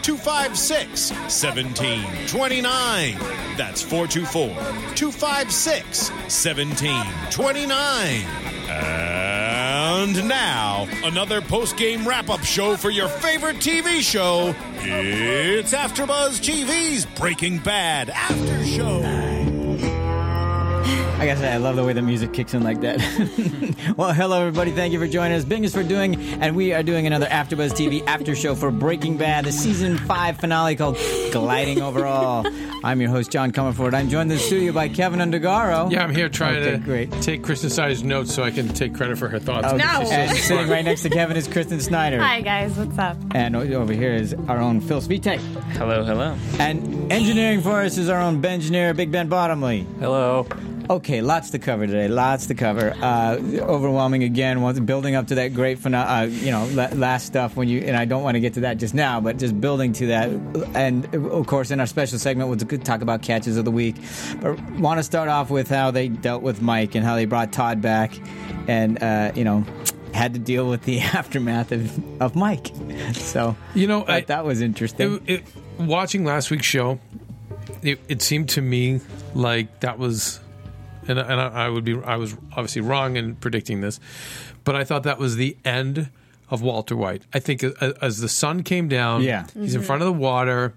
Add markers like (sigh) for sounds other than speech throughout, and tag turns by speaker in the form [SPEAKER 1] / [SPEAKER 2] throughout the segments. [SPEAKER 1] 256 1729. That's 424 256 1729. And now, another post game wrap up show for your favorite TV show. It's AfterBuzz TV's Breaking Bad After Show.
[SPEAKER 2] I gotta say, I love the way the music kicks in like that. (laughs) well, hello everybody. Thank you for joining us. Bing is for doing, and we are doing another AfterBuzz TV after show for Breaking Bad, the season five finale called "Gliding Over All." I'm your host John Comerford. I'm joined in the studio by Kevin Undergaro.
[SPEAKER 3] Yeah, I'm here trying
[SPEAKER 2] Okay,
[SPEAKER 3] to
[SPEAKER 2] great.
[SPEAKER 3] take Kristen Snyder's notes so I can take credit for her thoughts.
[SPEAKER 4] No.
[SPEAKER 2] And sitting right next to Kevin is Kristen Snyder,
[SPEAKER 4] Hi, guys. What's up?
[SPEAKER 2] and o- over here is our own Phil Spitek,
[SPEAKER 5] Hello, hello.
[SPEAKER 2] and engineering for us is our own Ben engineer Big Ben Bottomley.
[SPEAKER 5] Hello.
[SPEAKER 2] Okay, lots to cover today. Lots to cover. Uh, overwhelming again. Once building up to that great, pheno- uh, you know, la- last stuff when you and I don't want to get to that just now, but just building to that, and of course in our special segment we'll t- talk about catches of the week. But want to start off with how they dealt with Mike and how they brought Todd back, and uh, you know, had to deal with the (laughs) aftermath of, of Mike. So
[SPEAKER 3] You know,
[SPEAKER 2] thought
[SPEAKER 3] I-
[SPEAKER 2] that was interesting.
[SPEAKER 3] It, it, watching last week's show, it, it seemed to me like that was, and, and I, I would be, I was obviously wrong in predicting this, but I thought that was the end of Walter White. I think as, as the sun came down,
[SPEAKER 2] Oh, Yeah.
[SPEAKER 3] Um,
[SPEAKER 2] Mm-hmm.
[SPEAKER 3] he's in front of the water,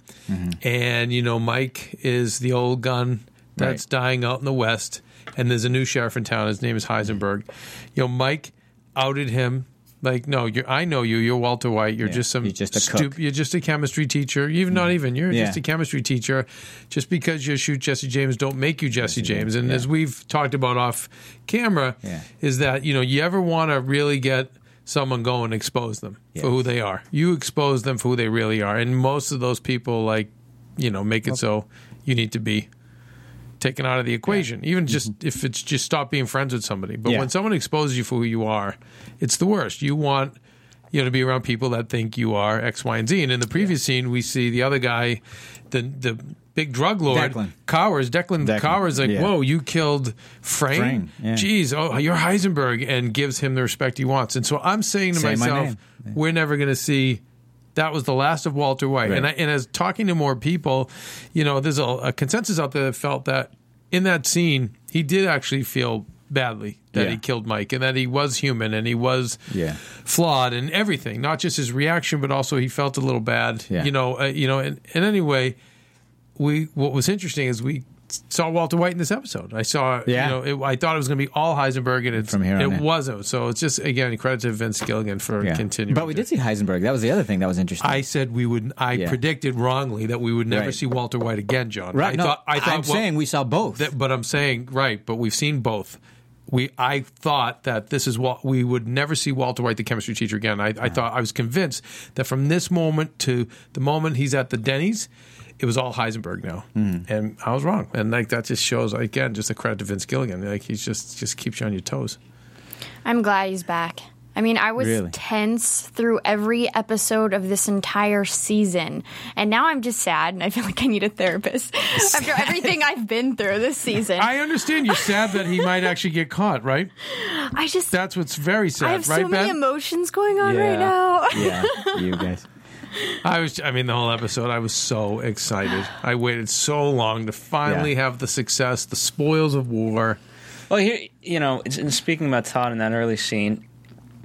[SPEAKER 3] and you know Mike is the old gun that's
[SPEAKER 2] Right.
[SPEAKER 3] dying out in the west, and there's a new sheriff in town. His name is Heisenberg. You know, Mike outed him. Like, no, you're, I know you. You're Walter White. You're
[SPEAKER 2] Yeah,
[SPEAKER 3] just some
[SPEAKER 2] you're just a
[SPEAKER 3] stup-
[SPEAKER 2] cook.
[SPEAKER 3] you're just a chemistry teacher. You're not even. You're
[SPEAKER 2] Yeah.
[SPEAKER 3] just a chemistry teacher. Just because you shoot Jesse James, don't make you Jesse James. And
[SPEAKER 2] yeah.
[SPEAKER 3] as we've talked about off camera,
[SPEAKER 2] Yeah.
[SPEAKER 3] is that you know you ever want to really get someone going, expose them for who they are. You expose them for who they really are, and most of those people like you know make it so you need to be taken out of the equation. Even just if it's just stop being friends with somebody. But
[SPEAKER 2] Yeah.
[SPEAKER 3] when someone exposes you for who you are, it's the worst. You want you know to be around people that think you are X, Y, and Z. And in the previous scene, we see the other guy, the the big drug lord
[SPEAKER 2] Declan.
[SPEAKER 3] Cowers, Declan,
[SPEAKER 2] Declan,
[SPEAKER 3] Cowers, like,
[SPEAKER 2] yeah.
[SPEAKER 3] whoa, you killed Frank.
[SPEAKER 2] Frame, yeah.
[SPEAKER 3] Jeez, oh, you're Heisenberg, and gives him the respect he wants. And so I'm saying to
[SPEAKER 2] Say my
[SPEAKER 3] myself,
[SPEAKER 2] name. Yeah.
[SPEAKER 3] we're never going to see. That was the last of Walter White, and I,
[SPEAKER 2] Right.
[SPEAKER 3] and as talking to more people, you know, there's a, a consensus out there that felt that in that scene he did actually feel badly that
[SPEAKER 2] Yeah.
[SPEAKER 3] he killed Mike, and that he was human, and he was
[SPEAKER 2] Yeah.
[SPEAKER 3] flawed and everything, not just his reaction, but also he felt a little bad,
[SPEAKER 2] Yeah.
[SPEAKER 3] you know, uh, you know, and, and anyway, we, what was interesting is we saw Walter White in this episode. I saw,
[SPEAKER 2] Yeah.
[SPEAKER 3] you know, it, I thought it was going to be all Heisenberg and it's,
[SPEAKER 2] From here on
[SPEAKER 3] it
[SPEAKER 2] in.
[SPEAKER 3] wasn't. So it's just, again, credit to Vince Gilligan for
[SPEAKER 2] Yeah.
[SPEAKER 3] continuing.
[SPEAKER 2] But we
[SPEAKER 3] to-
[SPEAKER 2] did see Heisenberg. That was the other thing that was interesting.
[SPEAKER 3] I said we would, I
[SPEAKER 2] Yeah.
[SPEAKER 3] predicted wrongly that we would never
[SPEAKER 2] Right.
[SPEAKER 3] see Walter White again, John.
[SPEAKER 2] right?
[SPEAKER 3] I
[SPEAKER 2] no,
[SPEAKER 3] thought, I thought
[SPEAKER 2] am
[SPEAKER 3] what-
[SPEAKER 2] saying we saw both.
[SPEAKER 3] that- but I'm saying, right, but we've seen both.
[SPEAKER 6] we I thought that this is what we would never see Walter White, the chemistry teacher, again. I, I thought I was convinced that from this moment to the moment he's at the Denny's, it was all Heisenberg now, and I was wrong. And like that just shows again, just a credit to Vince Gilligan. Like he's just just keeps you on your toes.
[SPEAKER 7] I'm glad he's back. I mean, I was
[SPEAKER 6] Really?
[SPEAKER 7] tense through every episode of this entire season, and now I'm just sad, and I feel like I need a therapist after everything I've been through this season.
[SPEAKER 6] I understand you're sad that he might actually get caught, right?
[SPEAKER 7] I just
[SPEAKER 6] That's what's very sad,
[SPEAKER 7] I have
[SPEAKER 6] right,
[SPEAKER 7] so many
[SPEAKER 6] Ben?
[SPEAKER 7] emotions going on right now.
[SPEAKER 3] you guys.
[SPEAKER 6] I was, I mean, the whole episode, I was so excited. I waited so long to finally have the success, the spoils of war.
[SPEAKER 2] Well, here, you know, it's- in speaking about Todd in that early scene,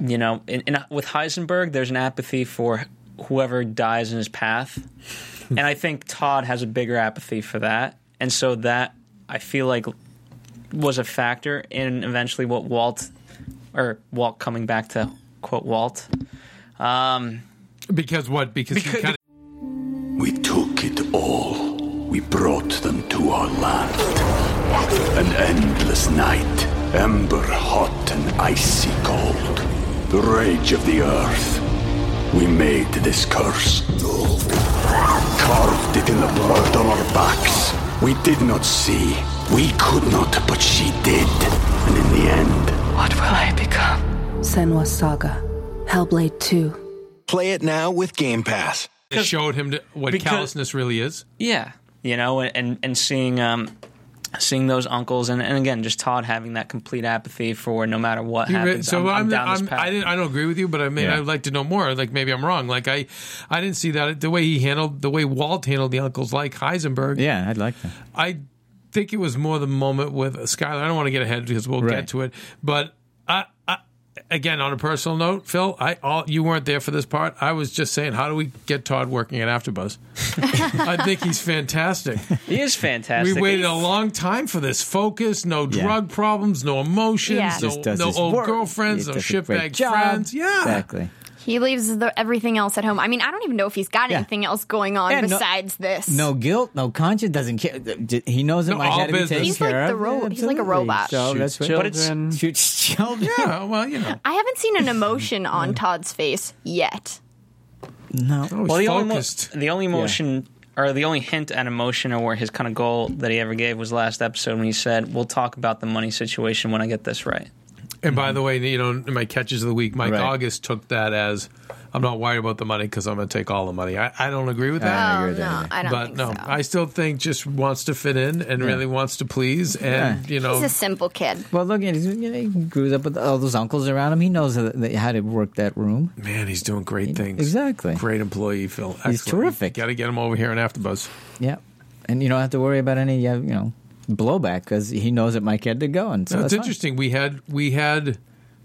[SPEAKER 2] you know, in, in, with Heisenberg, there's an apathy for whoever dies in his path,
[SPEAKER 6] (laughs)
[SPEAKER 2] and I think Todd has a bigger apathy for that, and so that I feel like was a factor in eventually what Walt or Walt coming back to quote Walt. Um,
[SPEAKER 6] because what? Because, he kind
[SPEAKER 8] We took it all. We brought them to our land. An endless night, ember hot and icy cold. The rage of the earth. We made this curse. Carved it in the blood on our backs. We did not see. We could not, but she did. And in the end,
[SPEAKER 9] What will I become? Senwa Saga, Hellblade 2.
[SPEAKER 10] Play it now with Game Pass.
[SPEAKER 6] of showed him to, what
[SPEAKER 2] Because-
[SPEAKER 6] callousness really is.
[SPEAKER 2] Yeah, you know, and- and and seeing um, seeing those uncles, and, and again, just Todd having that complete apathy for no matter what
[SPEAKER 6] You re-
[SPEAKER 2] happens,
[SPEAKER 6] so
[SPEAKER 2] I'm, I'm
[SPEAKER 6] I'm,
[SPEAKER 2] down
[SPEAKER 6] I'm,
[SPEAKER 2] this path.
[SPEAKER 6] I didn't. I don't agree with you, but I mean,
[SPEAKER 2] Yeah.
[SPEAKER 6] I'd like to know more. Like maybe I'm wrong. Like I, I didn't see that the way he handled the way Walt handled the uncles like Heisenberg.
[SPEAKER 3] Yeah, I'd like that.
[SPEAKER 6] I think it was more the moment with Skylar. I don't want to get ahead because we'll
[SPEAKER 3] Right.
[SPEAKER 6] get to it. But I, I, again, on a personal note, Phil, I all you weren't there for this part. I was just saying, how do we get Todd working at AfterBuzz? I think he's fantastic.
[SPEAKER 2] He is fantastic.
[SPEAKER 6] We waited a long time for this. Focus, no
[SPEAKER 2] Yeah.
[SPEAKER 6] drug problems, no emotions,
[SPEAKER 7] Yeah.
[SPEAKER 6] no,
[SPEAKER 3] Just does
[SPEAKER 6] no
[SPEAKER 3] his
[SPEAKER 6] old
[SPEAKER 3] work.
[SPEAKER 6] Oh, girlfriends,
[SPEAKER 3] He
[SPEAKER 6] no
[SPEAKER 3] does a great
[SPEAKER 6] shitbag
[SPEAKER 3] job.
[SPEAKER 6] friends. Yeah.
[SPEAKER 3] Exactly.
[SPEAKER 7] He leaves the, everything else at home. I mean, I don't even know if he's got anything else going on
[SPEAKER 3] Yeah, no-
[SPEAKER 7] besides this.
[SPEAKER 3] No guilt, no conscience. Doesn't care. He knows that
[SPEAKER 6] No,
[SPEAKER 3] my
[SPEAKER 6] all
[SPEAKER 3] head
[SPEAKER 6] business.
[SPEAKER 7] He's like the ro- he's like a robot.
[SPEAKER 3] So
[SPEAKER 7] Shoots
[SPEAKER 3] Oh, that's what, But it's, shoots (laughs) children.
[SPEAKER 6] Mm. Yeah. Well, you know.
[SPEAKER 7] I haven't seen an
[SPEAKER 3] (laughs)
[SPEAKER 7] emotion on Todd's face yet.
[SPEAKER 3] No.
[SPEAKER 2] well, the
[SPEAKER 6] focused.
[SPEAKER 2] only mo- the only
[SPEAKER 6] Yeah.
[SPEAKER 2] emotion or the only hint at emotion or his kind of goal that he ever gave was last episode when he said, "We'll talk about the money situation when I get this right."
[SPEAKER 6] And by the way, you know, in my catches of the week, Mike
[SPEAKER 2] Right.
[SPEAKER 6] August took that as I'm not worried about the money because I'm going to take all the money. I, I don't agree with
[SPEAKER 7] I
[SPEAKER 6] that.
[SPEAKER 7] don't agree with that Oh, no, either. I don't
[SPEAKER 6] but
[SPEAKER 7] think
[SPEAKER 6] no, I still think just wants to fit in and really wants to please. And, you know,
[SPEAKER 7] He's a simple kid.
[SPEAKER 3] Well, look, he's- you know, he grew up with all those uncles around him. He knows that- that- how to work that room.
[SPEAKER 6] man, he's doing great things.
[SPEAKER 3] Exactly.
[SPEAKER 6] Great employee, Phil. Excellent.
[SPEAKER 3] He's terrific.
[SPEAKER 6] Got to get him over here in Afterbuzz.
[SPEAKER 3] Yeah, and you don't have to worry about any, uh, you know, blowback because he knows that Mike had to go. And so
[SPEAKER 6] No,
[SPEAKER 3] that's
[SPEAKER 6] it's
[SPEAKER 3] fine.
[SPEAKER 6] interesting. We had we had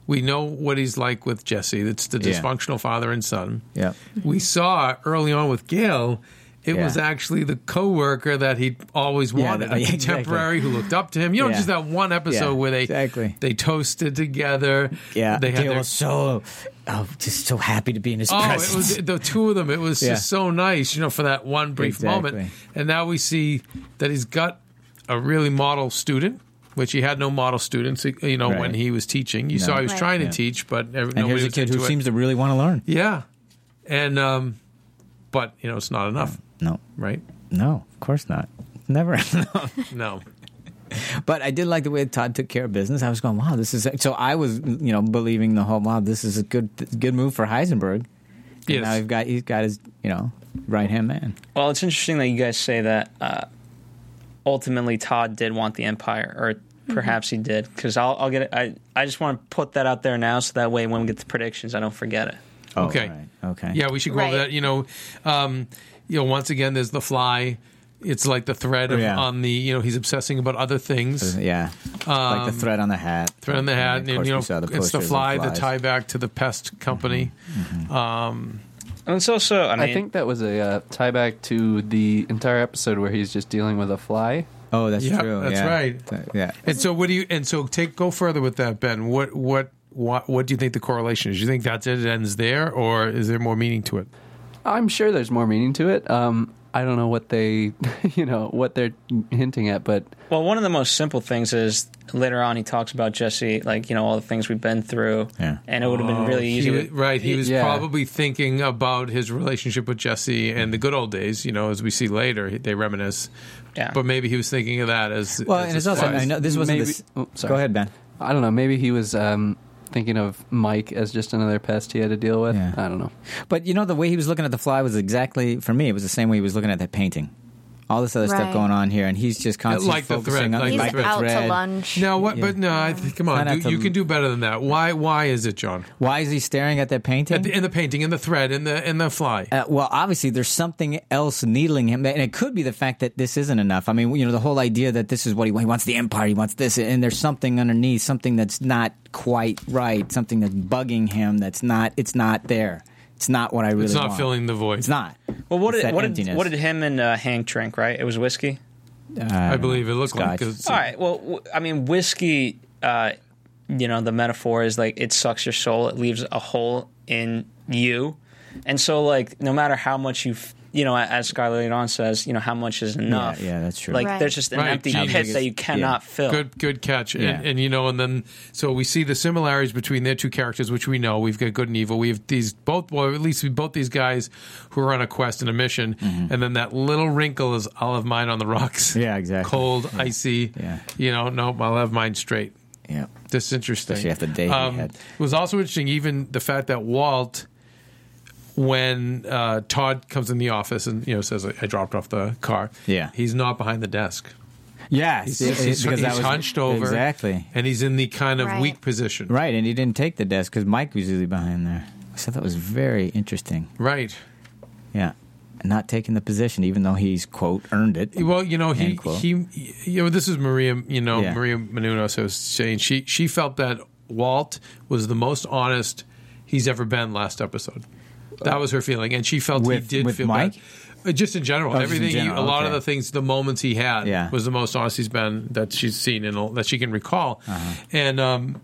[SPEAKER 6] we know what he's like with Jesse. It's the
[SPEAKER 3] Yeah.
[SPEAKER 6] dysfunctional father and son.
[SPEAKER 3] Yeah.
[SPEAKER 6] We saw early on with Gail. It
[SPEAKER 3] Yeah.
[SPEAKER 6] was actually the coworker that he always
[SPEAKER 3] Yeah,
[SPEAKER 6] wanted,
[SPEAKER 3] that-
[SPEAKER 6] a
[SPEAKER 3] yeah,
[SPEAKER 6] contemporary
[SPEAKER 3] (laughs) exactly.
[SPEAKER 6] who looked up to him. You know,
[SPEAKER 3] Yeah.
[SPEAKER 6] just that one episode
[SPEAKER 3] Yeah,
[SPEAKER 6] where they
[SPEAKER 3] exactly.
[SPEAKER 6] they toasted together.
[SPEAKER 3] Yeah,
[SPEAKER 6] they had
[SPEAKER 3] Gail
[SPEAKER 6] their,
[SPEAKER 3] was so, oh, just so happy to be in his
[SPEAKER 6] oh,
[SPEAKER 3] presence.
[SPEAKER 6] it was the two of them. It was
[SPEAKER 3] Yeah.
[SPEAKER 6] just so nice, you know, for that one brief
[SPEAKER 3] Exactly.
[SPEAKER 6] moment. And now we see that he's got a really model student, which he had no model students, you know, when
[SPEAKER 3] Right.
[SPEAKER 6] he was teaching. You
[SPEAKER 3] No.
[SPEAKER 6] saw he was
[SPEAKER 3] Right.
[SPEAKER 6] trying to
[SPEAKER 3] Yeah.
[SPEAKER 6] teach, but every,
[SPEAKER 3] and
[SPEAKER 6] nobody
[SPEAKER 3] here's a
[SPEAKER 6] was
[SPEAKER 3] kid who
[SPEAKER 6] into it.
[SPEAKER 3] seems to really want to learn.
[SPEAKER 6] yeah, and um, but you know, it's not enough,
[SPEAKER 3] No,
[SPEAKER 6] right?
[SPEAKER 3] no, of course not. Never. (laughs)
[SPEAKER 6] No.
[SPEAKER 3] But I did like the way Todd took care of business. I was going, wow, this is so. I was, you know, believing the whole, wow, this is a good, good move for Heisenberg. And
[SPEAKER 2] Yes.
[SPEAKER 3] Now he's got he's got his, you know, right hand man.
[SPEAKER 2] Well, it's interesting that you guys say that. Uh, ultimately, Todd did want the empire,
[SPEAKER 6] Mm-hmm.
[SPEAKER 2] or perhaps he did, because I'll, I'll get. It, I I just want to put that out there now, so that way when we get to predictions, I don't forget it.
[SPEAKER 6] okay.
[SPEAKER 3] Oh, Okay.
[SPEAKER 6] Yeah, we should go over
[SPEAKER 2] Right.
[SPEAKER 6] that. You know, um, you know, once again, there's the fly. It's like the thread of,
[SPEAKER 3] Yeah.
[SPEAKER 6] on the. You know, he's obsessing about other things.
[SPEAKER 3] Yeah. like the
[SPEAKER 6] Um,
[SPEAKER 3] thread on the hat.
[SPEAKER 6] Thread on the hat, and,
[SPEAKER 3] of course
[SPEAKER 6] you know,
[SPEAKER 3] we saw the
[SPEAKER 6] it's
[SPEAKER 3] posters
[SPEAKER 6] the
[SPEAKER 3] of
[SPEAKER 6] fly, the
[SPEAKER 3] flies.
[SPEAKER 6] tie back to the pest company. Um,
[SPEAKER 2] and it's also, I,
[SPEAKER 11] I
[SPEAKER 2] mean-
[SPEAKER 11] think that was a uh, tie back to the entire episode where he's just dealing with a fly.
[SPEAKER 3] Oh,
[SPEAKER 6] that's Yeah, true, that's yeah. right.
[SPEAKER 3] Yeah.
[SPEAKER 6] And so, what do you? And so, take go further with that, Ben. What what what what do you think the correlation is? Do you think that's it? It ends there, or is there more meaning to it?
[SPEAKER 11] I'm sure there's more meaning to it. Um,
[SPEAKER 6] I don't know what they, you know, what they're hinting at, but
[SPEAKER 1] Well, one of the most simple things is later on he talks about Jesse, like you know all the things we've been through, and it would have been
[SPEAKER 2] Oh,
[SPEAKER 1] really
[SPEAKER 2] he
[SPEAKER 1] easy.
[SPEAKER 2] wa- right. He was
[SPEAKER 1] Yeah.
[SPEAKER 2] probably thinking about his relationship with Jesse and the good old days, you know, as we see later, he- they reminisce.
[SPEAKER 1] Yeah.
[SPEAKER 2] But maybe he was thinking of that as.
[SPEAKER 3] Well,
[SPEAKER 2] as
[SPEAKER 3] and it's
[SPEAKER 2] a
[SPEAKER 3] also-
[SPEAKER 2] surprise.
[SPEAKER 3] I know this wasn't the
[SPEAKER 6] maybe-
[SPEAKER 3] s- Go ahead, Ben.
[SPEAKER 6] I don't know. Maybe he was um, thinking of Mike as just another pest he had to deal with. I don't know.
[SPEAKER 3] But you know, the way he was looking at the fly was exactly for me. It was the same way he was looking at that painting. All this other
[SPEAKER 6] Right.
[SPEAKER 3] stuff going on here, and he's just constantly
[SPEAKER 2] like the
[SPEAKER 3] focusing
[SPEAKER 2] thread,
[SPEAKER 3] on
[SPEAKER 2] like the thread. No, what? But no, I think, come
[SPEAKER 3] Try
[SPEAKER 2] on,
[SPEAKER 3] not
[SPEAKER 2] you, you
[SPEAKER 3] to-
[SPEAKER 2] can do better than that. Why? Why is it, John?
[SPEAKER 3] Why is he staring at that painting?
[SPEAKER 2] in the painting, in the thread, in the in the fly.
[SPEAKER 3] Uh, well, obviously, there's something else needling him, and it could be the fact that this isn't enough. I mean, you know, the whole idea that this is what he, he wants the empire, he wants this, and there's something underneath, something that's not quite right, something that's bugging him. That's not. It's not there. It's not what I really.
[SPEAKER 2] it's not
[SPEAKER 3] want.
[SPEAKER 2] filling the void.
[SPEAKER 3] It's not.
[SPEAKER 1] Well, what
[SPEAKER 3] It's
[SPEAKER 1] did
[SPEAKER 3] that
[SPEAKER 1] what did,
[SPEAKER 3] emptiness.
[SPEAKER 1] what did him and uh, Hank drink? Right, it was whiskey.
[SPEAKER 2] I believe it looked like. 'cause-
[SPEAKER 1] All right. Well, w- I mean, whiskey. Uh, you know, the metaphor is like it sucks your soul. It leaves a hole in you, and so like no matter how much you, f- you know, as Skylar Leon says, you know, how much is enough.
[SPEAKER 3] Yeah, yeah, that's true.
[SPEAKER 1] Like there's just an
[SPEAKER 2] Right,
[SPEAKER 1] empty
[SPEAKER 2] genius.
[SPEAKER 1] pit that you cannot fill.
[SPEAKER 2] Good, good catch.
[SPEAKER 1] Yeah.
[SPEAKER 2] And, and you know, and then so we see the similarities between their two characters, which we know we've got good and evil. We have these both, well, at least we both these guys who are on a quest and a mission, and then that little wrinkle is I'll have mine on the rocks.
[SPEAKER 3] Mm-hmm. (laughs) Yeah, exactly.
[SPEAKER 2] Cold, icy.
[SPEAKER 3] Yeah.
[SPEAKER 2] You know, nope, I'll have mine straight.
[SPEAKER 3] Yeah.
[SPEAKER 2] That's interesting. Um,
[SPEAKER 3] Especially after the day he had.
[SPEAKER 2] It was also interesting, even the fact that Walt when uh, Todd comes in the office and you know says I dropped off the car,
[SPEAKER 3] Yeah.
[SPEAKER 2] he's not behind the desk.
[SPEAKER 3] Yeah,
[SPEAKER 2] He's,
[SPEAKER 3] see,
[SPEAKER 2] he's,
[SPEAKER 3] it- because that
[SPEAKER 2] he's
[SPEAKER 3] was-
[SPEAKER 2] hunched over.
[SPEAKER 3] Exactly.
[SPEAKER 2] And he's in the kind of
[SPEAKER 3] Right.
[SPEAKER 2] weak position.
[SPEAKER 3] Right, and he didn't take the desk because Mike was usually behind there. So that was very interesting.
[SPEAKER 2] Right.
[SPEAKER 3] Yeah, not taking the position, even though he's quote earned it.
[SPEAKER 2] Well, you know, he,
[SPEAKER 3] End quote.
[SPEAKER 2] he, you know, this is Maria, you know,
[SPEAKER 3] Yeah.
[SPEAKER 2] Maria Menounos was saying she, she felt that Walt was the most honest he's ever been last episode. That was her feeling. And she felt he
[SPEAKER 3] With-
[SPEAKER 2] did
[SPEAKER 3] with
[SPEAKER 2] feel
[SPEAKER 3] Mike?
[SPEAKER 2] bad. Uh, Just in general,
[SPEAKER 3] Oh, just in
[SPEAKER 2] everything, he-
[SPEAKER 3] general,
[SPEAKER 2] a lot of
[SPEAKER 3] okay.
[SPEAKER 2] the things, the moments he had
[SPEAKER 3] Yeah.
[SPEAKER 2] was the most honest he's been that she's seen and all- that she can recall.
[SPEAKER 3] Uh-huh.
[SPEAKER 2] And, um,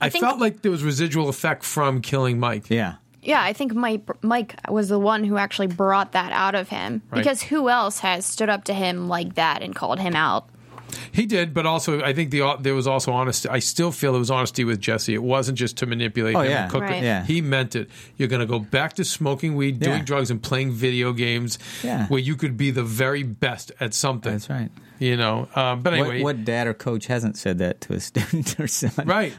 [SPEAKER 2] I, felt like there was residual effect from killing Mike.
[SPEAKER 3] Yeah.
[SPEAKER 7] Yeah, I think Mike, Mike was the one who actually brought that out of him
[SPEAKER 2] Right.
[SPEAKER 7] because who else has stood up to him like that and called him out?
[SPEAKER 2] He did, but also I think the there was also honesty. I still feel there was honesty with Jesse. It wasn't just to manipulate
[SPEAKER 3] Oh,
[SPEAKER 2] him
[SPEAKER 3] yeah.
[SPEAKER 2] and cook
[SPEAKER 7] Right.
[SPEAKER 2] it.
[SPEAKER 3] Yeah.
[SPEAKER 2] He meant it. You're going to go back to smoking weed, doing
[SPEAKER 3] Yeah.
[SPEAKER 2] drugs, and playing video games,
[SPEAKER 3] Yeah.
[SPEAKER 2] where you could be the very best at something. That's
[SPEAKER 3] right.
[SPEAKER 2] You know, um, but anyway,
[SPEAKER 3] what, what dad or coach hasn't said that to a (laughs) student or son? (laughs)
[SPEAKER 2] right?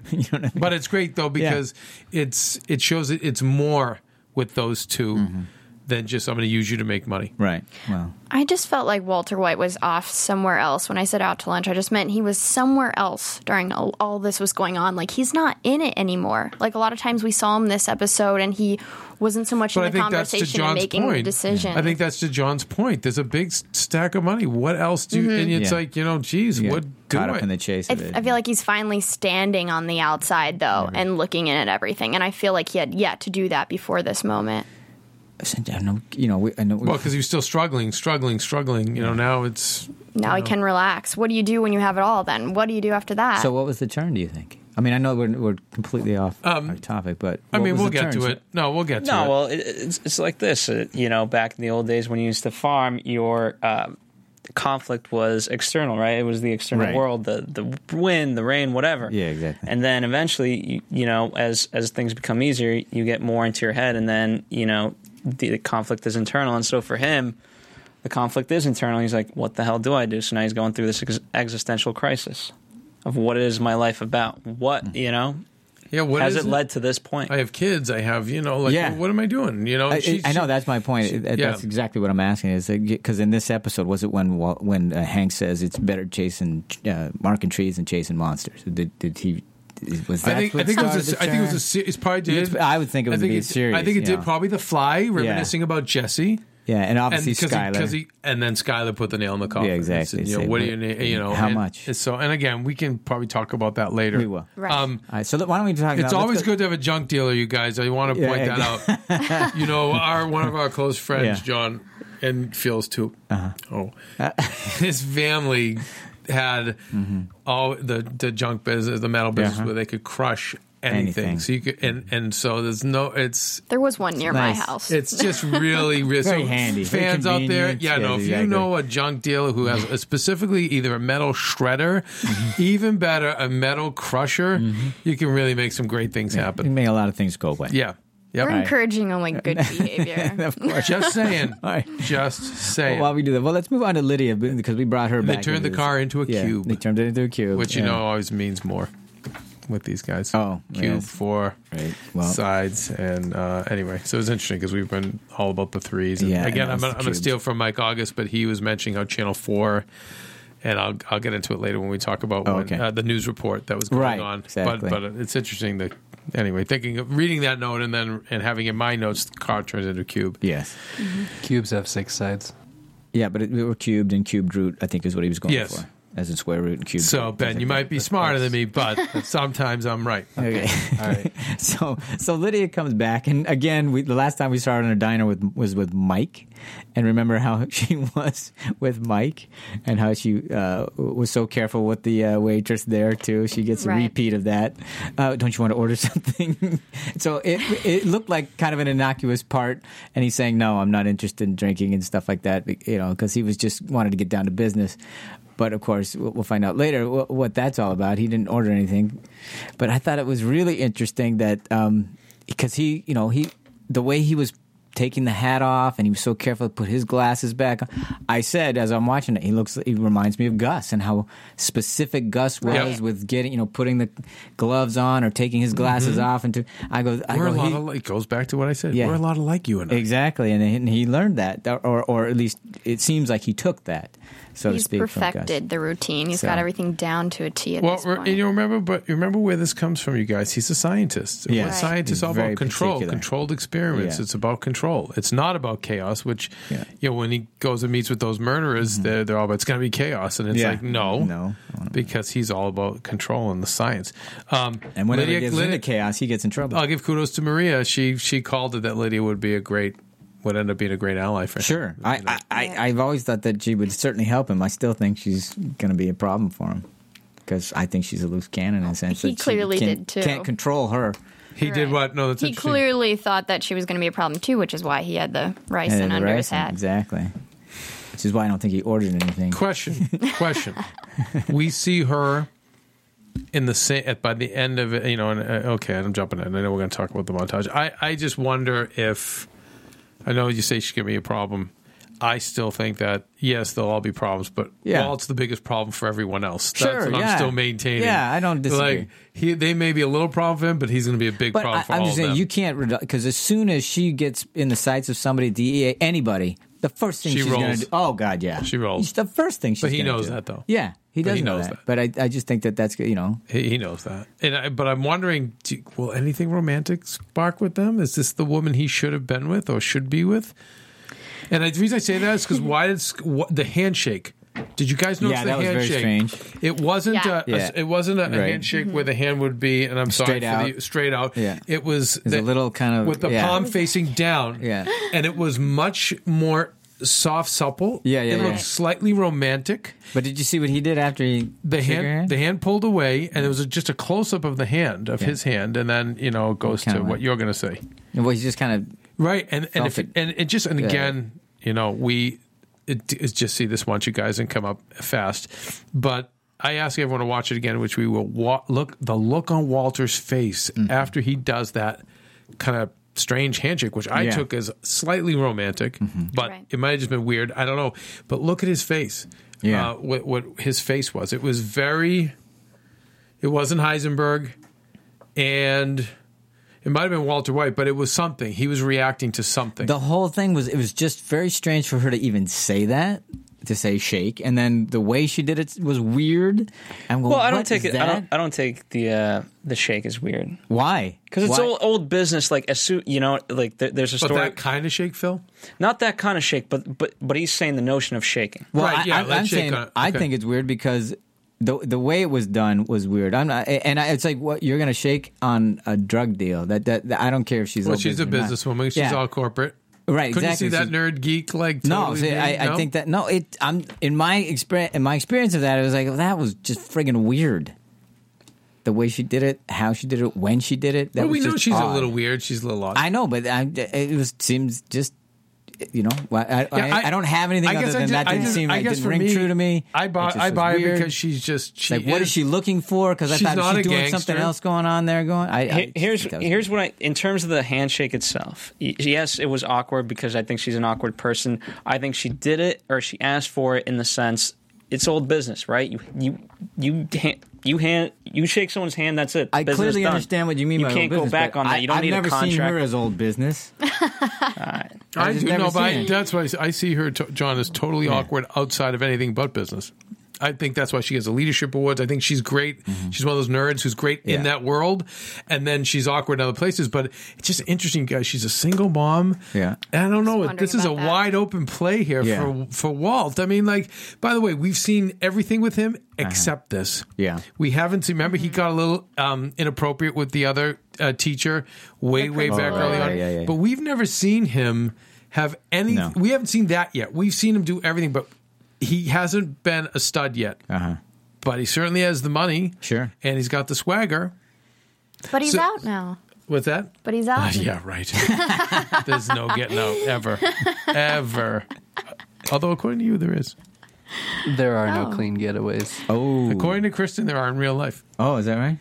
[SPEAKER 2] But it's great though because it's it shows it, it's more with those 2
[SPEAKER 3] Mm-hmm.
[SPEAKER 2] than just I'm going to use you to make money.
[SPEAKER 3] Right. Well,
[SPEAKER 7] I just felt like Walter White was off somewhere else. When I said out to lunch, I just meant he was somewhere else during all, all this was going on. Like he's not in it anymore. Like a lot of times we saw him this episode and he wasn't so much in the conversation and making the decision.
[SPEAKER 2] I think that's to John's point. There's a big s- stack of money. What else do you?
[SPEAKER 7] Mhm.
[SPEAKER 2] And it's
[SPEAKER 3] Mm-hmm. Yeah.
[SPEAKER 2] like you know, geez,
[SPEAKER 3] You get
[SPEAKER 2] what
[SPEAKER 3] caught
[SPEAKER 2] do
[SPEAKER 3] up
[SPEAKER 2] I-
[SPEAKER 3] in the chase
[SPEAKER 7] I,
[SPEAKER 3] of
[SPEAKER 7] th-
[SPEAKER 3] it.
[SPEAKER 7] I feel like he's finally standing on the outside though and looking in at everything. And I feel like he had yet to do that before this moment.
[SPEAKER 3] I know, you know, we, I know. we-
[SPEAKER 2] Well, because he was still struggling, struggling, struggling. You know, now it's
[SPEAKER 7] Now
[SPEAKER 2] you
[SPEAKER 7] he
[SPEAKER 2] know.
[SPEAKER 7] can relax. What do you do when you have it all then? What do you do after that?
[SPEAKER 3] so, what was the turn? Do you think? I mean, I know we're, we're completely off our topic, but
[SPEAKER 2] Um, I
[SPEAKER 3] what
[SPEAKER 2] mean,
[SPEAKER 3] was
[SPEAKER 2] we'll
[SPEAKER 3] the
[SPEAKER 2] get
[SPEAKER 3] turn?
[SPEAKER 2] to it. No, we'll get to
[SPEAKER 1] no,
[SPEAKER 2] it.
[SPEAKER 1] well, it, it's, it's like this. uh, You know, back in the old days when you used to farm, your um conflict was external, right? It was the external
[SPEAKER 3] Right.
[SPEAKER 1] world, the the wind, the rain, whatever.
[SPEAKER 3] Yeah, exactly.
[SPEAKER 1] And then eventually, you, you know, as as things become easier, you get more into your head, and then you know, the, the conflict is internal. And so for him, the conflict is internal. He's like, "What the hell do I do?" So now he's going through this ex- existential crisis of what is my life about?
[SPEAKER 2] Mm.
[SPEAKER 1] What you know?
[SPEAKER 2] Yeah, what
[SPEAKER 1] has
[SPEAKER 2] is
[SPEAKER 1] it
[SPEAKER 2] it?
[SPEAKER 1] led to this point?
[SPEAKER 2] I have kids. I have you know, like,
[SPEAKER 3] Yeah.
[SPEAKER 2] what am I doing? You know,
[SPEAKER 3] I,
[SPEAKER 2] she-
[SPEAKER 3] I know
[SPEAKER 2] she-
[SPEAKER 3] that's my point.
[SPEAKER 2] she-
[SPEAKER 3] That-
[SPEAKER 2] yeah.
[SPEAKER 3] That's exactly what I'm asking. Is because in this episode, was it when Wa- when uh, Hank says it's better chasing uh, marking trees and chasing monsters? Did, did he? Was that
[SPEAKER 2] I think,
[SPEAKER 3] what
[SPEAKER 2] I think it was. A,
[SPEAKER 3] started the
[SPEAKER 2] I think it was. A,
[SPEAKER 3] turn?
[SPEAKER 2] se- it's probably did.
[SPEAKER 3] It's- I would think it would
[SPEAKER 2] I think
[SPEAKER 3] be a
[SPEAKER 2] it-
[SPEAKER 3] series,
[SPEAKER 2] I think it
[SPEAKER 3] you
[SPEAKER 2] did.
[SPEAKER 3] know.
[SPEAKER 2] Probably the Fly reminiscing about Jesse.
[SPEAKER 3] Yeah, and obviously
[SPEAKER 2] and 'cause he- 'cause
[SPEAKER 3] Skylar.
[SPEAKER 2] he- and then Skylar put the nail in the coffin.
[SPEAKER 3] Yeah, exactly.
[SPEAKER 2] And said, you
[SPEAKER 3] Say,
[SPEAKER 2] know, what do
[SPEAKER 3] wait,
[SPEAKER 2] you need? You know,
[SPEAKER 3] how
[SPEAKER 2] and-
[SPEAKER 3] much?
[SPEAKER 2] and So, and again, we can probably talk about that later.
[SPEAKER 3] We will.
[SPEAKER 7] Right.
[SPEAKER 2] Um,
[SPEAKER 3] All right, so why don't we talk?
[SPEAKER 2] it's
[SPEAKER 3] about,
[SPEAKER 2] always good to have a junk dealer, you guys. I want to
[SPEAKER 3] Yeah,
[SPEAKER 2] point that out. you know, our one of our close friends,
[SPEAKER 3] Yeah.
[SPEAKER 2] John, and feels too. Oh, (laughs) his family had all the the junk business, the metal business,
[SPEAKER 3] Uh-huh.
[SPEAKER 2] where they could crush
[SPEAKER 3] anything.
[SPEAKER 2] Anything.
[SPEAKER 3] So you could, and and so there's no. It's
[SPEAKER 7] There was one near my house.
[SPEAKER 3] It's just really
[SPEAKER 2] Very
[SPEAKER 3] so
[SPEAKER 2] handy, very
[SPEAKER 3] Fans out there,
[SPEAKER 2] convenient.
[SPEAKER 3] yeah, no.
[SPEAKER 2] Yeah,
[SPEAKER 3] If you
[SPEAKER 2] exactly.
[SPEAKER 3] know a junk dealer who has a, specifically either a metal shredder,
[SPEAKER 6] Mm-hmm.
[SPEAKER 3] even better, a metal crusher, you can really make some great things happen. You
[SPEAKER 2] can make a lot of things go away.
[SPEAKER 3] Yeah, yeah.
[SPEAKER 7] We're encouraging only
[SPEAKER 2] (laughs)
[SPEAKER 7] good behavior.
[SPEAKER 2] of course.
[SPEAKER 3] Just saying. Just saying.
[SPEAKER 2] Well, while we do that, well, let's move on to Lydia b- because we brought her
[SPEAKER 3] They
[SPEAKER 2] back.
[SPEAKER 3] turned
[SPEAKER 2] into
[SPEAKER 3] the
[SPEAKER 2] this.
[SPEAKER 3] car into a
[SPEAKER 2] Yeah,
[SPEAKER 3] cube.
[SPEAKER 2] They turned it into a cube,
[SPEAKER 3] Which you
[SPEAKER 2] yeah.
[SPEAKER 3] know always means more with these guys.
[SPEAKER 2] Oh,
[SPEAKER 3] cube
[SPEAKER 2] yes.
[SPEAKER 3] four
[SPEAKER 2] well-
[SPEAKER 3] sides, and uh, anyway, so it's interesting because we've been all about the threes. And
[SPEAKER 2] Yeah, and
[SPEAKER 3] again,
[SPEAKER 2] that
[SPEAKER 3] I'm gonna,
[SPEAKER 2] was the
[SPEAKER 3] I'm gonna
[SPEAKER 2] cubes.
[SPEAKER 3] steal from Mike August, but he was mentioning how Channel Four. And I'll, I'll get into it later when we talk about
[SPEAKER 2] Oh,
[SPEAKER 3] when,
[SPEAKER 2] okay.
[SPEAKER 3] uh, the news report that was going
[SPEAKER 2] Right,
[SPEAKER 3] on.
[SPEAKER 2] exactly.
[SPEAKER 3] But but it's interesting that anyway, thinking of reading that note and then and having in my notes the car turns into a cube.
[SPEAKER 2] Yes,
[SPEAKER 6] cubes have six sides.
[SPEAKER 2] Yeah, but it, they were cubed and cubed root. I think is what he was going
[SPEAKER 3] Yes.
[SPEAKER 2] for, as in square root and cubed.
[SPEAKER 3] So
[SPEAKER 2] root,
[SPEAKER 3] Ben,
[SPEAKER 2] things
[SPEAKER 3] you
[SPEAKER 2] like
[SPEAKER 3] might be smarter than me, but
[SPEAKER 2] (laughs)
[SPEAKER 3] sometimes I'm right.
[SPEAKER 2] Okay.
[SPEAKER 3] all right.
[SPEAKER 2] (laughs) so so Lydia comes back, and again, we, the last time we saw her in a diner with was with Mike, and remember how (laughs) she was with Mike, and how she uh, was so careful with the uh, waitress there too. She gets a
[SPEAKER 12] Right.
[SPEAKER 2] repeat of that. Uh, don't you want to order (laughs) something? so it it looked like kind of an innocuous part, and he's saying no, I'm not interested in drinking and stuff like that, you know, because he was just wanted to get down to business. But of course, we'll we'll find out later wh- what that's all about. He didn't order anything, but I thought it was really interesting that because he, you know, he the way he was taking the hat off and he was so careful to put his glasses back. on. I said as I'm watching it, he looks, he reminds me of Gus and how specific Gus was
[SPEAKER 3] Right.
[SPEAKER 2] with getting, you know, putting the gloves on or taking his glasses
[SPEAKER 3] Mhm.
[SPEAKER 2] off. And to, I go, I
[SPEAKER 3] We're a
[SPEAKER 2] go,
[SPEAKER 3] lot
[SPEAKER 2] he-
[SPEAKER 3] of like, it goes back to what I said.
[SPEAKER 2] Yeah.
[SPEAKER 3] We're a lot of like you and I.
[SPEAKER 2] exactly, and he, and he learned that, or or at least it seems like he took that, so to
[SPEAKER 7] He's
[SPEAKER 2] speak. from Gus.
[SPEAKER 7] perfected the routine. He's
[SPEAKER 2] So-
[SPEAKER 7] got everything down to a T at
[SPEAKER 3] Well,
[SPEAKER 7] this
[SPEAKER 3] we're-
[SPEAKER 7] point.
[SPEAKER 3] and you remember, but you remember where this comes from, you guys. He's a scientist.
[SPEAKER 2] Yeah.
[SPEAKER 3] We're
[SPEAKER 2] Right.
[SPEAKER 3] scientists
[SPEAKER 2] He's
[SPEAKER 3] all
[SPEAKER 2] very
[SPEAKER 3] about control,
[SPEAKER 2] particular.
[SPEAKER 3] controlled experiments.
[SPEAKER 2] Yeah.
[SPEAKER 3] It's about control. It's not about chaos. Which, you know, when he goes and meets with those murderers, they're, they're all about it's going to be chaos, and it's
[SPEAKER 2] Mm-hmm. Yeah.
[SPEAKER 3] like no,
[SPEAKER 2] No.
[SPEAKER 3] because he's all about control and the science. Um,
[SPEAKER 2] And whenever he gets into chaos, he gets in trouble.
[SPEAKER 3] I'll give kudos to Maria. She she called it that Lydia would be a great would end up being a great ally for him.
[SPEAKER 2] Sure. I, I, I, I've always thought that she would certainly help him. I still think she's going to be a problem for him because I think she's a loose cannon in a sense.
[SPEAKER 7] He
[SPEAKER 2] that she
[SPEAKER 7] clearly
[SPEAKER 2] can,
[SPEAKER 7] did, too.
[SPEAKER 2] Can't control her.
[SPEAKER 3] He did what? No, that's
[SPEAKER 7] he clearly thought that she was going to be a problem too, which is why he had the rice
[SPEAKER 2] Yeah,
[SPEAKER 7] and
[SPEAKER 2] the
[SPEAKER 7] under his
[SPEAKER 2] ricin,
[SPEAKER 7] hat.
[SPEAKER 2] Exactly. Which is why I don't think he ordered anything.
[SPEAKER 3] Question. Question. we see her in the same at by the end of it. You know, and uh, okay, I'm jumping in. I know we're going to talk about the montage. I I just wonder if I know you say she's going to be a problem. I still think that yes, they'll all be problems, but
[SPEAKER 2] Yeah.
[SPEAKER 3] Walt's the biggest problem for everyone else.
[SPEAKER 2] Sure,
[SPEAKER 3] That's what
[SPEAKER 2] yeah.
[SPEAKER 3] I'm still maintaining.
[SPEAKER 2] Yeah, I don't disagree.
[SPEAKER 3] Like he, they may be a little problem for him, but he's going to be a big
[SPEAKER 2] But
[SPEAKER 3] problem
[SPEAKER 2] I,
[SPEAKER 3] for
[SPEAKER 2] I'm
[SPEAKER 3] all
[SPEAKER 2] just
[SPEAKER 3] of
[SPEAKER 2] saying,
[SPEAKER 3] them.
[SPEAKER 2] you can't, because as soon as she gets in the sights of somebody, DEA, anybody, the first thing
[SPEAKER 3] She
[SPEAKER 2] she's going
[SPEAKER 3] rolls.
[SPEAKER 2] to do. Oh, God, yeah.
[SPEAKER 3] She rolls.
[SPEAKER 2] The first thing she's
[SPEAKER 3] But he
[SPEAKER 2] gonna
[SPEAKER 3] knows
[SPEAKER 2] do.
[SPEAKER 3] that, though.
[SPEAKER 2] Yeah, he
[SPEAKER 3] But
[SPEAKER 2] does
[SPEAKER 3] he
[SPEAKER 2] know
[SPEAKER 3] knows
[SPEAKER 2] that. But I, I just think that that's, good, you know.
[SPEAKER 3] He, he knows that. And I, but I'm wondering, do, will anything romantic spark with them? Is this the woman he should have been with or should be with? And I, the reason I say that is because why did Sc- what, the handshake? Did you guys notice
[SPEAKER 2] Yeah,
[SPEAKER 3] the
[SPEAKER 2] that was very
[SPEAKER 3] handshake?
[SPEAKER 2] strange.
[SPEAKER 3] It wasn't
[SPEAKER 2] Yeah.
[SPEAKER 3] a, a-
[SPEAKER 2] Yeah.
[SPEAKER 3] it wasn't a, a
[SPEAKER 2] Right.
[SPEAKER 3] handshake where the hand would be, and I'm sorry
[SPEAKER 2] Straight
[SPEAKER 3] for
[SPEAKER 2] out.
[SPEAKER 3] the straight out.
[SPEAKER 2] Yeah.
[SPEAKER 3] It was
[SPEAKER 2] There's a little kind of.
[SPEAKER 3] with the
[SPEAKER 2] yeah.
[SPEAKER 3] palm facing down.
[SPEAKER 2] Yeah.
[SPEAKER 3] And it was much more soft, supple.
[SPEAKER 2] Yeah, yeah,
[SPEAKER 3] It
[SPEAKER 2] yeah.
[SPEAKER 3] looked slightly romantic.
[SPEAKER 2] But did you see what he did after he
[SPEAKER 3] the
[SPEAKER 2] shook
[SPEAKER 3] hand,
[SPEAKER 2] her hand?
[SPEAKER 3] The hand pulled away, and it was just a close up of the hand of his hand, and then you know it goes to
[SPEAKER 2] Kinda like-
[SPEAKER 3] what you're going to say,
[SPEAKER 2] Well, he's just kind of
[SPEAKER 3] right? And and
[SPEAKER 2] Felt
[SPEAKER 3] if
[SPEAKER 2] it.
[SPEAKER 3] and it just and
[SPEAKER 2] Yeah.
[SPEAKER 3] again, you know, we it, it's just see this once, you guys, and come up fast. But I ask everyone to watch it again, which we will wa- look the look on Walter's face after he does that kind of strange handshake, which I
[SPEAKER 2] Yeah. Mm-hmm.
[SPEAKER 3] took as slightly romantic, but it might have just been weird. I don't know. But look at his face.
[SPEAKER 2] Yeah.
[SPEAKER 3] Uh, what what his face was. It was very. It wasn't Heisenberg, and it might have been Walter White, but it was something. He was reacting to something.
[SPEAKER 2] The whole thing was it was just very strange for her to even say that, to say shake, and then the way she did it was weird. I'm going,
[SPEAKER 13] Well, I don't
[SPEAKER 2] "What
[SPEAKER 13] take
[SPEAKER 2] is
[SPEAKER 13] it.
[SPEAKER 2] That?
[SPEAKER 13] I don't. I don't take the uh, the shake as weird
[SPEAKER 2] Why?
[SPEAKER 13] because it's oh,
[SPEAKER 2] Why?
[SPEAKER 13] old old business. Like as soon you know, like there, there's a
[SPEAKER 3] But
[SPEAKER 13] story.
[SPEAKER 3] that kind of shake, Phil.
[SPEAKER 13] Not that kind of shake, but but but he's saying the notion of shaking.
[SPEAKER 2] Well, I, am saying I think it's weird because the the way it was done was weird. I'm not, and I, it's like what you're gonna shake on a drug deal. That that, that- I don't care if she's
[SPEAKER 3] well,
[SPEAKER 2] old
[SPEAKER 3] she's a
[SPEAKER 2] business or not.
[SPEAKER 3] businesswoman. She's
[SPEAKER 2] Yeah.
[SPEAKER 3] all corporate.
[SPEAKER 2] Right,
[SPEAKER 3] Couldn't
[SPEAKER 2] exactly.
[SPEAKER 3] you see that
[SPEAKER 2] She's-
[SPEAKER 3] nerd geek like.
[SPEAKER 2] No,
[SPEAKER 3] totally
[SPEAKER 2] see,
[SPEAKER 3] being-
[SPEAKER 2] I, I
[SPEAKER 3] no?
[SPEAKER 2] think that no. It
[SPEAKER 3] oh,
[SPEAKER 2] I'm in my experience in my experience of that. It was like that was just friggin' weird.
[SPEAKER 3] the way she did it, how she did it, when she did it. That
[SPEAKER 2] Well, we
[SPEAKER 3] was
[SPEAKER 2] know
[SPEAKER 3] just
[SPEAKER 2] she's a
[SPEAKER 3] odd.
[SPEAKER 2] little weird. She's a little odd.
[SPEAKER 3] I know, but I, it was seems just you know why- I, I,
[SPEAKER 2] Yeah,
[SPEAKER 3] I, don't have anything
[SPEAKER 2] I
[SPEAKER 3] other
[SPEAKER 2] guess
[SPEAKER 3] than
[SPEAKER 2] I
[SPEAKER 3] that
[SPEAKER 2] just- I
[SPEAKER 3] didn't
[SPEAKER 2] just-
[SPEAKER 3] seem
[SPEAKER 2] I
[SPEAKER 3] like
[SPEAKER 2] guess
[SPEAKER 3] didn't
[SPEAKER 2] for
[SPEAKER 3] ring
[SPEAKER 2] me,
[SPEAKER 3] true to me.
[SPEAKER 2] I buy-
[SPEAKER 3] It just
[SPEAKER 2] I
[SPEAKER 3] was
[SPEAKER 2] buy it
[SPEAKER 3] weird.
[SPEAKER 2] because she's just- she
[SPEAKER 3] like what
[SPEAKER 2] is-
[SPEAKER 3] is she looking for? Because I
[SPEAKER 2] She's
[SPEAKER 3] thought
[SPEAKER 2] not
[SPEAKER 3] she's
[SPEAKER 2] a
[SPEAKER 3] doing
[SPEAKER 2] gangster.
[SPEAKER 3] something else going on there. Going I, I
[SPEAKER 14] Here- here's
[SPEAKER 3] think that was-
[SPEAKER 14] here's what I in terms of the handshake itself. y- Yes, it was awkward because I think she's an awkward person. I think she did it or she asked for it in the sense it's old business, right? You you you hand, you hand you shake someone's hand. That's it.
[SPEAKER 3] I clearly understand what you mean.
[SPEAKER 14] You
[SPEAKER 3] by
[SPEAKER 14] can't
[SPEAKER 3] old
[SPEAKER 14] go
[SPEAKER 3] business,
[SPEAKER 14] back
[SPEAKER 3] but
[SPEAKER 14] on that.
[SPEAKER 3] I,
[SPEAKER 14] You don't
[SPEAKER 3] I've
[SPEAKER 14] need
[SPEAKER 3] never
[SPEAKER 14] a contract.
[SPEAKER 3] seen her as old business.
[SPEAKER 2] I,
[SPEAKER 3] I just
[SPEAKER 2] do
[SPEAKER 3] never
[SPEAKER 2] know, but
[SPEAKER 3] seen
[SPEAKER 2] I,
[SPEAKER 3] it.
[SPEAKER 2] that's why I see her, t- John, is totally awkward outside of anything but business. I think that's why she gets the leadership awards. I think she's great.
[SPEAKER 6] Mm-hmm.
[SPEAKER 2] She's one of those nerds who's great
[SPEAKER 3] Yeah.
[SPEAKER 2] in that world, and then she's awkward in other places. But it's just interesting, guys. She's a single mom.
[SPEAKER 3] Yeah.
[SPEAKER 2] And I don't know. This is a wide open play here
[SPEAKER 3] Yeah.
[SPEAKER 2] for for Walt. I mean, like, by the way, we've seen everything with him except this.
[SPEAKER 3] Uh-huh. Yeah.
[SPEAKER 2] We haven't seen. Remember, he got a little um, inappropriate with the other uh, teacher way, way back
[SPEAKER 3] Oh,
[SPEAKER 2] early
[SPEAKER 3] yeah,
[SPEAKER 2] on.
[SPEAKER 3] yeah, yeah.
[SPEAKER 2] But we've never seen him have any.
[SPEAKER 3] No.
[SPEAKER 2] We haven't seen that yet. We've seen him do everything, but he hasn't been a stud yet.
[SPEAKER 3] Uh-huh.
[SPEAKER 2] But he certainly has the money.
[SPEAKER 3] Sure.
[SPEAKER 2] And he's got the swagger.
[SPEAKER 7] But he's
[SPEAKER 2] So-
[SPEAKER 7] out now.
[SPEAKER 2] What's that?
[SPEAKER 7] But he's out.
[SPEAKER 2] Ah, yeah, right. (laughs) There's no getting out ever, ever. Although, according to you, there is.
[SPEAKER 6] There are
[SPEAKER 7] Oh.
[SPEAKER 6] no clean getaways.
[SPEAKER 3] Oh,
[SPEAKER 2] According to Kristen, there are in real life.
[SPEAKER 3] Oh, is that right?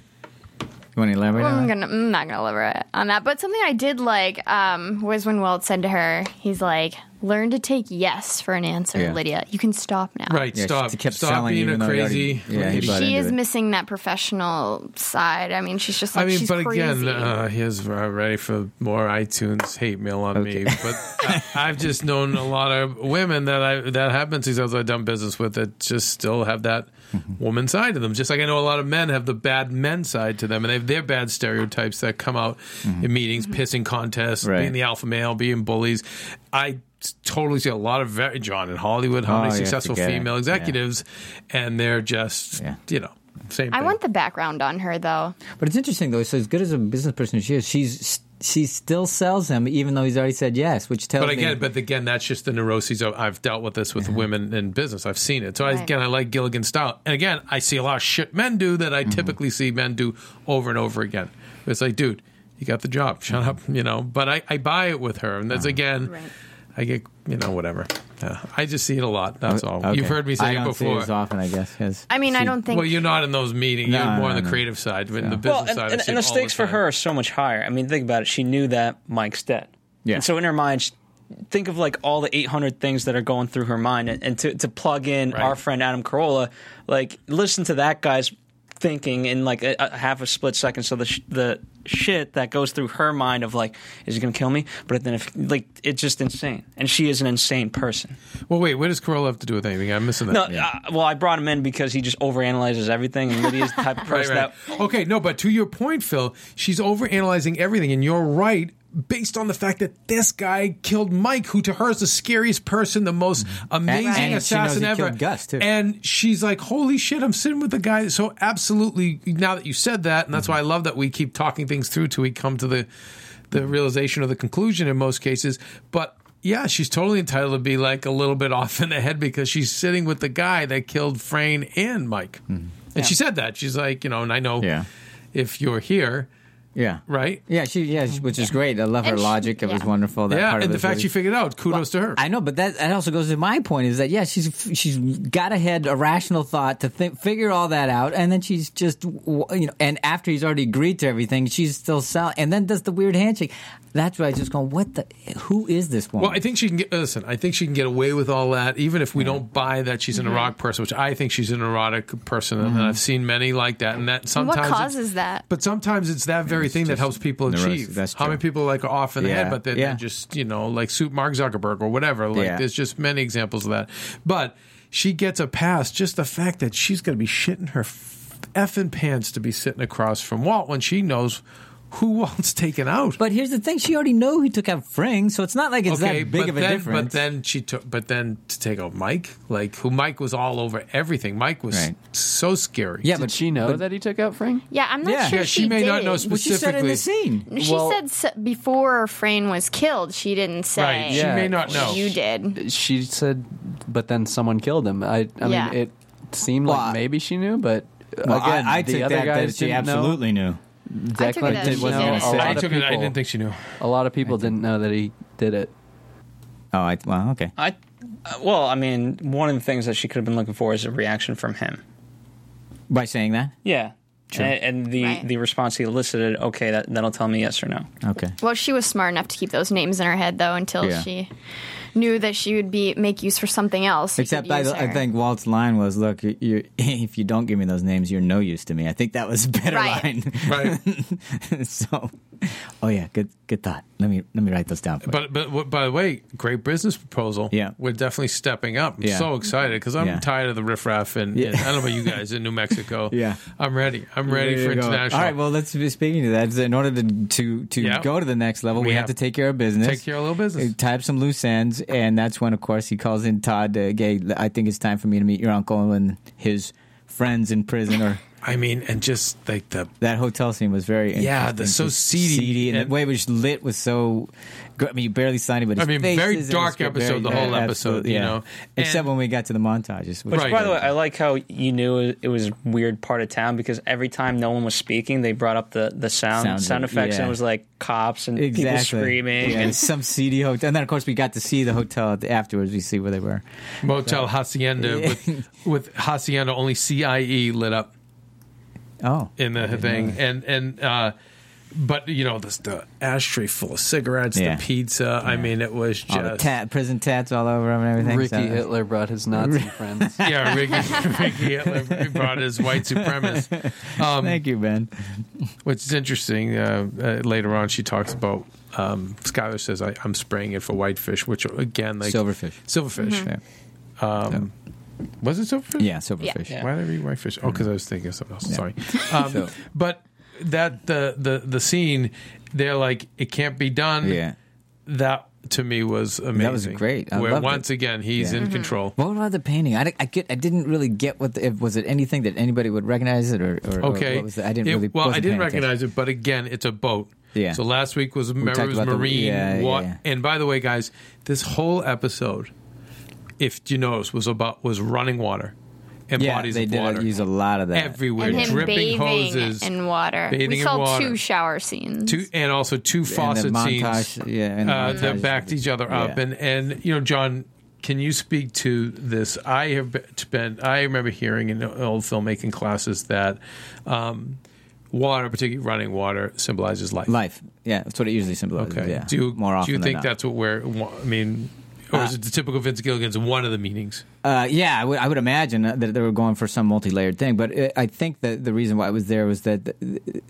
[SPEAKER 3] You want to elaborate?
[SPEAKER 7] Well,
[SPEAKER 3] on
[SPEAKER 7] I'm
[SPEAKER 3] that?
[SPEAKER 7] gonna, I'm not gonna elaborate on that. But something I did like um, was when Walt said to her, "He's like, learn to take yes for an answer,
[SPEAKER 3] Yeah.
[SPEAKER 7] Lydia. You can stop now.
[SPEAKER 2] Right.
[SPEAKER 3] Yeah, she
[SPEAKER 2] stop.
[SPEAKER 3] kept
[SPEAKER 2] stop
[SPEAKER 3] selling
[SPEAKER 2] being a
[SPEAKER 3] even though he
[SPEAKER 2] crazy.
[SPEAKER 3] already- yeah, he
[SPEAKER 2] lady.
[SPEAKER 3] bought
[SPEAKER 7] She
[SPEAKER 3] into
[SPEAKER 7] is
[SPEAKER 3] it.
[SPEAKER 7] missing that professional side. I mean, she's just like
[SPEAKER 2] I mean,
[SPEAKER 7] she's
[SPEAKER 2] but
[SPEAKER 7] crazy.
[SPEAKER 2] again, uh, here's uh, ready for more iTunes hate mail on me. But I, I've just known a lot of women that I that have been successful. I've done business with that just still have that
[SPEAKER 3] Mm-hmm.
[SPEAKER 2] woman side to them. Just like I know a lot of men have the bad men side to them, and they have their bad stereotypes that come out in meetings,
[SPEAKER 7] Mm-hmm.
[SPEAKER 2] pissing contests,
[SPEAKER 3] Mm-hmm. Right.
[SPEAKER 2] being the alpha male, being bullies. I s- totally see a lot of very John in Hollywood, how
[SPEAKER 3] Oh,
[SPEAKER 2] many
[SPEAKER 3] yeah,
[SPEAKER 2] successful
[SPEAKER 3] forget it.
[SPEAKER 2] female
[SPEAKER 3] Yeah.
[SPEAKER 2] executives, and they're just you know same.
[SPEAKER 7] I
[SPEAKER 2] thing.
[SPEAKER 7] want the background on her though.
[SPEAKER 3] But it's interesting though. So as good as a business person she is, she's she still sells him even though he's already said yes, which tells
[SPEAKER 2] but
[SPEAKER 3] me.
[SPEAKER 2] again, but again, that's just the neuroses. Of, I've dealt with this with women in business. I've seen it. So I,
[SPEAKER 7] Right.
[SPEAKER 2] again, I like Gilligan's style. And again, I see a lot of shit men do that I
[SPEAKER 3] Mm-hmm.
[SPEAKER 2] typically see men do over and over again. It's like, dude, you got the job. (laughs) Shut up, you know. But I, I buy it with her, and
[SPEAKER 3] Oh.
[SPEAKER 2] that's again, I get you know whatever. Yeah. I just see it a lot. That's all.
[SPEAKER 3] Oh, Okay.
[SPEAKER 2] You've heard me say
[SPEAKER 3] I
[SPEAKER 2] it
[SPEAKER 3] don't See
[SPEAKER 2] before.
[SPEAKER 3] it as often, I guess. 'cause
[SPEAKER 7] I mean, I
[SPEAKER 3] she-
[SPEAKER 7] don't think.
[SPEAKER 2] well, you're not in those meetings.
[SPEAKER 3] No,
[SPEAKER 2] you're more
[SPEAKER 3] no,
[SPEAKER 2] on the
[SPEAKER 3] no.
[SPEAKER 2] creative side, but in the
[SPEAKER 14] well,
[SPEAKER 2] business
[SPEAKER 14] and,
[SPEAKER 2] side, I
[SPEAKER 14] and,
[SPEAKER 2] see
[SPEAKER 14] and
[SPEAKER 2] it
[SPEAKER 14] the
[SPEAKER 2] all
[SPEAKER 14] stakes for
[SPEAKER 2] time.
[SPEAKER 14] her are so much higher. I mean, think about it. She knew that Mike's dead.
[SPEAKER 3] Yeah.
[SPEAKER 14] And so in her mind, she- think of like all the 800 things that are going through her mind. And, and to, to plug in our friend Adam Carolla, like listen to that guy's thinking in like a, a half a split second. So the, sh- the shit that goes through her mind of like, is he going to kill me? But then if like, it's just insane. And she is an insane person.
[SPEAKER 2] Well, wait, what does Corolla have to do with anything? I'm missing that.
[SPEAKER 14] No, uh, well, I brought him in because he just overanalyzes everything. And Lydia's the type of
[SPEAKER 2] (laughs) Right,
[SPEAKER 14] person
[SPEAKER 2] right.
[SPEAKER 14] that
[SPEAKER 2] Okay, no, but to your point, Phil, she's overanalyzing everything, and you're right. Based on the fact that this guy killed Mike, who to her is the scariest person, the most amazing
[SPEAKER 3] Mm-hmm. and she knows
[SPEAKER 2] assassin
[SPEAKER 3] he
[SPEAKER 2] ever,
[SPEAKER 3] killed Gus, too.
[SPEAKER 2] and she's like, "Holy shit, I'm sitting with a guy." So absolutely, now that you said that, and that's why I love that we keep talking things through till we come to the the realization or the conclusion in most cases. But yeah, she's totally entitled to be like a little bit (laughs) off in the head because she's sitting with the guy that killed Frayne and Mike. And she said that. She's like, you know, and I know
[SPEAKER 3] Yeah.
[SPEAKER 2] if you're here,
[SPEAKER 3] Yeah.
[SPEAKER 2] right?
[SPEAKER 3] Yeah, she yeah, she- which is great. I love her
[SPEAKER 7] And she-
[SPEAKER 3] logic. It was
[SPEAKER 7] yeah.
[SPEAKER 3] wonderful. That
[SPEAKER 2] yeah,
[SPEAKER 3] part of
[SPEAKER 2] and the
[SPEAKER 3] it
[SPEAKER 2] fact
[SPEAKER 3] was-
[SPEAKER 2] she figured it out, kudos to her.
[SPEAKER 3] I know, but that, that also goes to my point is that yeah, she's she's got ahead a rational thought to think, figure all that out, and then she's just w- you know, and after he's already agreed to everything, she's still sell, and then does the weird handshake. That's why I was just going, what the? Who is this woman?
[SPEAKER 2] Well, I think she can get. Listen, I think she can get away with all that, even if we don't buy that she's an erotic person, which I think she's an erotic person, and I've seen many like that. And that
[SPEAKER 7] what
[SPEAKER 2] sometimes, it's-
[SPEAKER 7] causes that?
[SPEAKER 2] but sometimes it's that very thing that helps people
[SPEAKER 3] neurosis.
[SPEAKER 2] achieve.
[SPEAKER 3] That's
[SPEAKER 2] How many
[SPEAKER 3] true.
[SPEAKER 2] people like are off in the
[SPEAKER 3] Yeah.
[SPEAKER 2] head, but they're,
[SPEAKER 3] Yeah.
[SPEAKER 2] they're just you know like Su- Mark Zuckerberg or whatever. Like
[SPEAKER 3] Yeah.
[SPEAKER 2] there's just many examples of that. But she gets a pass just the fact that she's going to be shitting her f- effing pants to be sitting across from Walt when she knows who (laughs) Walt's taken out.
[SPEAKER 3] But here's the thing: she already know he took out Fring, so it's not like it's that big
[SPEAKER 2] but
[SPEAKER 3] of a
[SPEAKER 2] then,
[SPEAKER 3] difference.
[SPEAKER 2] But then she took. But then to take out Mike, like who Mike was all over everything. Mike was
[SPEAKER 3] Right.
[SPEAKER 2] so scary.
[SPEAKER 3] yeah, but
[SPEAKER 6] She know that he took out Frank.
[SPEAKER 7] yeah, I'm not
[SPEAKER 2] Yeah.
[SPEAKER 7] sure
[SPEAKER 2] Yeah, she
[SPEAKER 7] she
[SPEAKER 2] may
[SPEAKER 7] did.
[SPEAKER 2] not know
[SPEAKER 3] what she said in the scene.
[SPEAKER 7] She
[SPEAKER 6] Well-
[SPEAKER 7] said s before Frayne was killed, she didn't say.
[SPEAKER 2] Right, she may not know.
[SPEAKER 7] You did.
[SPEAKER 6] She said, but then someone killed him. I, I
[SPEAKER 7] Yeah.
[SPEAKER 6] mean, it seemed
[SPEAKER 3] Well,
[SPEAKER 6] like maybe she knew, but
[SPEAKER 3] Well,
[SPEAKER 11] again,
[SPEAKER 3] I, I
[SPEAKER 11] the
[SPEAKER 3] took
[SPEAKER 11] other
[SPEAKER 3] that
[SPEAKER 11] guys
[SPEAKER 3] that she
[SPEAKER 11] didn't know.
[SPEAKER 3] absolutely knew.
[SPEAKER 11] Declan didn't know. A lot
[SPEAKER 6] I
[SPEAKER 11] of
[SPEAKER 6] took it. I
[SPEAKER 11] people-
[SPEAKER 6] didn't think she knew.
[SPEAKER 11] A lot of people didn't know that he did it.
[SPEAKER 3] Oh, I well, okay.
[SPEAKER 2] I, uh, well, I mean, one of the things that she could have been looking for is a reaction from him.
[SPEAKER 3] By saying that?
[SPEAKER 2] Yeah.
[SPEAKER 3] Sure.
[SPEAKER 2] And, and the, the response he elicited, okay, that, that'll tell me yes or no.
[SPEAKER 3] Okay.
[SPEAKER 7] Well, she was smart enough to keep those names in her head though until
[SPEAKER 3] Yeah.
[SPEAKER 7] she knew that she would be make use for something else. You
[SPEAKER 3] Except
[SPEAKER 7] could
[SPEAKER 3] I,
[SPEAKER 7] use
[SPEAKER 3] I
[SPEAKER 7] her.
[SPEAKER 3] think Walt's line was, "Look, you- you, (laughs) if you don't give me those names, you're no use to me." I think that was a better
[SPEAKER 7] Right.
[SPEAKER 3] line. Right. (laughs) so, oh yeah, good good thought. Let me let me write those down. For
[SPEAKER 6] But but w- by the way, great business proposal.
[SPEAKER 3] Yeah.
[SPEAKER 6] we're definitely stepping up. I'm
[SPEAKER 3] Yeah.
[SPEAKER 6] so excited because I'm
[SPEAKER 3] Yeah.
[SPEAKER 6] tired of the riffraff and,
[SPEAKER 3] Yeah.
[SPEAKER 6] and I don't know about you guys in New Mexico.
[SPEAKER 3] (laughs) Yeah.
[SPEAKER 6] I'm ready. I'm
[SPEAKER 3] you.
[SPEAKER 6] ready,
[SPEAKER 3] There
[SPEAKER 6] for
[SPEAKER 3] you go.
[SPEAKER 6] international.
[SPEAKER 3] All right. Well, let's be speaking to that. In order to to, to
[SPEAKER 6] Yeah.
[SPEAKER 3] go to the next level, we,
[SPEAKER 6] We
[SPEAKER 3] have,
[SPEAKER 6] have
[SPEAKER 3] to take care of business.
[SPEAKER 6] Take care of a little business.
[SPEAKER 3] Uh, Tie up some loose ends, and that's when, of course, he calls in Todd. To, "Hey, I think it's time for me to meet your uncle and his friends in
[SPEAKER 6] (laughs)
[SPEAKER 3] prison." Or
[SPEAKER 6] I mean, and just like the
[SPEAKER 3] that hotel scene was very
[SPEAKER 6] Yeah,
[SPEAKER 3] interesting.
[SPEAKER 6] the- so
[SPEAKER 3] Just
[SPEAKER 6] seedy
[SPEAKER 3] and,
[SPEAKER 6] and-
[SPEAKER 3] the way it was lit was so. gr- I mean, you barely saw anybody.
[SPEAKER 6] I mean, very dark episode, the whole episode, you know.
[SPEAKER 3] except when we got to the montages,
[SPEAKER 2] Which, by the way, I like how you knew it it was a weird part of town because every time no one was speaking, they brought up the, the sound
[SPEAKER 3] Sounds
[SPEAKER 2] sound,
[SPEAKER 6] e-
[SPEAKER 3] of-
[SPEAKER 2] effects and
[SPEAKER 3] yeah.
[SPEAKER 2] it was like cops and people
[SPEAKER 3] exactly
[SPEAKER 2] screaming
[SPEAKER 3] Yeah,
[SPEAKER 6] (laughs)
[SPEAKER 2] and
[SPEAKER 3] some seedy hotel, and then of course we got to see the hotel at the- afterwards. We see where they were.
[SPEAKER 6] Motel
[SPEAKER 3] (laughs)
[SPEAKER 6] Hacienda with with Hacienda only CIE lit up
[SPEAKER 3] Oh,
[SPEAKER 6] in the thing, and and uh, but you know this the ashtray full of cigarettes,
[SPEAKER 3] Yeah.
[SPEAKER 6] the pizza. I mean, it was
[SPEAKER 3] all the
[SPEAKER 6] just
[SPEAKER 3] tat, prison tats all over him and everything.
[SPEAKER 11] Ricky Hitler brought his
[SPEAKER 3] (laughs)
[SPEAKER 11] Nazi friends.
[SPEAKER 6] yeah. Ricky, Ricky Hitler brought his white supremacist.
[SPEAKER 3] Thank you, Ben.
[SPEAKER 6] Which is interesting. Uh, uh, later on, she talks about um, Skylar says I, I'm spraying it for whitefish, which are, again like
[SPEAKER 3] Silverfish.
[SPEAKER 6] silverfish.
[SPEAKER 3] Mhm.
[SPEAKER 6] Um, Was it silverfish?
[SPEAKER 3] Yeah, silverfish. Yeah.
[SPEAKER 6] Why did I read whitefish? Oh, because I was thinking of something else.
[SPEAKER 3] Yeah.
[SPEAKER 6] Sorry. Um,
[SPEAKER 3] So-
[SPEAKER 6] But that the the the scene, they're like it can't be done.
[SPEAKER 3] Yeah.
[SPEAKER 6] That to me was amazing.
[SPEAKER 3] That was great. I
[SPEAKER 6] Where
[SPEAKER 3] loved
[SPEAKER 6] once
[SPEAKER 3] it.
[SPEAKER 6] again he's
[SPEAKER 3] Yeah.
[SPEAKER 6] in
[SPEAKER 3] Mhm.
[SPEAKER 6] control.
[SPEAKER 3] What about the painting? I, di- I get. I didn't really get what. The, if, was it anything that anybody would recognize it or, or or
[SPEAKER 6] Okay.
[SPEAKER 3] what was the, I didn't
[SPEAKER 6] It-
[SPEAKER 3] really.
[SPEAKER 6] Well, I
[SPEAKER 3] wasn't
[SPEAKER 6] didn't
[SPEAKER 3] paying attention.
[SPEAKER 6] recognize it, but again, it's a boat.
[SPEAKER 3] Yeah.
[SPEAKER 6] So last week was
[SPEAKER 3] talked
[SPEAKER 6] remember it was
[SPEAKER 3] about the-
[SPEAKER 6] marine.
[SPEAKER 3] yeah,
[SPEAKER 6] wa-
[SPEAKER 3] yeah, yeah.
[SPEAKER 6] And by the way, guys, this whole episode, if you notice, was about was running water and
[SPEAKER 3] yeah,
[SPEAKER 6] bodies
[SPEAKER 3] they
[SPEAKER 6] of
[SPEAKER 3] did
[SPEAKER 6] water
[SPEAKER 3] use a lot of that
[SPEAKER 6] everywhere,
[SPEAKER 7] and him
[SPEAKER 6] dripping
[SPEAKER 7] bathing
[SPEAKER 6] hoses
[SPEAKER 7] in water.
[SPEAKER 6] bathing
[SPEAKER 7] we
[SPEAKER 6] in
[SPEAKER 7] saw
[SPEAKER 6] water.
[SPEAKER 7] two shower scenes.
[SPEAKER 6] two and also two
[SPEAKER 3] the
[SPEAKER 6] faucet scenes
[SPEAKER 3] montage, yeah, and the
[SPEAKER 6] uh, that
[SPEAKER 3] montage.
[SPEAKER 6] backed each other up
[SPEAKER 3] Yeah.
[SPEAKER 6] and and you know john can you speak to this i have been- been i remember hearing in old filmmaking classes that um, water particularly running water symbolizes life
[SPEAKER 3] life. Yeah, that's what it usually symbolizes.
[SPEAKER 6] okay
[SPEAKER 3] Yeah,
[SPEAKER 6] do you,
[SPEAKER 3] more often
[SPEAKER 6] do you
[SPEAKER 3] than
[SPEAKER 6] think
[SPEAKER 3] not.
[SPEAKER 6] that's what we're i mean or is it the typical vince gilligan's one of the meanings
[SPEAKER 3] Uh, yeah, I would, I would imagine that they were going for some multi-layered thing, but uh, I think that the reason why it was there was that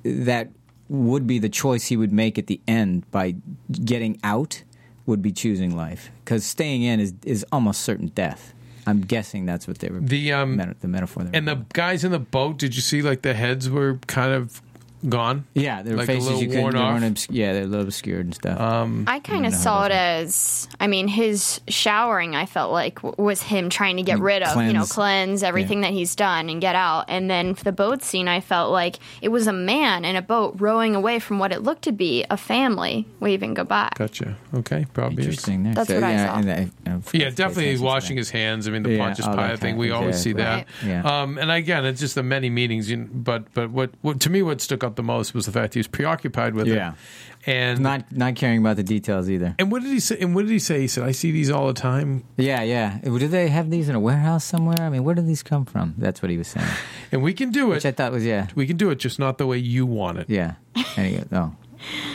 [SPEAKER 3] that would be the choice he would make at the end by getting out would be choosing life because staying in is is almost certain death. I'm guessing that's what they were
[SPEAKER 6] The, um,
[SPEAKER 3] meta- the metaphor. There.
[SPEAKER 6] and the guys in the boat did you see like the heads were kind of gone
[SPEAKER 3] yeah, their
[SPEAKER 6] like a
[SPEAKER 3] faces
[SPEAKER 6] little
[SPEAKER 3] you couldn't.
[SPEAKER 6] worn
[SPEAKER 3] They
[SPEAKER 6] off.
[SPEAKER 3] weren't obs- yeah, they're a little obscured and stuff. Um,
[SPEAKER 7] I kind of saw it as, I mean, his showering. I felt like w- was him trying to get rid of, you know,
[SPEAKER 3] Mm. cleanse.
[SPEAKER 7] cleanse everything that he's done and get out. And then for the boat scene, I felt like it was a man in a boat rowing away from what it looked to be a family waving goodbye.
[SPEAKER 6] gotcha okay probably is.
[SPEAKER 3] interesting. There.
[SPEAKER 7] That's
[SPEAKER 3] so,
[SPEAKER 7] what I
[SPEAKER 3] yeah,
[SPEAKER 7] saw.
[SPEAKER 3] And I, I
[SPEAKER 6] Um, Yeah, definitely he's washing his hands. I mean, the
[SPEAKER 3] Yeah,
[SPEAKER 6] Pontius
[SPEAKER 3] all that
[SPEAKER 6] Pilate
[SPEAKER 3] kind
[SPEAKER 6] thing.
[SPEAKER 3] of
[SPEAKER 6] We
[SPEAKER 3] thing.
[SPEAKER 6] always see that.
[SPEAKER 3] Exactly. Right.
[SPEAKER 6] Um, and again, it's just the many meetings. You know, but but what, what to me what stuck out the most was the fact he was preoccupied with
[SPEAKER 3] Yeah.
[SPEAKER 6] it. And
[SPEAKER 3] not not caring about the details either.
[SPEAKER 6] and what did he say? And what did he say? He said, "I see these all the time."
[SPEAKER 3] Yeah, yeah. Uh, Do they have these in a warehouse somewhere? I mean, where do these come from? That's what he was saying.
[SPEAKER 6] And we can do it.
[SPEAKER 3] Which I thought was yeah,
[SPEAKER 6] We can do it, just not the way you want it.
[SPEAKER 7] (laughs)
[SPEAKER 3] yeah. Anyway, no.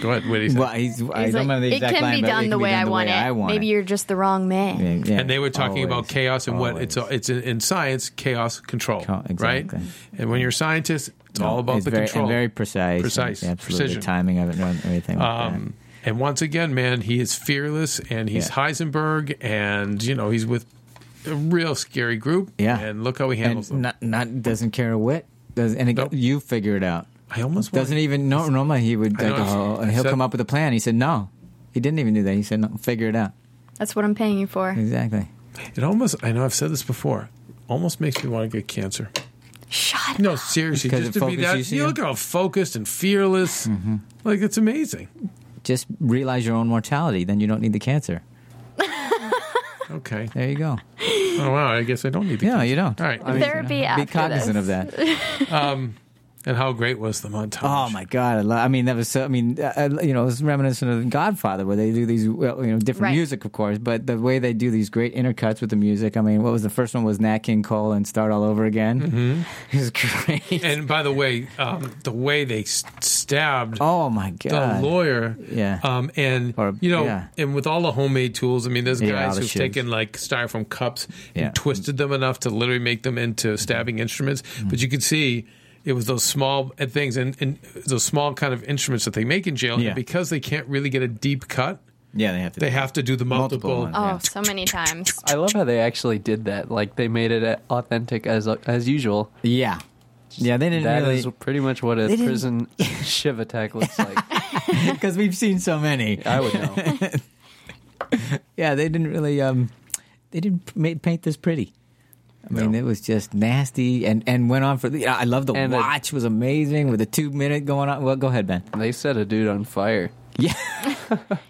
[SPEAKER 6] Go ahead. What did he say?
[SPEAKER 3] Well, he's, I
[SPEAKER 7] He's
[SPEAKER 3] don't
[SPEAKER 7] like,
[SPEAKER 3] remember the
[SPEAKER 7] it
[SPEAKER 3] exact
[SPEAKER 7] can
[SPEAKER 3] line,
[SPEAKER 7] be
[SPEAKER 3] but
[SPEAKER 7] done
[SPEAKER 3] it
[SPEAKER 7] the
[SPEAKER 3] can be
[SPEAKER 7] way
[SPEAKER 3] done
[SPEAKER 7] I
[SPEAKER 3] the
[SPEAKER 7] want
[SPEAKER 3] way
[SPEAKER 7] it.
[SPEAKER 3] I want
[SPEAKER 7] Maybe
[SPEAKER 3] it.
[SPEAKER 7] you're just the wrong man.
[SPEAKER 3] Yeah,
[SPEAKER 6] and they were talking about
[SPEAKER 3] always.
[SPEAKER 6] chaos and what it's it's in, in science chaos control,
[SPEAKER 3] Co- exactly.
[SPEAKER 6] right? And when you're a scientist, it's all about
[SPEAKER 3] It's
[SPEAKER 6] the
[SPEAKER 3] very,
[SPEAKER 6] control.
[SPEAKER 3] and very precise,
[SPEAKER 6] Precise.
[SPEAKER 3] and absolutely
[SPEAKER 6] Precision.
[SPEAKER 3] the timing of it and everything. Like
[SPEAKER 6] Um, and once again, man, he is fearless and he's
[SPEAKER 3] Yeah.
[SPEAKER 6] Heisenberg and, you know, he's with a real scary group.
[SPEAKER 3] Yeah.
[SPEAKER 6] And look how he
[SPEAKER 3] that.
[SPEAKER 6] handles
[SPEAKER 3] and
[SPEAKER 6] them.
[SPEAKER 3] not, not doesn't care a whit. Does and it, you figure it out.
[SPEAKER 6] I almost
[SPEAKER 3] doesn't
[SPEAKER 6] wanna-
[SPEAKER 3] even no. Normally he would
[SPEAKER 6] I
[SPEAKER 3] like,
[SPEAKER 6] know,
[SPEAKER 3] oh,
[SPEAKER 6] I
[SPEAKER 3] and he'll
[SPEAKER 6] said-
[SPEAKER 3] come up with a plan. He said no. He didn't even do that. He said no. Figure it out.
[SPEAKER 7] That's what I'm paying you
[SPEAKER 3] (laughs)
[SPEAKER 7] for.
[SPEAKER 3] Exactly.
[SPEAKER 6] It almost, I know I've said this before, almost makes me want to get cancer.
[SPEAKER 7] Shut
[SPEAKER 6] No, seriously.
[SPEAKER 3] Because
[SPEAKER 6] Just
[SPEAKER 3] it
[SPEAKER 6] to be that,
[SPEAKER 3] focuses
[SPEAKER 6] you
[SPEAKER 3] you.
[SPEAKER 6] look how focused and fearless.
[SPEAKER 3] Mm-hmm.
[SPEAKER 6] Like, it's amazing.
[SPEAKER 3] Just realize your own mortality. Then you don't need the cancer.
[SPEAKER 6] Okay.
[SPEAKER 3] There you go.
[SPEAKER 6] Oh wow! I guess I don't need the.
[SPEAKER 3] Yeah,
[SPEAKER 6] keys.
[SPEAKER 3] you don't.
[SPEAKER 6] All right.
[SPEAKER 7] Therapy after
[SPEAKER 3] be cognizant
[SPEAKER 7] this.
[SPEAKER 3] of that.
[SPEAKER 6] um, and how great was the montage?
[SPEAKER 3] Oh my god! I, lo- I mean, that was so. I mean, uh, uh, you know, it was reminiscent of Godfather, where they do these, well, you know, different
[SPEAKER 7] Right.
[SPEAKER 3] music, of course, but the way they do these great intercuts with the music. I mean, what was the first one? Was Nat King Cole and Start All Over Again? Mm-hmm. (laughs) It was great.
[SPEAKER 6] And by the way, um, the way they s- stabbed.
[SPEAKER 3] Oh my God.
[SPEAKER 6] The lawyer.
[SPEAKER 3] Yeah.
[SPEAKER 6] Um, and you know,
[SPEAKER 3] yeah.
[SPEAKER 6] and with all the homemade tools, I mean, there's
[SPEAKER 3] Yeah, all
[SPEAKER 6] guys
[SPEAKER 3] the
[SPEAKER 6] who've
[SPEAKER 3] shoes.
[SPEAKER 6] taken like styrofoam cups
[SPEAKER 3] Yeah.
[SPEAKER 6] and twisted them enough to literally make them into stabbing instruments.
[SPEAKER 11] Mm-hmm.
[SPEAKER 6] But you could see. It was those small uh, things and, and those small kind of instruments that they make in jail.
[SPEAKER 3] Yeah.
[SPEAKER 6] And because they can't really get a deep cut,
[SPEAKER 3] Yeah, they have to.
[SPEAKER 6] they have to do the multiple.
[SPEAKER 7] Oh, so many times.
[SPEAKER 11] I love how they actually did that. Like they made it uh, authentic as uh, as usual.
[SPEAKER 7] Oh.
[SPEAKER 3] Yeah, yeah. They didn't
[SPEAKER 11] That
[SPEAKER 3] really-
[SPEAKER 11] is pretty much what a
[SPEAKER 3] They didn't-
[SPEAKER 11] prison shiv attack looks like.
[SPEAKER 3] Because we've seen so many.
[SPEAKER 11] I would know.
[SPEAKER 3] (laughs) yeah, they didn't really. Um, they didn't ma- paint this pretty. I mean, it was just nasty, and, and went on for. The, I love the
[SPEAKER 11] And the-
[SPEAKER 3] watch was amazing with the two minute going on. Well, go ahead, Ben.
[SPEAKER 11] They set a dude on fire.
[SPEAKER 3] Yeah.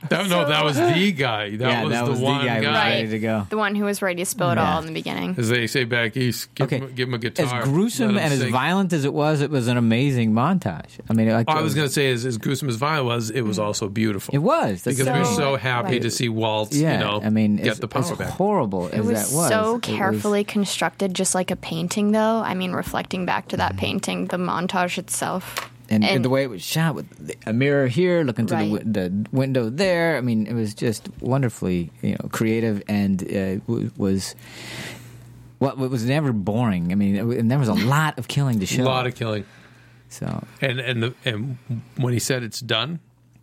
[SPEAKER 6] That, no, that was the guy. That
[SPEAKER 3] Yeah,
[SPEAKER 6] was
[SPEAKER 3] that
[SPEAKER 6] the
[SPEAKER 3] was the
[SPEAKER 6] one
[SPEAKER 3] guy
[SPEAKER 6] guy.
[SPEAKER 3] we ready to go.
[SPEAKER 7] The one who was ready to spill it
[SPEAKER 3] Yeah.
[SPEAKER 7] all in the beginning.
[SPEAKER 6] As they say back east, give, him, give him a
[SPEAKER 3] As
[SPEAKER 6] guitar.
[SPEAKER 3] gruesome
[SPEAKER 6] let him
[SPEAKER 3] and as
[SPEAKER 6] sing.
[SPEAKER 3] violent as it was, it was an amazing montage. I mean, like,
[SPEAKER 6] Oh, I was going to say, as, as gruesome as violent was, it
[SPEAKER 11] Mm.
[SPEAKER 6] was also beautiful.
[SPEAKER 3] It was That's
[SPEAKER 6] because
[SPEAKER 3] the
[SPEAKER 6] we were
[SPEAKER 3] thing.
[SPEAKER 6] so happy to see Walt,
[SPEAKER 3] Yeah,
[SPEAKER 6] you know,
[SPEAKER 3] I mean, it's,
[SPEAKER 6] get the power
[SPEAKER 3] it's
[SPEAKER 6] back.
[SPEAKER 3] horrible as
[SPEAKER 7] It was,
[SPEAKER 3] that was.
[SPEAKER 7] so
[SPEAKER 3] it was-
[SPEAKER 7] carefully constructed, just like a painting, though. I mean, reflecting back to that painting, the montage itself.
[SPEAKER 3] Mm-hmm. and, and the way it was shot with the- a mirror here looking through the
[SPEAKER 7] Right.
[SPEAKER 3] the, the window there i mean it was just wonderfully you know creative and uh, w- was what what was never boring i mean it, and there was a lot of killing to show
[SPEAKER 6] A lot of killing.
[SPEAKER 3] so
[SPEAKER 6] And and the, and when he said it's done,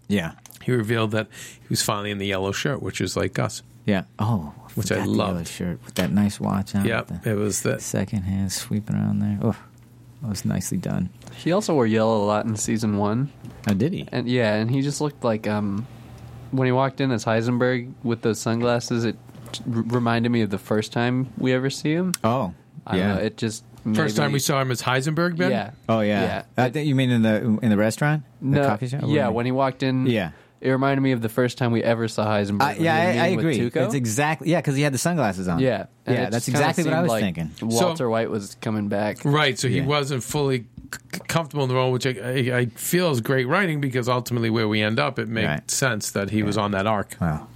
[SPEAKER 3] yeah
[SPEAKER 6] he revealed that he was finally in the yellow shirt, which is like us.
[SPEAKER 3] yeah oh
[SPEAKER 6] Which I
[SPEAKER 3] forgot the
[SPEAKER 6] loved.
[SPEAKER 3] yellow shirt with that nice watch on
[SPEAKER 6] Yep, it was that
[SPEAKER 3] second hand sweeping around there oh that was nicely done
[SPEAKER 11] He also wore yellow a lot in season one.
[SPEAKER 3] Oh, did he?
[SPEAKER 11] And yeah, and he just looked like um, when he walked in as Heisenberg with those sunglasses. It r- reminded me of the first time we ever see him.
[SPEAKER 3] Oh,
[SPEAKER 11] I don't
[SPEAKER 3] yeah.
[SPEAKER 11] know, it just
[SPEAKER 6] first time
[SPEAKER 11] maybe-
[SPEAKER 6] we saw him as Heisenberg. Ben?
[SPEAKER 11] Yeah.
[SPEAKER 3] oh yeah, Uh, th- you mean in the in the restaurant
[SPEAKER 11] No,
[SPEAKER 3] the coffee shop Or
[SPEAKER 11] yeah,
[SPEAKER 3] what
[SPEAKER 11] when he walked in, yeah, it reminded me of the first time we ever saw Heisenberg.
[SPEAKER 3] Uh,
[SPEAKER 11] when
[SPEAKER 3] yeah,
[SPEAKER 11] he was
[SPEAKER 3] I, I
[SPEAKER 11] meeting with
[SPEAKER 3] agree.
[SPEAKER 11] Tuco.
[SPEAKER 3] That's exactly yeah, because he had the sunglasses on.
[SPEAKER 11] Yeah, and
[SPEAKER 3] yeah,
[SPEAKER 11] it
[SPEAKER 3] that's
[SPEAKER 11] just kinda
[SPEAKER 3] exactly what I
[SPEAKER 11] seemed
[SPEAKER 3] was
[SPEAKER 11] like
[SPEAKER 3] thinking.
[SPEAKER 11] Walter White was coming back,
[SPEAKER 6] Right, so he wasn't fully c- comfortable in the role, which I, I, I feel is great writing because ultimately where we end up, it makes sense that he was on that arc.
[SPEAKER 3] Wow.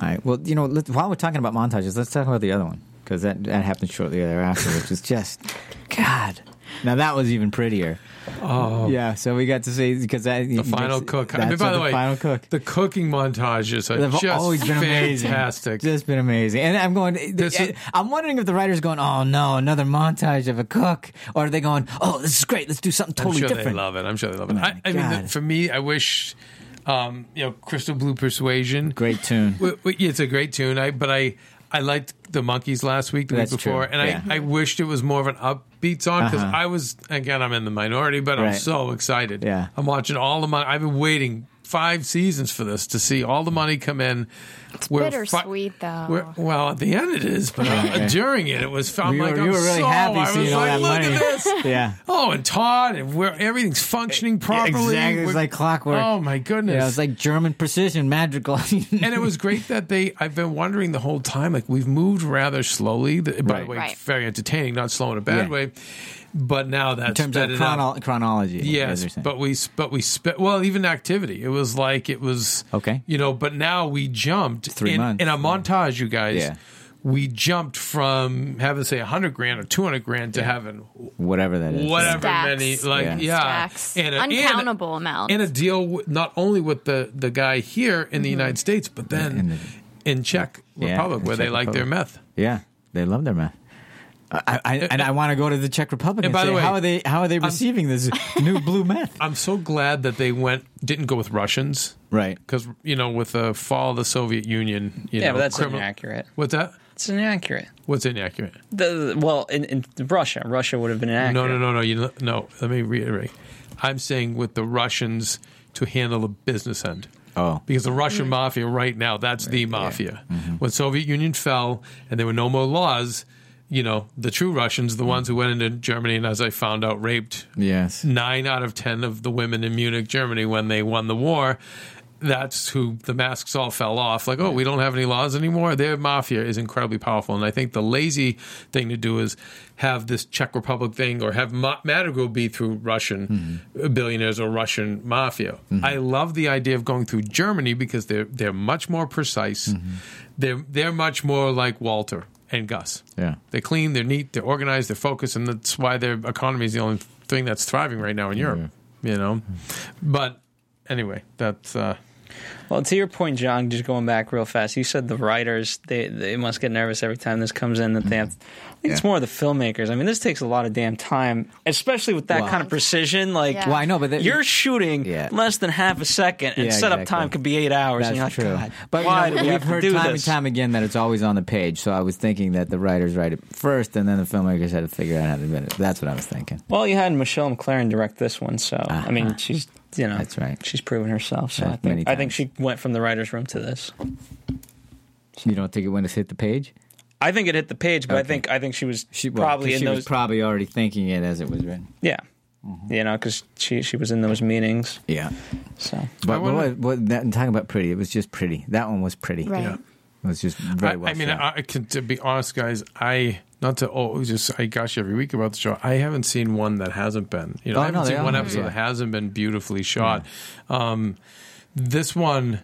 [SPEAKER 3] All right. Well, you know, let, while we're talking about montages, let's talk about the other one because that that happened shortly thereafter, which is just
[SPEAKER 6] (laughs)
[SPEAKER 3] God. Now that was even prettier.
[SPEAKER 6] Oh.
[SPEAKER 3] yeah. So we got to see because that
[SPEAKER 6] The final cook. I mean,
[SPEAKER 3] That's
[SPEAKER 6] by
[SPEAKER 3] what
[SPEAKER 6] the way,
[SPEAKER 3] final cook.
[SPEAKER 6] The cooking montages are
[SPEAKER 3] They've
[SPEAKER 6] just
[SPEAKER 3] always been amazing.
[SPEAKER 6] fantastic.
[SPEAKER 3] Just been amazing. And I'm going.
[SPEAKER 6] This is-
[SPEAKER 3] I'm wondering if the writer's going, "Oh no, another montage of a cook," or are they going, "Oh, this is great. Let's do something totally
[SPEAKER 6] I'm sure
[SPEAKER 3] different." Oh
[SPEAKER 6] they love it. I'm sure they love it.
[SPEAKER 3] my
[SPEAKER 6] I, I mean,
[SPEAKER 3] God.
[SPEAKER 6] the, for me, I wish, um, you know, Crystal Blue Persuasion.
[SPEAKER 3] Great tune.
[SPEAKER 6] W- w- yeah, it's a great tune. I but I I liked the Monkeys last week, the
[SPEAKER 3] That's
[SPEAKER 6] week before,
[SPEAKER 3] true,
[SPEAKER 6] and
[SPEAKER 3] yeah.
[SPEAKER 6] I I wished it was more of an upbeat song because
[SPEAKER 3] Uh-huh.
[SPEAKER 6] I was again I'm in the minority, but I'm
[SPEAKER 3] Right.
[SPEAKER 6] so excited.
[SPEAKER 3] Yeah.
[SPEAKER 6] I'm watching all the money. I've been waiting five seasons for this to see all the money come in. It's
[SPEAKER 7] Bittersweet, though.
[SPEAKER 6] well, at the end it is, but uh,
[SPEAKER 3] Right.
[SPEAKER 6] (laughs) during it, it was. I'm
[SPEAKER 3] you,
[SPEAKER 6] like,
[SPEAKER 3] were,
[SPEAKER 6] I'm
[SPEAKER 3] you were really
[SPEAKER 6] so- I
[SPEAKER 3] happy
[SPEAKER 6] was
[SPEAKER 3] seeing all
[SPEAKER 6] like,
[SPEAKER 3] that
[SPEAKER 6] look
[SPEAKER 3] money.
[SPEAKER 6] At this.
[SPEAKER 3] yeah.
[SPEAKER 6] Oh, and Todd, and where everything's functioning properly.
[SPEAKER 3] Exactly. It's
[SPEAKER 6] We're-
[SPEAKER 3] like clockwork.
[SPEAKER 6] Oh my goodness!
[SPEAKER 3] Yeah, it's like German precision (laughs) magical.
[SPEAKER 6] and it was great that they. I've been wondering the whole time. Like we've moved rather slowly. th- By
[SPEAKER 3] Right.
[SPEAKER 6] the way,
[SPEAKER 3] Right.
[SPEAKER 6] very entertaining, not slow in a bad
[SPEAKER 3] Yeah.
[SPEAKER 6] way. But now that's
[SPEAKER 3] in terms of
[SPEAKER 6] sped it up.
[SPEAKER 3] chrono- chronology. is what
[SPEAKER 6] Yes,
[SPEAKER 3] they're saying.
[SPEAKER 6] but we but we spe- well even activity. It was like it was
[SPEAKER 3] Okay.
[SPEAKER 6] you know. But now we jumped
[SPEAKER 3] Three
[SPEAKER 6] in,
[SPEAKER 3] months,
[SPEAKER 6] in a montage, you guys.
[SPEAKER 3] Yeah.
[SPEAKER 6] We jumped from having say hundred grand or two hundred grand to having
[SPEAKER 3] whatever that is.
[SPEAKER 6] whatever
[SPEAKER 7] Stacks.
[SPEAKER 6] many like yeah,
[SPEAKER 3] Yeah.
[SPEAKER 7] Stacks.
[SPEAKER 6] And a- and a-
[SPEAKER 7] Uncountable amount.
[SPEAKER 6] and a deal w- not only with the the guy here in the United States, but then in, Czech
[SPEAKER 3] Mm-hmm. Yeah,
[SPEAKER 6] Republic,
[SPEAKER 3] in
[SPEAKER 6] where they
[SPEAKER 3] Czech
[SPEAKER 6] like their
[SPEAKER 3] Republic.
[SPEAKER 6] meth.
[SPEAKER 3] Yeah, they love their meth. I, I, and I want to go to the Czech Republic.
[SPEAKER 6] Uh, And
[SPEAKER 3] And
[SPEAKER 6] by
[SPEAKER 3] say,
[SPEAKER 6] the way,
[SPEAKER 3] how are they? How are they receiving this
[SPEAKER 6] (laughs)
[SPEAKER 3] new blue meth?
[SPEAKER 6] I'm so glad that they went didn't go with Russians,
[SPEAKER 3] right?
[SPEAKER 6] Because you know, with the fall of the Soviet Union, you
[SPEAKER 2] yeah,
[SPEAKER 6] know,
[SPEAKER 2] but that's
[SPEAKER 6] criminal-
[SPEAKER 2] inaccurate.
[SPEAKER 6] What's that?
[SPEAKER 2] It's inaccurate.
[SPEAKER 6] What's inaccurate?
[SPEAKER 2] The, the- well, in, in Russia, Russia would have been inaccurate.
[SPEAKER 6] No, no, no, no. You know, no. Let me reiterate. I'm saying with the Russians to handle the business end.
[SPEAKER 3] Oh,
[SPEAKER 6] because the Russian mafia right now, that's the mafia.
[SPEAKER 3] Mm-hmm.
[SPEAKER 6] When Soviet Union fell and there were no more laws, you know, the true Russians,
[SPEAKER 3] Mm.
[SPEAKER 6] the ones who went into Germany and as I found out raped
[SPEAKER 3] Yes.
[SPEAKER 6] nine out of ten of the women in Munich, Germany when they won the war. that's who the masks all fell off. Like, oh, we don't have any laws anymore. Their mafia is incredibly powerful, and I think the lazy thing to do is have this Czech Republic thing or have Ma- Madrigal be through Russian billionaires or Russian mafia. I love the idea of going through Germany because they're they're much more precise. They're they're much more like Walter and Gus.
[SPEAKER 3] Yeah.
[SPEAKER 6] They're clean, they're neat, they're organized, they're focused, and that's why their economy is the only thing that's thriving right now in Europe. You know, but anyway, that's uh,
[SPEAKER 2] Well, to your point, John, just going back real fast, you said the writers they they must get nervous every time this comes in that they have. I think it's more the filmmakers. I mean, this takes a lot of damn time, especially with that
[SPEAKER 3] Wow.
[SPEAKER 2] kind of precision. Like,
[SPEAKER 3] Yeah. Well, I know, but that-
[SPEAKER 2] you're shooting less than half a second, and
[SPEAKER 3] Yeah,
[SPEAKER 2] setup
[SPEAKER 3] exactly.
[SPEAKER 2] time could be eight hours. and you're like,
[SPEAKER 3] That's true.
[SPEAKER 2] God,
[SPEAKER 3] but you
[SPEAKER 2] why
[SPEAKER 3] know,
[SPEAKER 2] do we
[SPEAKER 3] we've
[SPEAKER 2] have to
[SPEAKER 3] heard
[SPEAKER 2] do
[SPEAKER 3] time
[SPEAKER 2] this?
[SPEAKER 3] and time again that it's always on the page. So I was thinking that the writers write it first, and then the filmmakers had to figure out how to do it. That's what I was thinking.
[SPEAKER 2] Well, you had Michelle McLaren direct this one, so I mean, she's you know, that's right. She's proven herself. So
[SPEAKER 3] Uh-huh. Yeah,
[SPEAKER 2] I
[SPEAKER 3] many
[SPEAKER 2] think I think she went from the writers' room to this.
[SPEAKER 3] You don't think it went to hit the page?
[SPEAKER 2] I think it hit the page, but I think I think she was
[SPEAKER 3] Well, 'cause
[SPEAKER 2] probably in
[SPEAKER 3] she
[SPEAKER 2] those.
[SPEAKER 3] was probably already thinking it as it was written.
[SPEAKER 2] yeah,
[SPEAKER 3] Mm-hmm.
[SPEAKER 2] you know, because she she was in those meetings.
[SPEAKER 3] Yeah.
[SPEAKER 2] So,
[SPEAKER 3] But what, what, that, and talking about pretty, it was just pretty. That one was pretty.
[SPEAKER 2] Right. Yeah.
[SPEAKER 3] It was just very
[SPEAKER 6] I,
[SPEAKER 3] well.
[SPEAKER 6] I mean,
[SPEAKER 3] shot.
[SPEAKER 6] I, I can, to be honest, guys, I not to oh, just I gush every week about the show. I haven't seen one that hasn't been. You know,
[SPEAKER 3] Oh,
[SPEAKER 6] I haven't
[SPEAKER 3] no, they
[SPEAKER 6] seen
[SPEAKER 3] all
[SPEAKER 6] one
[SPEAKER 3] have,
[SPEAKER 6] episode
[SPEAKER 3] yeah.
[SPEAKER 6] that hasn't been beautifully shot. Um, this one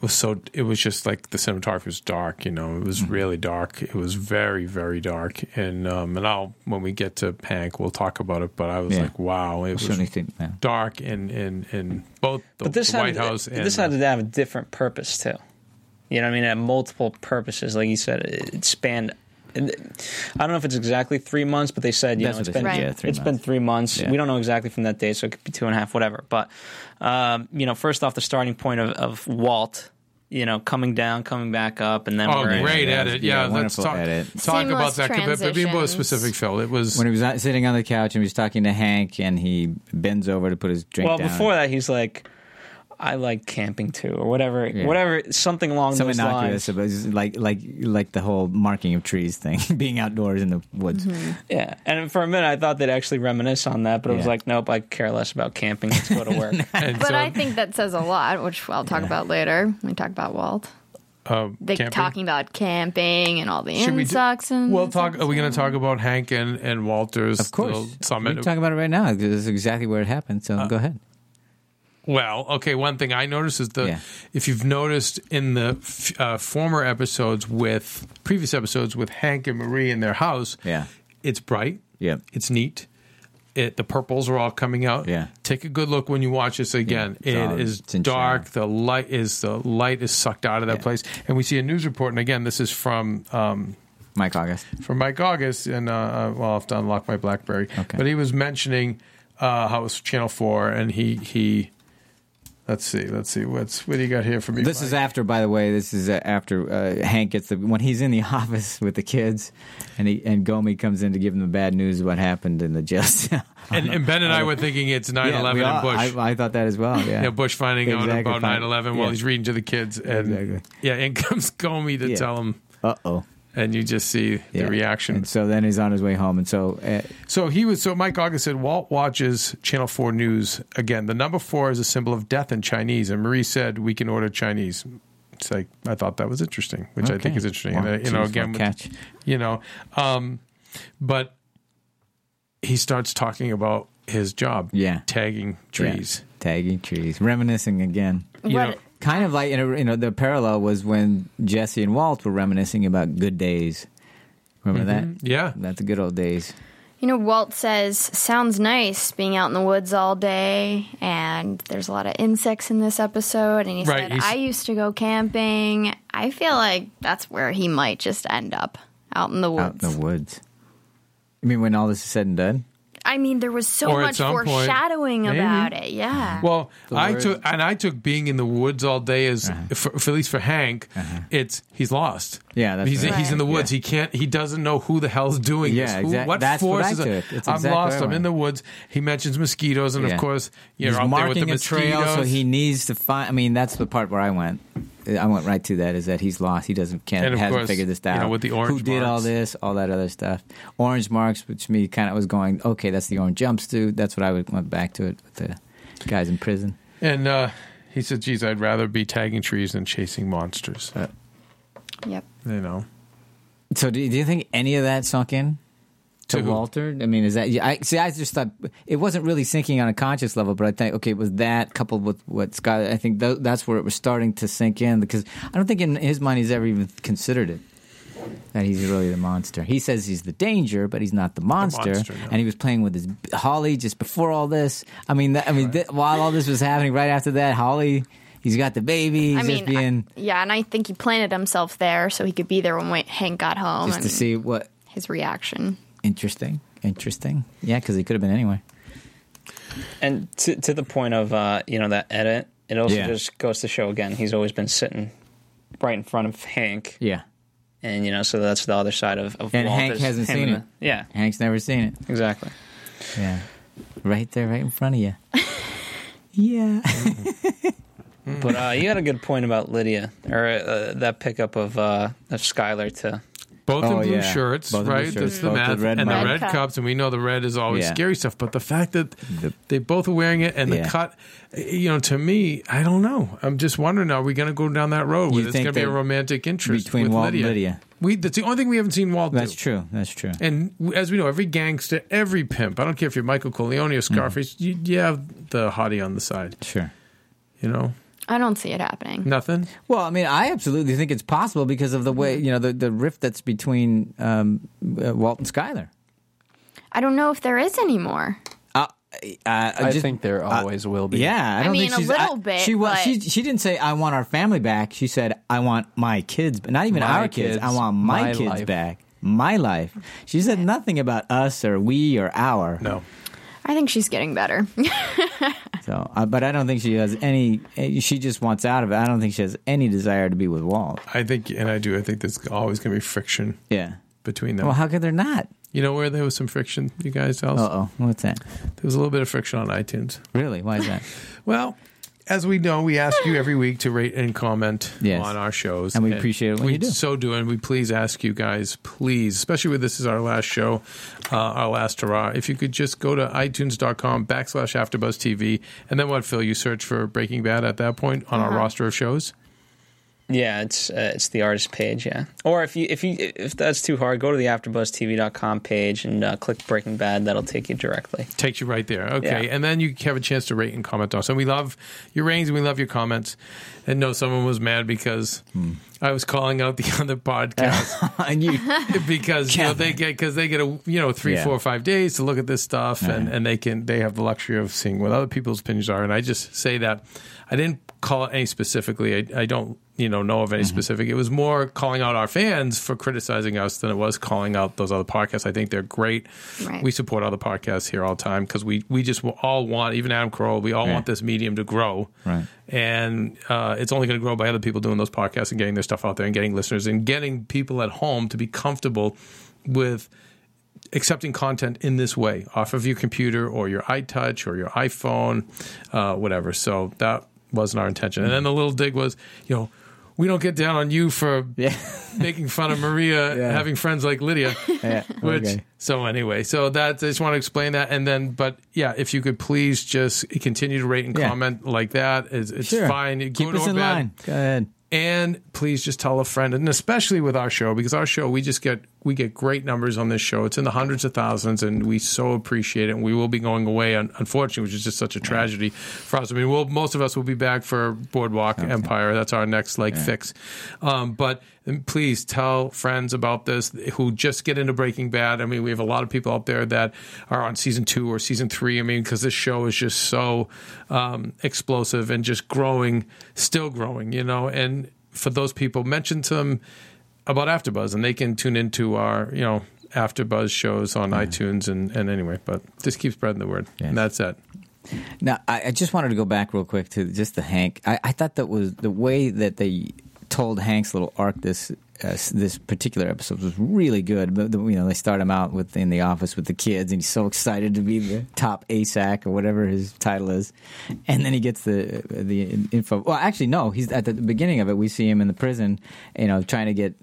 [SPEAKER 6] was so. It was just like the cinematography was dark. You know, it was
[SPEAKER 3] Mm-hmm.
[SPEAKER 6] really dark. It was very, very dark. And um, and I'll when we get to Hank, we'll talk about it. But I was
[SPEAKER 3] Yeah.
[SPEAKER 6] like, wow, it
[SPEAKER 3] We'll
[SPEAKER 6] was
[SPEAKER 3] certainly think, yeah.
[SPEAKER 6] dark and and and both the,
[SPEAKER 2] but this
[SPEAKER 6] the
[SPEAKER 2] had,
[SPEAKER 6] White House and
[SPEAKER 2] this had to have a different purpose too. You know, what I mean, it had multiple purposes. Like you said, it it spanned. and I don't know if it's exactly three months, but they said you
[SPEAKER 3] That's
[SPEAKER 2] know
[SPEAKER 3] what
[SPEAKER 2] it's
[SPEAKER 3] they
[SPEAKER 2] been
[SPEAKER 3] said, yeah, three
[SPEAKER 2] it's been
[SPEAKER 3] months.
[SPEAKER 2] three months.
[SPEAKER 3] Yeah.
[SPEAKER 2] We don't know exactly from that day, so it could be two and a half, whatever. But um, you know, first off, the starting point of, of Walt, you know, coming down, coming back up, and then
[SPEAKER 6] Oh,
[SPEAKER 2] we're in-
[SPEAKER 6] great edit! Yeah, let's
[SPEAKER 3] wonderful
[SPEAKER 6] talk,
[SPEAKER 3] edit.
[SPEAKER 6] talk about
[SPEAKER 7] Seamless
[SPEAKER 6] that. But, but be more
[SPEAKER 7] transitions.
[SPEAKER 6] specific, Phil. It was
[SPEAKER 3] when he was out- sitting on the couch and he was talking to Hank, and he bends over to put his drink
[SPEAKER 2] well,
[SPEAKER 3] down.
[SPEAKER 2] before that, he's like, "I like camping too," or whatever, whatever, something along
[SPEAKER 3] some
[SPEAKER 2] those
[SPEAKER 3] innocuous,
[SPEAKER 2] lines.
[SPEAKER 3] about- just like like like the whole marking of trees thing, (laughs) being outdoors in the woods.
[SPEAKER 2] Yeah, and for a minute I thought they'd actually reminisce on that, but it was
[SPEAKER 3] Yeah.
[SPEAKER 2] like, nope, I care less about camping. Let's go to
[SPEAKER 3] (laughs)
[SPEAKER 2] work.
[SPEAKER 7] But I think that says a lot, which I'll talk about later when we talk about Walt. They
[SPEAKER 6] Um, camping.
[SPEAKER 7] talking about camping and all the
[SPEAKER 6] Should we do-
[SPEAKER 7] insects and
[SPEAKER 6] We'll talk. Are we going to talk about Hank and, and Walter's of
[SPEAKER 3] course. We
[SPEAKER 6] summit?
[SPEAKER 3] can talk about it right now. 'cause This is exactly where it happened. So go ahead.
[SPEAKER 6] Uh, Well, okay. One thing I noticed is the if you've noticed in the f- uh, former episodes with previous episodes with Hank and Marie in their house,
[SPEAKER 3] Yeah.
[SPEAKER 6] it's bright.
[SPEAKER 3] Yeah.
[SPEAKER 6] it's neat. It, the purples are all coming out.
[SPEAKER 3] Yeah.
[SPEAKER 6] Take a good look when you watch this again.
[SPEAKER 3] it's all-
[SPEAKER 6] it is
[SPEAKER 3] it's in
[SPEAKER 6] dark. The light is the light is sucked out of that place, and we see a news report. And again, this is from um,
[SPEAKER 3] Mike August.
[SPEAKER 6] From Mike August, and uh, uh, well, I'll have to unlock my BlackBerry. But he was mentioning uh, how it was Channel Four, and he he. Let's see. Let's see. What's what do you got here for me?
[SPEAKER 3] This is after, by the way. This is uh, after uh, Hank gets the when he's in the (laughs) office with the kids, and he and Gomi comes in to give him the bad news of what happened in the jail cell.
[SPEAKER 6] (laughs)
[SPEAKER 3] (laughs)
[SPEAKER 6] and, and Ben and I were thinking it's 9
[SPEAKER 3] Yeah,
[SPEAKER 6] 11
[SPEAKER 3] we
[SPEAKER 6] and
[SPEAKER 3] all-
[SPEAKER 6] Bush.
[SPEAKER 3] I, I thought that as well. Yeah,
[SPEAKER 6] yeah. Bush finding out
[SPEAKER 3] Exactly,
[SPEAKER 6] about
[SPEAKER 3] fine.
[SPEAKER 6] 9 11 while
[SPEAKER 3] Yeah.
[SPEAKER 6] he's reading to the kids. And yeah, in (laughs) comes Comey to
[SPEAKER 3] Yeah.
[SPEAKER 6] tell him.
[SPEAKER 3] Uh oh.
[SPEAKER 6] And you just see the
[SPEAKER 3] Yeah.
[SPEAKER 6] reaction.
[SPEAKER 3] And so then he's on his way home, and so uh,
[SPEAKER 6] So he was. So Mike August said Walt watches Channel Four News again. The number four is a symbol of death in Chinese, and Marie said we can order Chinese. It's like I thought that was interesting, which I
[SPEAKER 3] Okay.
[SPEAKER 6] think is interesting.
[SPEAKER 3] Wow,
[SPEAKER 6] And, uh, you know,
[SPEAKER 3] geez,
[SPEAKER 6] again,
[SPEAKER 3] what
[SPEAKER 6] with- you know, um, but he starts talking about his job.
[SPEAKER 3] Yeah.
[SPEAKER 6] tagging trees.
[SPEAKER 3] Yeah. Tagging trees. Reminiscing again.
[SPEAKER 6] You know- What-
[SPEAKER 3] kind of like, you know- you know, the parallel was when Jesse and Walt were reminiscing about good days. Remember
[SPEAKER 6] that? Mm-hmm. Yeah.
[SPEAKER 3] That's the good old days.
[SPEAKER 7] You know, Walt says, sounds nice being out in the woods all day, and there's a lot of insects in this episode. And he
[SPEAKER 6] Right,
[SPEAKER 7] said,
[SPEAKER 6] he's-
[SPEAKER 7] I used to go camping. I feel like that's where he might just end up out in the
[SPEAKER 3] Out
[SPEAKER 7] woods.
[SPEAKER 3] in the woods. I mean, when all this is said and done?
[SPEAKER 7] I mean, there was so
[SPEAKER 6] Or at
[SPEAKER 7] much
[SPEAKER 6] some point,
[SPEAKER 7] foreshadowing
[SPEAKER 6] maybe.
[SPEAKER 7] about it. Yeah.
[SPEAKER 6] Well,
[SPEAKER 3] The Uh-huh.
[SPEAKER 6] I
[SPEAKER 3] word-
[SPEAKER 6] took and I took being in the woods all day as for, for at least for Hank, it's he's lost.
[SPEAKER 3] Uh-huh. Yeah, that's
[SPEAKER 6] he's
[SPEAKER 3] right.
[SPEAKER 6] he's in the woods. He can't. He doesn't know who the hell's doing
[SPEAKER 3] Yeah,
[SPEAKER 6] this. Who,
[SPEAKER 3] exact-
[SPEAKER 6] What
[SPEAKER 3] that's what I
[SPEAKER 6] force is
[SPEAKER 3] took. It's
[SPEAKER 6] I'm
[SPEAKER 3] exactly
[SPEAKER 6] lost.
[SPEAKER 3] what I
[SPEAKER 6] I'm in
[SPEAKER 3] went.
[SPEAKER 6] the woods. He mentions mosquitoes, and
[SPEAKER 3] Yeah.
[SPEAKER 6] of course, you're
[SPEAKER 3] He's
[SPEAKER 6] out there with
[SPEAKER 3] marking
[SPEAKER 6] the
[SPEAKER 3] a
[SPEAKER 6] mosquitoes.
[SPEAKER 3] trail, so he needs to find. I mean, that's the part where I went. I went right to that. Is that he's lost? He doesn't
[SPEAKER 6] And
[SPEAKER 3] can't
[SPEAKER 6] of
[SPEAKER 3] hasn't
[SPEAKER 6] course,
[SPEAKER 3] figured this
[SPEAKER 6] you
[SPEAKER 3] out.
[SPEAKER 6] know, with the
[SPEAKER 3] who
[SPEAKER 6] orange
[SPEAKER 3] did all
[SPEAKER 6] marks.
[SPEAKER 3] this, all that other stuff. Orange marks, which me kind of was going. Okay, that's the orange jumpsuit. That's what I would went back to it with the guys in prison.
[SPEAKER 6] and uh, He said, "Geez, I'd rather be tagging trees than chasing monsters."
[SPEAKER 7] Yep.
[SPEAKER 6] You know.
[SPEAKER 3] So do, do you think any of that sunk in to,
[SPEAKER 6] To who?
[SPEAKER 3] Walter? I mean, is that yeah, I see? I just thought it wasn't really sinking on a conscious level, but I think okay, it was that coupled with what Scott? I think tho- that's where it was starting to sink in because I don't think in his mind he's ever even considered it. That he's really the monster. He says he's the danger, but he's not the monster.
[SPEAKER 6] monster, no.
[SPEAKER 3] And he was playing with his b- Holly just before all this. I mean, that, I mean, th- while all this was happening, right after that, Holly, he's got the baby. He's
[SPEAKER 7] I mean,
[SPEAKER 3] just being
[SPEAKER 7] I- yeah, and I think he planted himself there so he could be there when Wa- Hank got home
[SPEAKER 3] just
[SPEAKER 7] and
[SPEAKER 3] to see what
[SPEAKER 7] his reaction.
[SPEAKER 3] Interesting. Interesting. Yeah, because he could have been anywhere.
[SPEAKER 2] And to, to the point of uh, you know that edit, it also
[SPEAKER 3] Yeah.
[SPEAKER 2] just goes to show again he's always been sitting right in front of Hank.
[SPEAKER 3] Yeah.
[SPEAKER 2] And you know, so that's the other side of, of
[SPEAKER 3] And
[SPEAKER 2] Walter's-
[SPEAKER 3] Hank hasn't
[SPEAKER 2] him
[SPEAKER 3] seen
[SPEAKER 2] in
[SPEAKER 3] it.
[SPEAKER 2] the- yeah,
[SPEAKER 3] Hank's never seen it.
[SPEAKER 2] Exactly.
[SPEAKER 3] Yeah. Right there, right in front of you. yeah.
[SPEAKER 2] but uh, you had a good point about Lydia or uh, that pickup of uh, of Skylar to
[SPEAKER 6] (laughs) Both
[SPEAKER 3] Oh,
[SPEAKER 6] in blue shirts, right? That's the math. and the red cups, and we know the red is always
[SPEAKER 2] Yeah.
[SPEAKER 6] scary stuff. But the fact that they both are wearing it and
[SPEAKER 3] Yeah.
[SPEAKER 6] the cut, you know, to me, I don't know. I'm just wondering: Are we going to go down that road?
[SPEAKER 3] You
[SPEAKER 6] Where it's
[SPEAKER 3] think
[SPEAKER 6] going to be a
[SPEAKER 3] that
[SPEAKER 6] romantic interest
[SPEAKER 3] between
[SPEAKER 6] with
[SPEAKER 3] Walt and
[SPEAKER 6] Lydia.
[SPEAKER 3] Lydia.
[SPEAKER 6] We that's the only thing we haven't seen Walt.
[SPEAKER 3] That's
[SPEAKER 6] do.
[SPEAKER 3] true. That's true.
[SPEAKER 6] And w- as we know, every gangster, every pimp, I don't care if you're Michael Corleone
[SPEAKER 11] Mm-hmm.
[SPEAKER 6] or Scarface, you, you have the hottie on the side.
[SPEAKER 3] Sure.
[SPEAKER 6] You know,
[SPEAKER 7] I don't see it happening.
[SPEAKER 6] nothing.
[SPEAKER 3] Well, I mean, I absolutely think it's possible because of the way, you know, the, the rift that's between um, uh, Walt and Skyler.
[SPEAKER 7] I don't know if there is anymore.
[SPEAKER 3] Uh, uh,
[SPEAKER 11] I think there always will be.
[SPEAKER 3] Yeah, I,
[SPEAKER 7] I
[SPEAKER 3] don't
[SPEAKER 7] mean,
[SPEAKER 3] think
[SPEAKER 7] a
[SPEAKER 3] she's,
[SPEAKER 7] little
[SPEAKER 3] I-
[SPEAKER 7] bit,
[SPEAKER 3] She wa-
[SPEAKER 7] but-
[SPEAKER 3] she she didn't say I want our family back. She said I want my kids, but not even
[SPEAKER 11] My
[SPEAKER 3] our kids. I
[SPEAKER 11] kids,
[SPEAKER 3] want my,
[SPEAKER 11] my
[SPEAKER 3] kids
[SPEAKER 11] life."
[SPEAKER 3] back, my life. She said nothing about us or we or our.
[SPEAKER 6] No.
[SPEAKER 7] I think she's getting better. (laughs)
[SPEAKER 3] So, uh, but I don't think she has any. eh, She just wants out of it. I don't think she has any desire to be with Walt.
[SPEAKER 6] I think, and I do. I think there's always going to be friction.
[SPEAKER 3] Yeah.
[SPEAKER 6] Between them.
[SPEAKER 3] Well, how could there not?
[SPEAKER 6] you know where there was some friction, you guys?
[SPEAKER 3] Uh
[SPEAKER 6] Else?
[SPEAKER 3] oh, what's that?
[SPEAKER 6] There was a little bit of friction on iTunes.
[SPEAKER 3] Really? Why
[SPEAKER 6] (laughs)
[SPEAKER 3] is that?
[SPEAKER 6] well, as we know, we ask you every week to rate and comment
[SPEAKER 3] Yes.
[SPEAKER 6] on our shows.
[SPEAKER 3] And we appreciate it when
[SPEAKER 6] we
[SPEAKER 3] you do.
[SPEAKER 6] so do. And we please ask you guys, please, especially with this is our last show, uh, our last hurrah, if you could just go to itunes.com backslash AfterBuzz TV. And then what, Phil? You search for Breaking Bad at that point on our
[SPEAKER 2] Uh-huh.
[SPEAKER 6] roster of shows?
[SPEAKER 2] Yeah, it's uh, it's the artist page. Yeah, or if you if you if that's too hard, go to the AfterBuzzTV.com page and uh, click Breaking Bad. That'll take you directly.
[SPEAKER 6] Takes you right there. Okay.
[SPEAKER 2] Yeah.
[SPEAKER 6] And then you have a chance to rate and comment us. And we love your ratings and we love your comments. And no, someone was mad because I was calling out the other podcast
[SPEAKER 3] and (laughs) you
[SPEAKER 6] because you know, they get because they get a you know three,
[SPEAKER 3] Yeah.
[SPEAKER 6] four, or five days to look at this stuff and, and they can they have the luxury of seeing what other people's opinions are. And I just say that I didn't call it any specifically. I, I don't you know know of
[SPEAKER 3] Mm-hmm.
[SPEAKER 6] any specific. It was more calling out our fans for criticizing us than it was calling out those other podcasts. I think they're great.
[SPEAKER 15] Right.
[SPEAKER 6] We support other podcasts here all the time because we we just all want even Adam Carolla. We all
[SPEAKER 15] Yeah.
[SPEAKER 6] want this medium to grow
[SPEAKER 15] Right.
[SPEAKER 6] and uh, it's only going to grow by other people doing those podcasts and getting their stuff out there and getting listeners and getting people at home to be comfortable with accepting content in this way off of your computer or your iTouch or your iPhone, uh, whatever. So that wasn't our intention. And then the little dig was, you know, we don't get down on you
[SPEAKER 3] (laughs)
[SPEAKER 6] for making fun of Maria having friends like Lydia.
[SPEAKER 3] Yeah,
[SPEAKER 6] Which
[SPEAKER 3] okay.
[SPEAKER 6] so anyway, so that I just want to explain that, and then but yeah, if you could please just continue to rate and
[SPEAKER 3] Yeah.
[SPEAKER 6] comment like that, it's, it's
[SPEAKER 3] Sure.
[SPEAKER 6] fine. Good
[SPEAKER 3] Keep us
[SPEAKER 6] or
[SPEAKER 3] in
[SPEAKER 6] bad.
[SPEAKER 3] line. Go ahead.
[SPEAKER 6] And please just tell a friend, and especially with our show, because our show we just get we get great numbers on this show. It's in the hundreds of thousands, and we so appreciate it. And we will be going away, un- unfortunately, which is just such a tragedy for us. I mean, we'll, most of us will be back for Boardwalk Empire. That's our next like fix. Um, but please tell friends about this who just get into Breaking Bad. I mean, we have a lot of people out there that are on season two or season three. I mean, because this show is just so um, explosive and just growing, still growing, you know. And for those people, mention to them about AfterBuzz, and they can tune into our, you know, AfterBuzz shows on iTunes and, and anyway. But just keep spreading the word, and that's it.
[SPEAKER 3] Now, I, I just wanted to go back real quick to just the Hank. I, I thought that was the way that they told Hank's little arc this uh, this particular episode was really good. But the, you know, they start him out with in the office with the kids, and he's so excited to be the top ASAC or whatever his title is, and then he gets the the info. Well, actually, no, he's at the beginning of it. We see him in the prison, you know, trying to get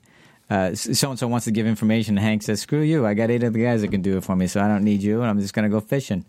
[SPEAKER 3] so and so Uh, wants to give information. Hank says, "Screw you! I got eight other guys that can do it for me, so I don't need you, and I'm just going to go fishing."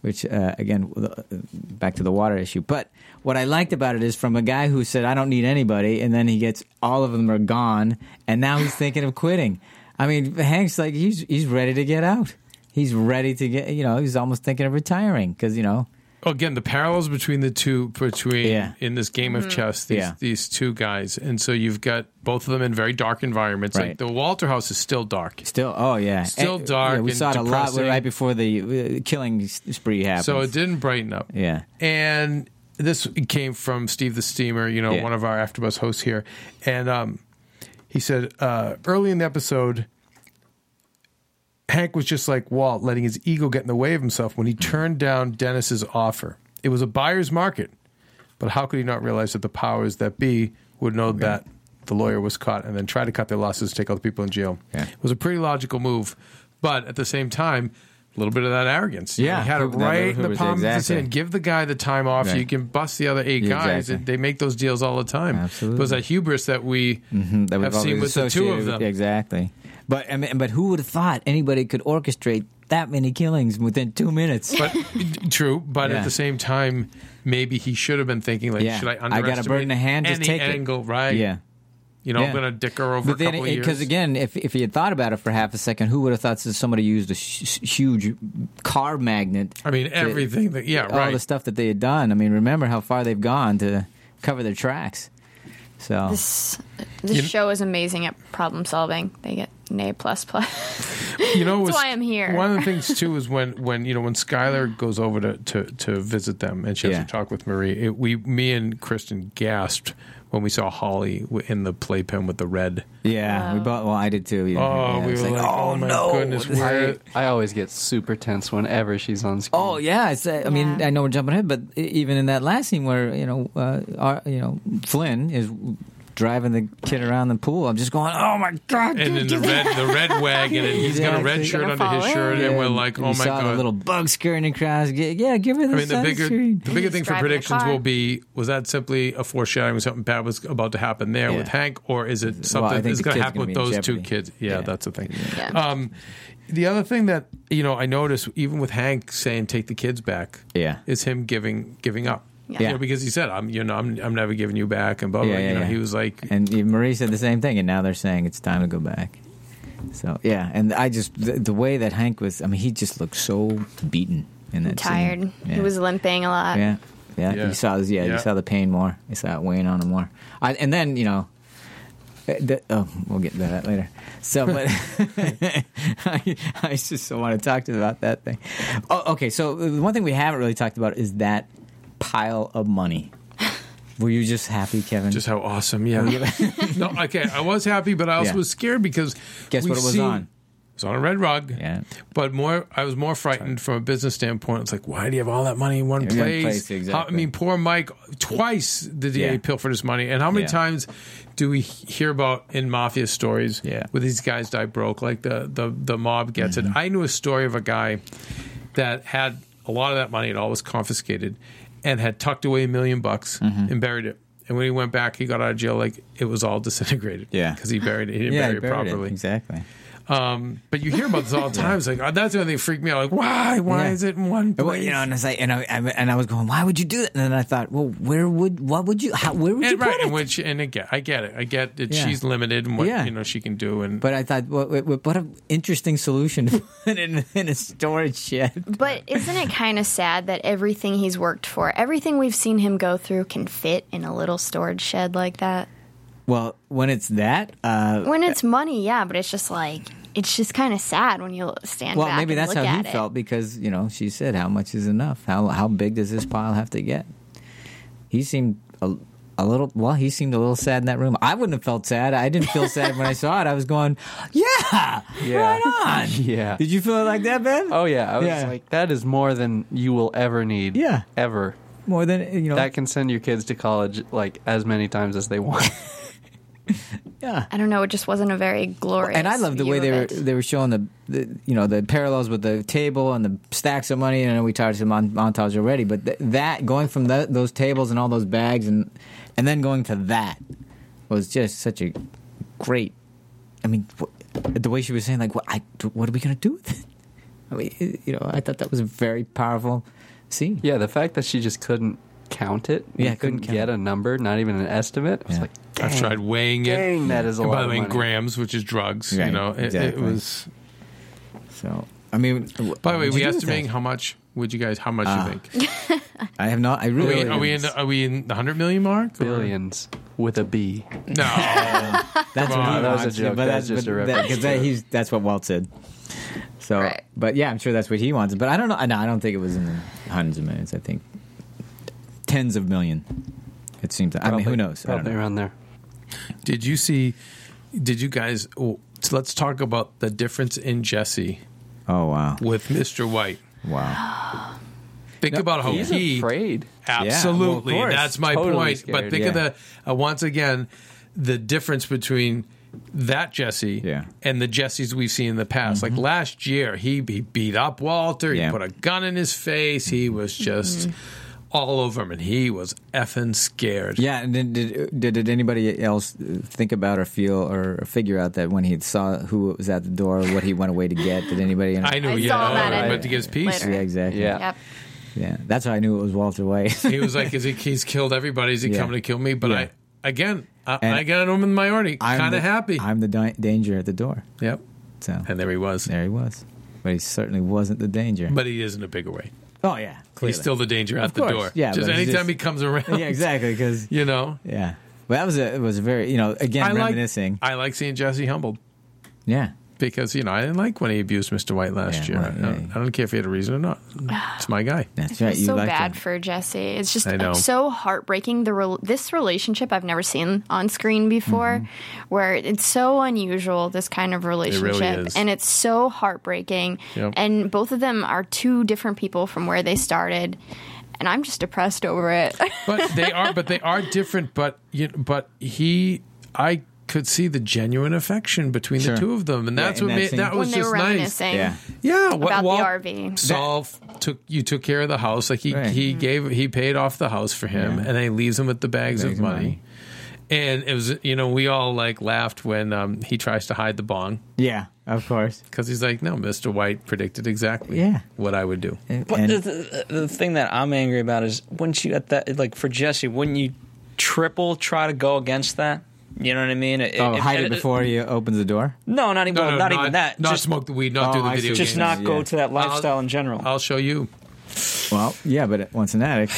[SPEAKER 3] which uh, again, the- back to the water issue. But what I liked about it is from a guy who said, "I don't need anybody," and then he gets all of them are gone, and now he's thinking of quitting. I mean, Hank's like he's he's ready to get out. He's ready to get. You know, he's almost thinking of retiring because you know.
[SPEAKER 1] Again, the parallels between the two between in this game of
[SPEAKER 3] Mhm.
[SPEAKER 1] chess, these
[SPEAKER 3] Yeah.
[SPEAKER 1] these two guys, and so you've got both of them in very dark environments. Like
[SPEAKER 3] Right.
[SPEAKER 1] the Walter House is still dark.
[SPEAKER 3] Still, oh yeah,
[SPEAKER 1] Still
[SPEAKER 3] And-
[SPEAKER 1] dark
[SPEAKER 3] Yeah, we
[SPEAKER 1] and
[SPEAKER 3] saw it a
[SPEAKER 1] depressing.
[SPEAKER 3] lot right before the uh, killing s- spree happened.
[SPEAKER 1] So it didn't brighten up.
[SPEAKER 3] Yeah.
[SPEAKER 1] And this came from Steve the Steamer, you know,
[SPEAKER 3] Yeah.
[SPEAKER 1] one of our AfterBuzz hosts here, and um, he said uh, early in the episode, Hank was just like Walt, letting his ego get in the way of himself when he turned down Dennis's offer. It was a buyer's market, but how could he not realize that the powers that be would know that the lawyer was caught and then try to cut their losses, take all the people in jail? It was a pretty logical move, but at the same time, a little bit of that arrogance. You know,
[SPEAKER 3] Yeah.
[SPEAKER 1] he had it
[SPEAKER 3] Ah, Who-
[SPEAKER 1] right
[SPEAKER 3] who
[SPEAKER 1] in the
[SPEAKER 3] was-
[SPEAKER 1] palm of his
[SPEAKER 3] exactly.
[SPEAKER 1] hand. Give the guy the time off.
[SPEAKER 3] Right.
[SPEAKER 1] You can bust the other eight
[SPEAKER 3] Yeah,
[SPEAKER 1] guys.
[SPEAKER 3] exactly.
[SPEAKER 1] They make those deals all the time. It was that hubris that we
[SPEAKER 3] Mhm, that we've
[SPEAKER 1] have seen
[SPEAKER 3] always
[SPEAKER 1] with the two of
[SPEAKER 3] associated with-
[SPEAKER 1] them.
[SPEAKER 3] Exactly. But I mean, but who would have thought anybody could orchestrate that many killings within two minutes?
[SPEAKER 1] But (laughs) true, but
[SPEAKER 3] Yeah.
[SPEAKER 1] at the same time, maybe he should have been thinking like,
[SPEAKER 3] Yeah.
[SPEAKER 1] should I
[SPEAKER 3] I got a
[SPEAKER 1] underestimate
[SPEAKER 3] bird in the hand,
[SPEAKER 1] any
[SPEAKER 3] just take it.
[SPEAKER 1] angle, right?
[SPEAKER 3] Yeah.
[SPEAKER 1] you know,
[SPEAKER 3] Yeah.
[SPEAKER 1] I'm going to dicker over a couple of years.
[SPEAKER 3] because again, if if he had thought about it for half a second, who would have thought that somebody used a sh- huge car magnet?
[SPEAKER 1] I mean,
[SPEAKER 3] to-
[SPEAKER 1] everything that- yeah,
[SPEAKER 3] all
[SPEAKER 1] right.
[SPEAKER 3] the stuff that they had done. I mean, remember how far they've gone to cover their tracks. So
[SPEAKER 7] This this
[SPEAKER 3] You-
[SPEAKER 7] show is amazing at problem solving. They get an A plus plus.
[SPEAKER 1] you know, it
[SPEAKER 7] That's
[SPEAKER 1] was-
[SPEAKER 7] why I'm here.
[SPEAKER 1] Oh, One of the things too is when when you know when Skylar goes over to to, to visit them and she has
[SPEAKER 3] Yeah.
[SPEAKER 1] to talk with Marie. It, we, me and Kristen gasped when we saw Holly w- in the playpen with the red.
[SPEAKER 3] yeah, we both. Well, I did too. Yeah,
[SPEAKER 1] Oh,
[SPEAKER 3] yeah,
[SPEAKER 1] we
[SPEAKER 3] it's
[SPEAKER 1] were like, oh, my goodness, where-
[SPEAKER 2] I, I always get super tense whenever she's on screen.
[SPEAKER 3] Oh yeah, it's, uh, I mean, I know we're jumping ahead, but e- even in that last scene where you know, uh, our, you know, Flynn is driving the kid around the pool, I'm just going, oh my god!
[SPEAKER 1] and then the red the red wagon, and he's got a red shirt under his shirt, and we're like, oh
[SPEAKER 3] you
[SPEAKER 1] my
[SPEAKER 3] saw The
[SPEAKER 1] god.
[SPEAKER 3] little bug scurrying across. G- Yeah, give her the
[SPEAKER 1] I mean, the bigger
[SPEAKER 3] sunscreen.
[SPEAKER 1] the bigger thing for predictions will be: was that simply a foreshadowing of something bad was about to happen there with
[SPEAKER 3] Yeah.
[SPEAKER 1] Hank, or is it
[SPEAKER 3] Well, I
[SPEAKER 1] something
[SPEAKER 3] think
[SPEAKER 1] that's
[SPEAKER 3] the
[SPEAKER 1] going to
[SPEAKER 3] kid's
[SPEAKER 1] happen
[SPEAKER 3] gonna
[SPEAKER 1] with
[SPEAKER 3] be in
[SPEAKER 1] those two
[SPEAKER 3] jeopardy.
[SPEAKER 1] kids? Yeah, that's the thing.
[SPEAKER 3] Yeah.
[SPEAKER 1] Um, the other thing that you know I noticed, even with Hank saying "take the kids back,"
[SPEAKER 3] Yeah.
[SPEAKER 1] is him giving giving up.
[SPEAKER 3] Yeah.
[SPEAKER 1] You know, because he said, "I'm you know I'm I'm never giving you back," and blah blah.
[SPEAKER 3] Yeah, yeah,
[SPEAKER 1] you know,
[SPEAKER 3] yeah.
[SPEAKER 1] he was like,
[SPEAKER 3] And even Marie said the same thing, and now they're saying it's time to go back. So yeah, and I just the, the way that Hank was, I mean, he just looked so beaten in that scene.
[SPEAKER 7] tired. He
[SPEAKER 3] Yeah.
[SPEAKER 7] was limping a lot.
[SPEAKER 3] Yeah. Yeah,
[SPEAKER 7] Yeah.
[SPEAKER 3] you saw. Yeah,
[SPEAKER 7] Yeah.
[SPEAKER 3] you saw the pain more. You saw it weighing on him more. I, and then you know, uh, the, oh, we'll get to that later.
[SPEAKER 7] (laughs)
[SPEAKER 3] So, but (laughs) I, I just so want to talk to you about that thing. Oh, okay, so the one thing we haven't really talked about is that pile of money. Were you just happy, Kevin? Just
[SPEAKER 1] how awesome, yeah. (laughs) no, okay, I was happy, but I also
[SPEAKER 3] Yeah.
[SPEAKER 1] was scared because
[SPEAKER 3] Guess
[SPEAKER 1] we've
[SPEAKER 3] what it was
[SPEAKER 1] seen-
[SPEAKER 3] on?
[SPEAKER 1] It was on a red rug. Yeah, but more, I was more frightened from a business standpoint. It's like, why do you have all that money in one
[SPEAKER 3] In one
[SPEAKER 1] place?
[SPEAKER 3] place,
[SPEAKER 1] How- I
[SPEAKER 3] exactly.
[SPEAKER 1] mean, poor Mike. Twice the DA
[SPEAKER 3] Yeah.
[SPEAKER 1] pilfered his money, and how many
[SPEAKER 3] Yeah.
[SPEAKER 1] times do we hear about in mafia stories? Yeah. where these guys die broke, like the the the mob gets it. I knew a story of a guy that had a lot of that money. It all was confiscated, and had tucked away a million bucks and buried it. And when he went back, he got out of jail like it was all disintegrated.
[SPEAKER 3] Yeah.
[SPEAKER 1] because he buried it. He didn't
[SPEAKER 3] yeah,
[SPEAKER 1] bury
[SPEAKER 3] he
[SPEAKER 1] it
[SPEAKER 3] buried
[SPEAKER 1] properly.
[SPEAKER 3] Exactly.
[SPEAKER 1] Um, but you hear about this
[SPEAKER 3] (laughs)
[SPEAKER 1] all the time. It's like oh, that's the only thing that freaked me out. Like why? Why
[SPEAKER 3] Yeah.
[SPEAKER 1] is it in one? Place?
[SPEAKER 3] Well, you know, and I was like, and I, I and I was going, why would you do that? And then I thought, well, where would, what would you, how, where would you
[SPEAKER 1] and,
[SPEAKER 3] put
[SPEAKER 1] right,
[SPEAKER 3] it?
[SPEAKER 1] and which and again, I get it. I get that
[SPEAKER 3] Yeah.
[SPEAKER 1] she's limited and what
[SPEAKER 3] Yeah.
[SPEAKER 1] you know she can do. And
[SPEAKER 3] But I thought, what, what, what an interesting solution to put in, in a storage shed.
[SPEAKER 7] But isn't it kind of sad that everything he's worked for, everything we've seen him go through, can fit in a little storage shed like that?
[SPEAKER 3] Well, when it's that, uh,
[SPEAKER 7] When it's money, yeah, but it's just like it's just kind of sad when you stand
[SPEAKER 3] well,
[SPEAKER 7] back
[SPEAKER 3] maybe
[SPEAKER 7] and
[SPEAKER 3] that's
[SPEAKER 7] look
[SPEAKER 3] how he
[SPEAKER 7] at it.
[SPEAKER 3] felt because you know she said, "How much is enough? How how big does this pile have to get?" He seemed a, a little. Well, he seemed a little sad in that room. I wouldn't have felt sad. I didn't feel sad when I saw it. I was going, "Yeah, right on."
[SPEAKER 2] Yeah.
[SPEAKER 3] Did you feel it like that, Ben?
[SPEAKER 2] Oh yeah, I was
[SPEAKER 3] Yeah.
[SPEAKER 2] like, that is more than you will ever need.
[SPEAKER 3] Yeah.
[SPEAKER 2] ever.
[SPEAKER 3] More than you know.
[SPEAKER 2] That can send your kids to college like as many times as
[SPEAKER 3] (laughs)
[SPEAKER 2] they want.
[SPEAKER 3] Yeah.
[SPEAKER 7] I don't know. It just wasn't a very glorious.
[SPEAKER 3] and I love the
[SPEAKER 7] view
[SPEAKER 3] way
[SPEAKER 7] of
[SPEAKER 3] they were
[SPEAKER 7] it.
[SPEAKER 3] they were showing the, the you know the parallels with the table and the stacks of money. And I know we talked to mon- montage already, but th- that going from tho- those tables and all those bags and and then going to that was just such a great. I mean, wh- the way she was saying, like, what, I, what are we going to do with it? (laughs) I mean, you know, I thought that was a very powerful scene.
[SPEAKER 6] Yeah, the fact that she just couldn't count it.
[SPEAKER 3] Yeah,
[SPEAKER 6] you couldn't,
[SPEAKER 3] couldn't count
[SPEAKER 6] get a number, not even an estimate. I was like,
[SPEAKER 1] I've
[SPEAKER 6] dang,
[SPEAKER 1] tried weighing it.
[SPEAKER 6] dang, that is a
[SPEAKER 1] And
[SPEAKER 6] lot
[SPEAKER 1] By the
[SPEAKER 6] of
[SPEAKER 1] way, in
[SPEAKER 6] money.
[SPEAKER 1] grams, which is drugs.
[SPEAKER 6] Right,
[SPEAKER 1] you know, it,
[SPEAKER 6] exactly.
[SPEAKER 1] it was.
[SPEAKER 3] So, I mean,
[SPEAKER 1] By the way,
[SPEAKER 3] what'd
[SPEAKER 1] we
[SPEAKER 3] you do with
[SPEAKER 1] estimating
[SPEAKER 3] that?
[SPEAKER 1] how much? Would you guys? How much
[SPEAKER 3] Ah,
[SPEAKER 1] you think?
[SPEAKER 3] I have not. I
[SPEAKER 1] Are
[SPEAKER 3] really
[SPEAKER 1] we, are we in? Are we in the hundred million mark? Billions
[SPEAKER 6] with a B.
[SPEAKER 1] No,
[SPEAKER 3] That's
[SPEAKER 1] Come on.
[SPEAKER 3] what
[SPEAKER 1] That was
[SPEAKER 3] he
[SPEAKER 1] a
[SPEAKER 3] wants,
[SPEAKER 1] joke.
[SPEAKER 3] But
[SPEAKER 1] That's
[SPEAKER 3] that's,
[SPEAKER 1] just
[SPEAKER 3] but
[SPEAKER 1] a
[SPEAKER 3] that-
[SPEAKER 1] reference
[SPEAKER 3] 'cause
[SPEAKER 1] to
[SPEAKER 3] that-
[SPEAKER 1] it.
[SPEAKER 3] he's- that's what Walt said. So, but yeah, I'm sure that's what he wants. But I don't know. No, I don't think it was in the hundreds of millions. I think tens of million. It seems. I mean, who knows? I don't know.
[SPEAKER 6] around there.
[SPEAKER 1] Did you see? Did you guys? oh, so let's talk about the difference in Jesse
[SPEAKER 3] Oh wow!
[SPEAKER 1] with Mr. White.
[SPEAKER 3] Wow.
[SPEAKER 1] Think
[SPEAKER 6] No,
[SPEAKER 1] about how
[SPEAKER 6] he's
[SPEAKER 1] he
[SPEAKER 6] afraid. Yeah, well, of
[SPEAKER 1] Absolutely,
[SPEAKER 6] course.
[SPEAKER 1] that's my
[SPEAKER 6] Totally
[SPEAKER 1] point. but
[SPEAKER 6] scared,
[SPEAKER 1] think of
[SPEAKER 6] yeah.
[SPEAKER 1] the uh, once again the difference between that Jesse and the Jessies we've seen in the past.
[SPEAKER 3] Mm-hmm.
[SPEAKER 1] Like last year, he be beat up Walter. He
[SPEAKER 3] Yeah.
[SPEAKER 1] put a gun in his face. He was just
[SPEAKER 3] Mhm.
[SPEAKER 1] all over him, and he was effing scared.
[SPEAKER 3] Yeah, and did, did did did anybody else think about or feel or figure out that when he saw who was at the door, what he went away to get? Did anybody?
[SPEAKER 1] I knew I he saw had- that in- went to get his piece. later.
[SPEAKER 3] Yeah, exactly.
[SPEAKER 1] Yeah.
[SPEAKER 7] Yep.
[SPEAKER 3] yeah. That's how I knew it was Walter White.
[SPEAKER 1] he was like, "Is he? He's killed everybody. Is he
[SPEAKER 3] Yeah.
[SPEAKER 1] coming to kill me?" But
[SPEAKER 3] Yeah.
[SPEAKER 1] I again, I,
[SPEAKER 3] And
[SPEAKER 1] I got him in the minority.
[SPEAKER 3] I'm
[SPEAKER 1] Kind
[SPEAKER 3] the-
[SPEAKER 1] of happy.
[SPEAKER 3] (laughs) I'm the di- danger at the door.
[SPEAKER 1] Yep.
[SPEAKER 3] So
[SPEAKER 1] and there he was.
[SPEAKER 3] There he was, but he certainly wasn't the danger.
[SPEAKER 1] But he is in a bigger way.
[SPEAKER 3] Oh yeah, clearly.
[SPEAKER 1] he's still the danger
[SPEAKER 3] Of
[SPEAKER 1] at the
[SPEAKER 3] course,
[SPEAKER 1] door.
[SPEAKER 3] yeah,
[SPEAKER 1] just
[SPEAKER 3] but he's
[SPEAKER 1] anytime
[SPEAKER 3] just-
[SPEAKER 1] he comes around.
[SPEAKER 3] (laughs) Yeah, exactly, 'cause-
[SPEAKER 1] you know.
[SPEAKER 3] yeah. Well, that was a it was a very you know again
[SPEAKER 1] I like-
[SPEAKER 3] reminiscing.
[SPEAKER 1] I like seeing Jesse humbled
[SPEAKER 3] yeah,
[SPEAKER 1] because you know I didn't like when he abused Mr. White last year.
[SPEAKER 3] well,
[SPEAKER 1] I, don't, I don't care if he had a reason or not. It's my guy.
[SPEAKER 3] That's
[SPEAKER 7] It's so bad for Jesse. It's just
[SPEAKER 1] I know.
[SPEAKER 7] so heartbreaking. The rel this relationship I've never seen on screen before,
[SPEAKER 3] Mm-hmm.
[SPEAKER 7] where it's so unusual. This kind of
[SPEAKER 16] really
[SPEAKER 7] relationship,
[SPEAKER 16] is.
[SPEAKER 7] and it's so heartbreaking.
[SPEAKER 16] Yep.
[SPEAKER 7] And both of them are two different people from where they started, and I'm just depressed over it. (laughs)
[SPEAKER 1] but they are but they are different but you but he i could see the genuine affection between
[SPEAKER 3] Sure.
[SPEAKER 1] the two of them and
[SPEAKER 3] Yeah,
[SPEAKER 1] that's
[SPEAKER 3] in
[SPEAKER 1] what
[SPEAKER 3] that
[SPEAKER 1] made,
[SPEAKER 3] scene.
[SPEAKER 1] that
[SPEAKER 6] Oh,
[SPEAKER 1] was
[SPEAKER 7] When they
[SPEAKER 1] just
[SPEAKER 7] were
[SPEAKER 1] nice
[SPEAKER 7] reminiscing
[SPEAKER 3] Yeah.
[SPEAKER 1] yeah what
[SPEAKER 7] about
[SPEAKER 1] Walt
[SPEAKER 7] the RV.
[SPEAKER 1] Saul f- took you took care of the house like he he gave he paid off the house for him and then he leaves him with the bags, of money. and it was you know we all like laughed when um, he tries to hide the bong
[SPEAKER 3] yeah, of course.
[SPEAKER 1] because he's like no Mr. White predicted exactly
[SPEAKER 3] Yeah.
[SPEAKER 1] what I would do
[SPEAKER 2] But the, the, Uh, the thing that I'm angry about is wouldn't you at that like for Jesse wouldn't you triple try to go against that? You know what I mean? It-
[SPEAKER 3] oh,
[SPEAKER 2] it-
[SPEAKER 3] hide
[SPEAKER 2] it-
[SPEAKER 3] it before he opens the door.
[SPEAKER 2] No, not even
[SPEAKER 1] No,
[SPEAKER 2] well,
[SPEAKER 1] no,
[SPEAKER 2] not, even that.
[SPEAKER 1] Not
[SPEAKER 2] just
[SPEAKER 1] smoke the weed. Not
[SPEAKER 3] Oh,
[SPEAKER 1] do the
[SPEAKER 3] I see
[SPEAKER 1] video.
[SPEAKER 3] what
[SPEAKER 2] just
[SPEAKER 1] games.
[SPEAKER 2] not go
[SPEAKER 3] Yeah.
[SPEAKER 2] to that lifestyle in general.
[SPEAKER 1] I'll show you.
[SPEAKER 3] Well, yeah, but once an addict,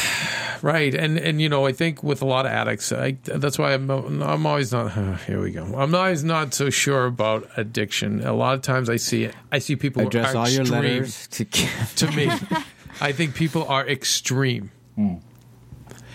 [SPEAKER 1] Right, and and you know, I think with a lot of addicts, I, that's why I'm I'm always not. (sighs) here we go. I'm always not so sure about addiction. A lot of times, I see it. I see people who
[SPEAKER 3] address
[SPEAKER 1] are
[SPEAKER 3] all your
[SPEAKER 1] extreme
[SPEAKER 3] letters to
[SPEAKER 1] to me. I think people are extreme.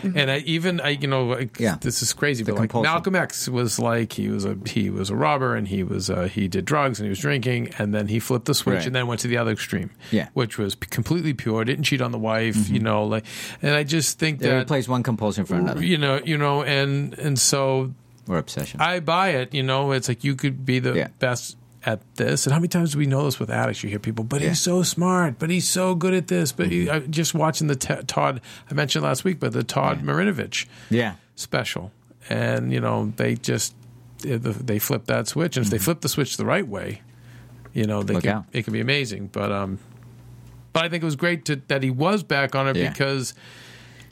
[SPEAKER 1] And I even I you know like, this is crazy but like
[SPEAKER 3] compulsion.
[SPEAKER 1] Malcolm X was like he was a he was a robber and he was uh, he did drugs and he was drinking and then he flipped the switch
[SPEAKER 3] Right.
[SPEAKER 1] and then went to the other extreme
[SPEAKER 3] Yeah.
[SPEAKER 1] which was p- completely pure didn't cheat on the wife you know like and I just think
[SPEAKER 3] They
[SPEAKER 1] that
[SPEAKER 3] replace one compulsion for another
[SPEAKER 1] you know you know and and so
[SPEAKER 3] or obsession.
[SPEAKER 1] I buy it. You know, it's like you could be the best at this. And how many times do we know this with addicts? You hear people, but
[SPEAKER 3] Yeah. Mm-hmm.
[SPEAKER 1] he's so smart, but he's so good at this. But he, I, just watching the t- Todd I mentioned last week, but the Todd Marinovich
[SPEAKER 3] Yeah.
[SPEAKER 1] special, and you know they just they- they flip that switch, and if they flip the switch the right way, you know they
[SPEAKER 3] Mm-hmm. Look
[SPEAKER 1] can,
[SPEAKER 3] out.
[SPEAKER 1] it can be amazing. But um, but I think it was great to, that he was back on it
[SPEAKER 3] Yeah.
[SPEAKER 1] because.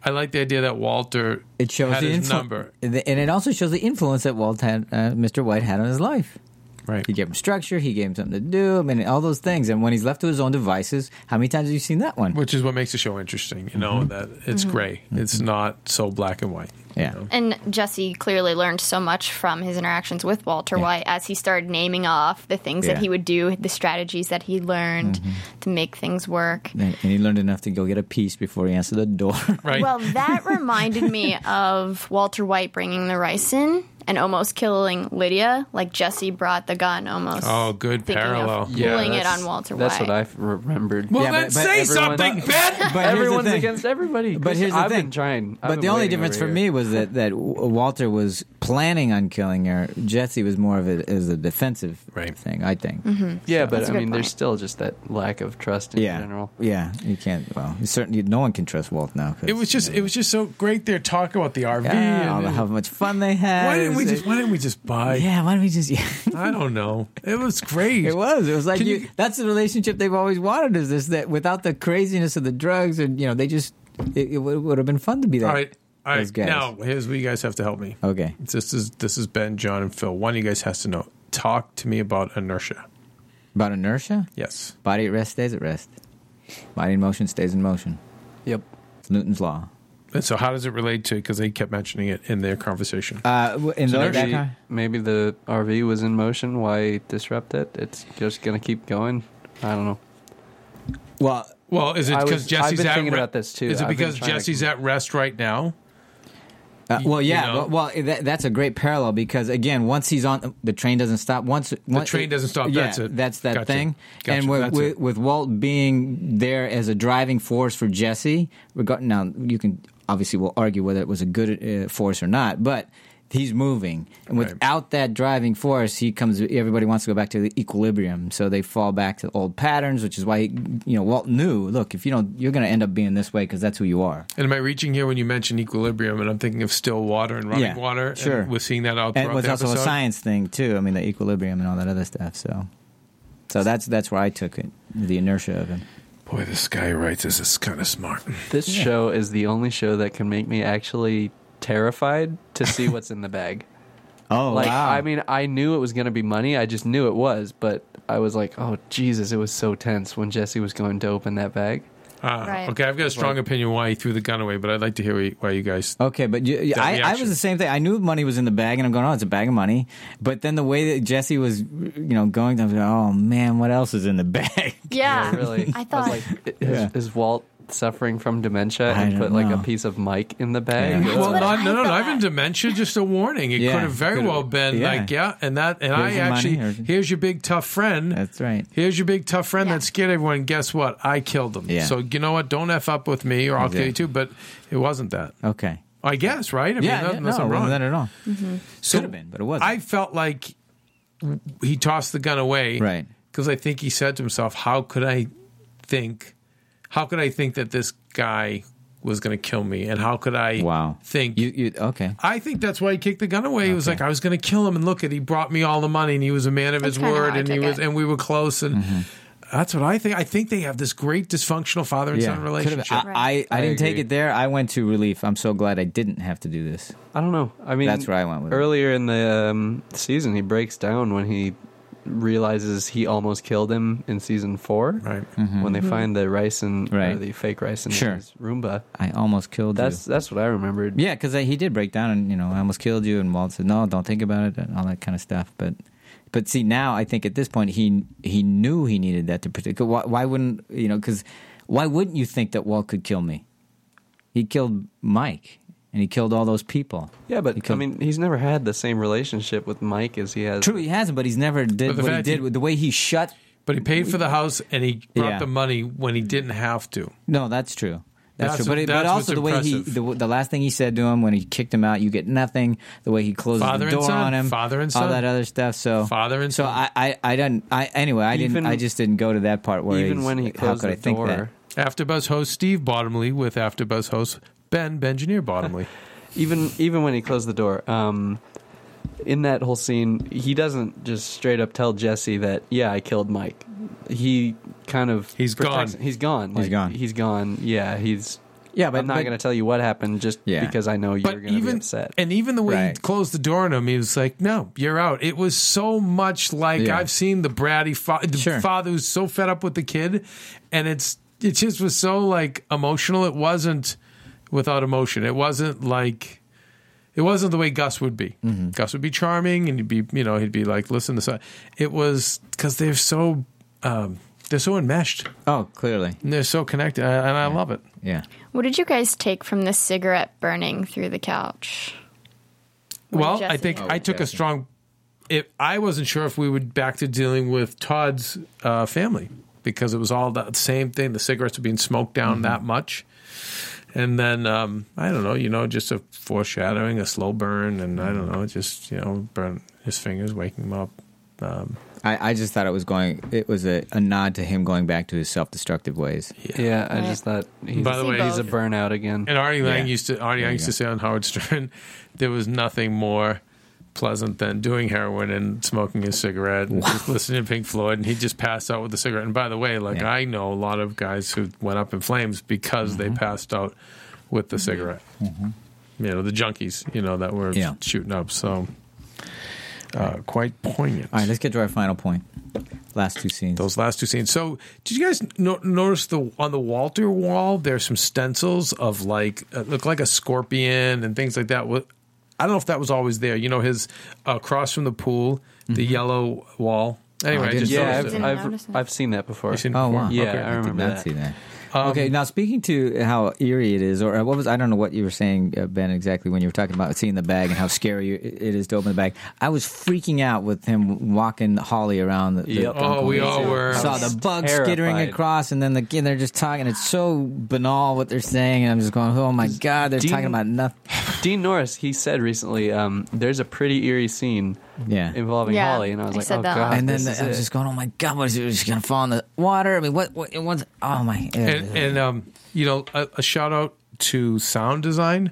[SPEAKER 1] I like the idea that Walter
[SPEAKER 3] It shows
[SPEAKER 1] had
[SPEAKER 3] the
[SPEAKER 1] his
[SPEAKER 3] influ-
[SPEAKER 1] number.
[SPEAKER 3] and it also shows the influence that Walt had, uh, Mr. White had on his life.
[SPEAKER 1] Right.
[SPEAKER 3] He gave him structure. He gave him something to do. I mean, all those things. And when he's left to his own devices, how many times have you seen that one? Mm-hmm.
[SPEAKER 1] which is what makes the show interesting. You know that it's
[SPEAKER 6] Mm-hmm.
[SPEAKER 7] Mhm.
[SPEAKER 1] gray; it's not so black and white.
[SPEAKER 3] Yeah,
[SPEAKER 7] And Jesse clearly learned so much from his interactions with Walter White as he started naming off the things
[SPEAKER 3] Yeah.
[SPEAKER 7] that he would do, the strategies that he learned to make things work.
[SPEAKER 3] And, and he learned enough to go get a piece before he answered the
[SPEAKER 1] (laughs)
[SPEAKER 3] door. (laughs)
[SPEAKER 7] Well,
[SPEAKER 6] (laughs)
[SPEAKER 7] that reminded me of Walter White bringing the rice in and almost killing Lydia. Like Jesse brought the gun almost.
[SPEAKER 1] Oh, good
[SPEAKER 7] thinking of
[SPEAKER 1] parallel.
[SPEAKER 7] Yeah, pulling it that's- on Walter
[SPEAKER 6] That's
[SPEAKER 7] White.
[SPEAKER 6] what I f- remembered.
[SPEAKER 1] Well, Yeah, then but- but say everyone- something, Ben!
[SPEAKER 3] here's the
[SPEAKER 6] everyone's
[SPEAKER 3] thing.
[SPEAKER 6] against everybody.
[SPEAKER 3] But here's the
[SPEAKER 6] I've
[SPEAKER 3] thing.
[SPEAKER 6] been trying. I've
[SPEAKER 3] but
[SPEAKER 6] been
[SPEAKER 3] the only
[SPEAKER 6] waiting
[SPEAKER 3] difference
[SPEAKER 6] over
[SPEAKER 3] for
[SPEAKER 6] here.
[SPEAKER 3] me
[SPEAKER 6] (laughs)
[SPEAKER 3] was that that W- Walter was planning on killing her. Jesse was more of it as a defensive thing, I think.
[SPEAKER 6] Yeah,
[SPEAKER 3] So-
[SPEAKER 6] but I mean, there's still just that lack of trust in
[SPEAKER 3] yeah,
[SPEAKER 6] general.
[SPEAKER 3] yeah. You can't. Well, certainly no one can trust Walt now. 'cause-
[SPEAKER 1] It was just it was just so great. There talk about the RV
[SPEAKER 3] Yeah, all
[SPEAKER 1] and
[SPEAKER 3] the- how much fun they had.
[SPEAKER 1] Why
[SPEAKER 3] It
[SPEAKER 1] did
[SPEAKER 6] didn't we
[SPEAKER 3] is-
[SPEAKER 6] just? Why didn't we just buy?
[SPEAKER 3] Yeah, why don't we just? (laughs)
[SPEAKER 6] I don't know. It was great.
[SPEAKER 3] It was. It was like
[SPEAKER 6] Can
[SPEAKER 3] you,
[SPEAKER 6] you-
[SPEAKER 3] that's the relationship they've always wanted. Is this that without the craziness of the drugs and you know they just it, it would have been fun to be that.
[SPEAKER 6] All right. All
[SPEAKER 3] those
[SPEAKER 6] right.
[SPEAKER 3] guys.
[SPEAKER 6] Now, here's what you guys have to help me.
[SPEAKER 3] Okay.
[SPEAKER 6] This is this is Ben, John, and Phil. One of you guys has to know. Talk to me about inertia.
[SPEAKER 3] About inertia?
[SPEAKER 6] Yes.
[SPEAKER 3] Body at rest stays at rest. Body in motion stays in motion.
[SPEAKER 11] Yep.
[SPEAKER 3] It's Newton's law.
[SPEAKER 6] And so, how does it relate to? Because they kept mentioning it in their conversation.
[SPEAKER 3] Uh, in
[SPEAKER 11] So
[SPEAKER 3] the
[SPEAKER 11] maybe, maybe the RV was in motion. Why disrupt it? It's just going to keep going. I don't know.
[SPEAKER 3] Well,
[SPEAKER 6] well, is it
[SPEAKER 11] I
[SPEAKER 6] because
[SPEAKER 11] was-
[SPEAKER 6] Jesse's
[SPEAKER 11] I've been
[SPEAKER 6] at
[SPEAKER 11] thinking
[SPEAKER 6] re-
[SPEAKER 11] about this too.
[SPEAKER 6] Is it
[SPEAKER 11] I've been
[SPEAKER 6] because
[SPEAKER 11] trying to-
[SPEAKER 6] Jesse's at rest right now?
[SPEAKER 3] Uh, well,
[SPEAKER 6] you
[SPEAKER 3] yeah.
[SPEAKER 6] know?
[SPEAKER 3] well- Well, that, that's a great parallel because again, once he's on, the train doesn't stop. Once the
[SPEAKER 6] train doesn't stop,
[SPEAKER 3] Yeah,
[SPEAKER 6] that's it.
[SPEAKER 3] That's that
[SPEAKER 6] Gotcha.
[SPEAKER 3] thing.
[SPEAKER 6] Gotcha,
[SPEAKER 3] And with,
[SPEAKER 6] that's
[SPEAKER 3] with,
[SPEAKER 6] it.
[SPEAKER 3] with Walt being there as a driving force for Jesse, regard, now you can obviously we'll argue whether it was a good uh, force or not, but. He's moving, and
[SPEAKER 6] Right.
[SPEAKER 3] without that driving force, he comes. Everybody wants to go back to the equilibrium, so they fall back to old patterns, which is why he, you know Walt knew. Look, if you don't, you're going to end up being this way because that's who you are.
[SPEAKER 6] And am I reaching here when you mention equilibrium? And I'm thinking of still water and running
[SPEAKER 3] Yeah,
[SPEAKER 6] water. and
[SPEAKER 3] sure.
[SPEAKER 6] we're seeing that out
[SPEAKER 3] And it
[SPEAKER 6] throughout
[SPEAKER 3] was
[SPEAKER 6] the
[SPEAKER 3] also a
[SPEAKER 6] episode.
[SPEAKER 3] science thing too. I mean, the equilibrium and all that other stuff. So, so that's that's where I took it, the inertia of him.
[SPEAKER 6] Boy, this guy writes this is kind of smart.
[SPEAKER 11] This show is the only show that can make me actually terrified to see what's in the bag.
[SPEAKER 3] Oh,
[SPEAKER 11] like
[SPEAKER 3] wow.
[SPEAKER 11] I mean, I knew it was going to be money. I just knew it was, but I was like, "Oh Jesus!" It was so tense when Jesse was going to open that bag.
[SPEAKER 6] Ah,
[SPEAKER 11] Right.
[SPEAKER 6] Okay, I've got a strong
[SPEAKER 11] Like-
[SPEAKER 6] opinion why he threw the gun away, but I'd like to hear why you guys.
[SPEAKER 3] Okay, but you,
[SPEAKER 6] That
[SPEAKER 3] I, I
[SPEAKER 6] reaction.
[SPEAKER 3] was the same thing. I knew money was in the bag, and I'm going, "Oh, it's a bag of money." But then the way that Jesse was, you know, going, I was like, "Oh man, what else is in the bag?" (laughs)
[SPEAKER 7] Yeah.
[SPEAKER 11] really.
[SPEAKER 7] (laughs) I thought.
[SPEAKER 11] was like, is, is Walt suffering from dementia and put like a piece of mic in the bag?
[SPEAKER 6] Well, not, no, no, not even dementia. Just a warning. It
[SPEAKER 11] Yeah,
[SPEAKER 6] could have very
[SPEAKER 11] could've-
[SPEAKER 6] well been
[SPEAKER 11] yeah.
[SPEAKER 6] like, yeah, and that, and
[SPEAKER 11] Here's
[SPEAKER 6] I
[SPEAKER 11] your money,
[SPEAKER 6] actually,
[SPEAKER 11] here's-
[SPEAKER 6] here's your big tough friend.
[SPEAKER 3] That's right.
[SPEAKER 6] Here's your big tough friend that scared everyone. Guess what? I killed him.
[SPEAKER 3] Yeah.
[SPEAKER 6] So you know what? Don't f up with me, or I'll kill you too. But it wasn't that.
[SPEAKER 3] Okay.
[SPEAKER 6] I guess right. I
[SPEAKER 3] Yeah, yeah,
[SPEAKER 6] unless
[SPEAKER 3] no,
[SPEAKER 6] I'm
[SPEAKER 3] it
[SPEAKER 6] wrong.
[SPEAKER 3] wasn't that at all.
[SPEAKER 6] So
[SPEAKER 3] Could have been, but it wasn't.
[SPEAKER 6] I felt like he tossed the gun away, right? Because I think he said to himself, "How could I think? How could I think that this guy was going to kill me? And how could I? Wow. Think you,
[SPEAKER 3] you okay?
[SPEAKER 6] I think that's why he kicked the gun away. He was like, I was going to kill him, and look at he brought me all the money, and he was a man of
[SPEAKER 15] That's
[SPEAKER 6] his
[SPEAKER 15] kinda
[SPEAKER 6] word,
[SPEAKER 15] how I
[SPEAKER 6] and he
[SPEAKER 15] took
[SPEAKER 6] was,
[SPEAKER 15] it.
[SPEAKER 6] and we were close, and that's what I think. I think they have this great dysfunctional father and
[SPEAKER 3] Yeah,
[SPEAKER 6] son
[SPEAKER 3] could have been.
[SPEAKER 6] relationship.
[SPEAKER 3] I, I, I didn't take it there. I went to relief. I'm so glad I didn't have to do this.
[SPEAKER 11] I don't know. I mean,
[SPEAKER 3] that's where I went with it.
[SPEAKER 11] Earlier in the um, season, he breaks down when he realizes he almost killed him in season four.
[SPEAKER 6] Right.
[SPEAKER 11] When they
[SPEAKER 3] Mhm.
[SPEAKER 11] find the rice and
[SPEAKER 3] Right.
[SPEAKER 11] the fake rice and
[SPEAKER 3] Sure.
[SPEAKER 11] his Roomba.
[SPEAKER 3] I almost killed
[SPEAKER 11] That's
[SPEAKER 3] you.
[SPEAKER 11] that's what I remembered.
[SPEAKER 3] Yeah, because he did break down, and you know, I almost killed you. And Walt said, "No, don't think about it," and all that kind of stuff. But, but see, now I think at this point he he knew he needed that to protect. Why, why wouldn't you know? Because why wouldn't you think that Walt could kill me? He killed Mike, and he killed all those people.
[SPEAKER 11] Yeah, but I
[SPEAKER 3] He killed-
[SPEAKER 11] mean, he's never had the same relationship with Mike as he has.
[SPEAKER 3] true, he hasn't, but he's never
[SPEAKER 11] But
[SPEAKER 3] did
[SPEAKER 11] the
[SPEAKER 3] what he
[SPEAKER 11] fact
[SPEAKER 3] did
[SPEAKER 11] he-
[SPEAKER 3] with the way he shut.
[SPEAKER 6] But he paid for the house, and he brought
[SPEAKER 3] Yeah.
[SPEAKER 6] the money when he didn't have to.
[SPEAKER 3] No, that's true. That's,
[SPEAKER 6] That's-
[SPEAKER 3] true. But, it- but
[SPEAKER 6] that's what's
[SPEAKER 3] also the way he,
[SPEAKER 6] impressive.
[SPEAKER 3] the, the last thing he said to him when he kicked him out, you get nothing. The way he closes
[SPEAKER 6] Father
[SPEAKER 3] the
[SPEAKER 6] and
[SPEAKER 3] door
[SPEAKER 6] son.
[SPEAKER 3] on him,
[SPEAKER 6] Father and son.
[SPEAKER 3] all that other stuff. So
[SPEAKER 6] father and
[SPEAKER 3] so I, I, I didn't. I anyway, I
[SPEAKER 6] Even-
[SPEAKER 3] didn't. I just didn't go to that part where
[SPEAKER 6] even
[SPEAKER 3] he's
[SPEAKER 6] when he
[SPEAKER 3] like,
[SPEAKER 6] closed
[SPEAKER 3] how could
[SPEAKER 6] the
[SPEAKER 3] I think that?
[SPEAKER 6] door. AfterBuzz host Steve Bottomley with AfterBuzz host Ben Benjineer Bottomley.
[SPEAKER 11] even even when he closed the door um in that whole scene he doesn't just straight up tell jesse that yeah i killed mike he kind of he's
[SPEAKER 6] gone.
[SPEAKER 11] he's gone
[SPEAKER 6] He's gone.
[SPEAKER 11] he's gone yeah he's
[SPEAKER 3] yeah
[SPEAKER 11] but i'm not
[SPEAKER 6] but-
[SPEAKER 11] gonna tell you what happened just because i know you're
[SPEAKER 6] But
[SPEAKER 11] gonna
[SPEAKER 6] even-
[SPEAKER 11] be upset
[SPEAKER 6] And even the way he
[SPEAKER 11] Right.
[SPEAKER 6] closed the door on him, he was like, "No, you're out." It was so much like
[SPEAKER 11] Yeah.
[SPEAKER 6] I've seen the bratty fa- the father who's so fed up with the kid, and it's it just was so like emotional. It wasn't without emotion. It wasn't like. It wasn't the way Gus would be. Gus would be charming, and he'd be, you know, he'd be like, "Listen, this." uh," It was because they're so, um, they're so enmeshed.
[SPEAKER 3] Oh, clearly,
[SPEAKER 6] and they're so connected, and and I love it.
[SPEAKER 3] Yeah.
[SPEAKER 7] What did you guys take from the cigarette burning through the couch? When
[SPEAKER 6] Well, I
[SPEAKER 7] Jesse
[SPEAKER 6] think
[SPEAKER 7] had
[SPEAKER 6] I
[SPEAKER 7] it.
[SPEAKER 6] took a strong. If I wasn't sure if we would back to dealing with Todd's uh, family because it was all the same thing. The cigarettes were being smoked down that much, and then um, I don't know, you know, just a foreshadowing, a slow burn, and I don't know, just you know, burn his fingers, waking him up. Um,
[SPEAKER 3] I, I just thought it was going. It was a, a nod to him going back to his self-destructive ways.
[SPEAKER 11] yeah i just thought he's,
[SPEAKER 6] By the way-
[SPEAKER 11] he's a burnout again
[SPEAKER 6] And Artie Lang
[SPEAKER 11] Yeah.
[SPEAKER 6] used to Artie Lang used to say on Howard Stern, there was nothing more pleasant than doing heroin and smoking a cigarette and just listening to Pink Floyd. And he just passed out with a cigarette. And by the way, like I know a lot of guys who went up in flames because they passed out with
[SPEAKER 2] Mm-hmm.
[SPEAKER 6] the cigarette. You know, the junkies, you know, that were
[SPEAKER 3] Yeah.
[SPEAKER 6] shooting up. So uh, quite poignant.
[SPEAKER 3] All right, let's get to our final point. Last two scenes.
[SPEAKER 6] Those last two scenes. So, did you guys no- notice the on the Walter wall? There's some stencils of like uh, look like a scorpion and things like that. What I don't know if that was always there. You know, his uh, across from the pool, the yellow wall. Anyway, I just
[SPEAKER 11] yeah,
[SPEAKER 6] noticed it.
[SPEAKER 11] I've, I've, I've seen that before.
[SPEAKER 6] You've seen it
[SPEAKER 3] Oh
[SPEAKER 6] before? Um,
[SPEAKER 3] wow!
[SPEAKER 11] Yeah,
[SPEAKER 3] Okay.
[SPEAKER 11] I remember
[SPEAKER 3] did not
[SPEAKER 11] that.
[SPEAKER 3] see that. okay, now speaking to how eerie it is, or uh, what was I don't know what you were saying, uh, Ben, exactly when you were talking about seeing the bag and how scary you- it it is to open the bag. I was freaking out with him walking Holly around. The, the
[SPEAKER 6] Yep. Oh, we all were.
[SPEAKER 3] Saw the bug skittering
[SPEAKER 6] Terrified.
[SPEAKER 3] across, and then the and they're just talking. It's so banal what they're saying, and I'm just going, "Oh my god!" They're
[SPEAKER 11] Dean-
[SPEAKER 3] talking about nothing.
[SPEAKER 11] (laughs) Dean Norris, he said recently, um, there's a pretty eerie scene
[SPEAKER 3] Yeah.
[SPEAKER 11] involving
[SPEAKER 3] Yeah,
[SPEAKER 11] Holly, and I was
[SPEAKER 3] I
[SPEAKER 11] like,
[SPEAKER 3] said
[SPEAKER 11] oh
[SPEAKER 3] that
[SPEAKER 11] god,
[SPEAKER 3] last- And
[SPEAKER 11] this
[SPEAKER 3] then the-
[SPEAKER 11] is
[SPEAKER 3] I was
[SPEAKER 11] it.
[SPEAKER 3] just going, oh my god, what is it? She's gonna fall in the water. I mean, what? What? It was, oh my.
[SPEAKER 6] and, and um, you know, a, a shout out to sound design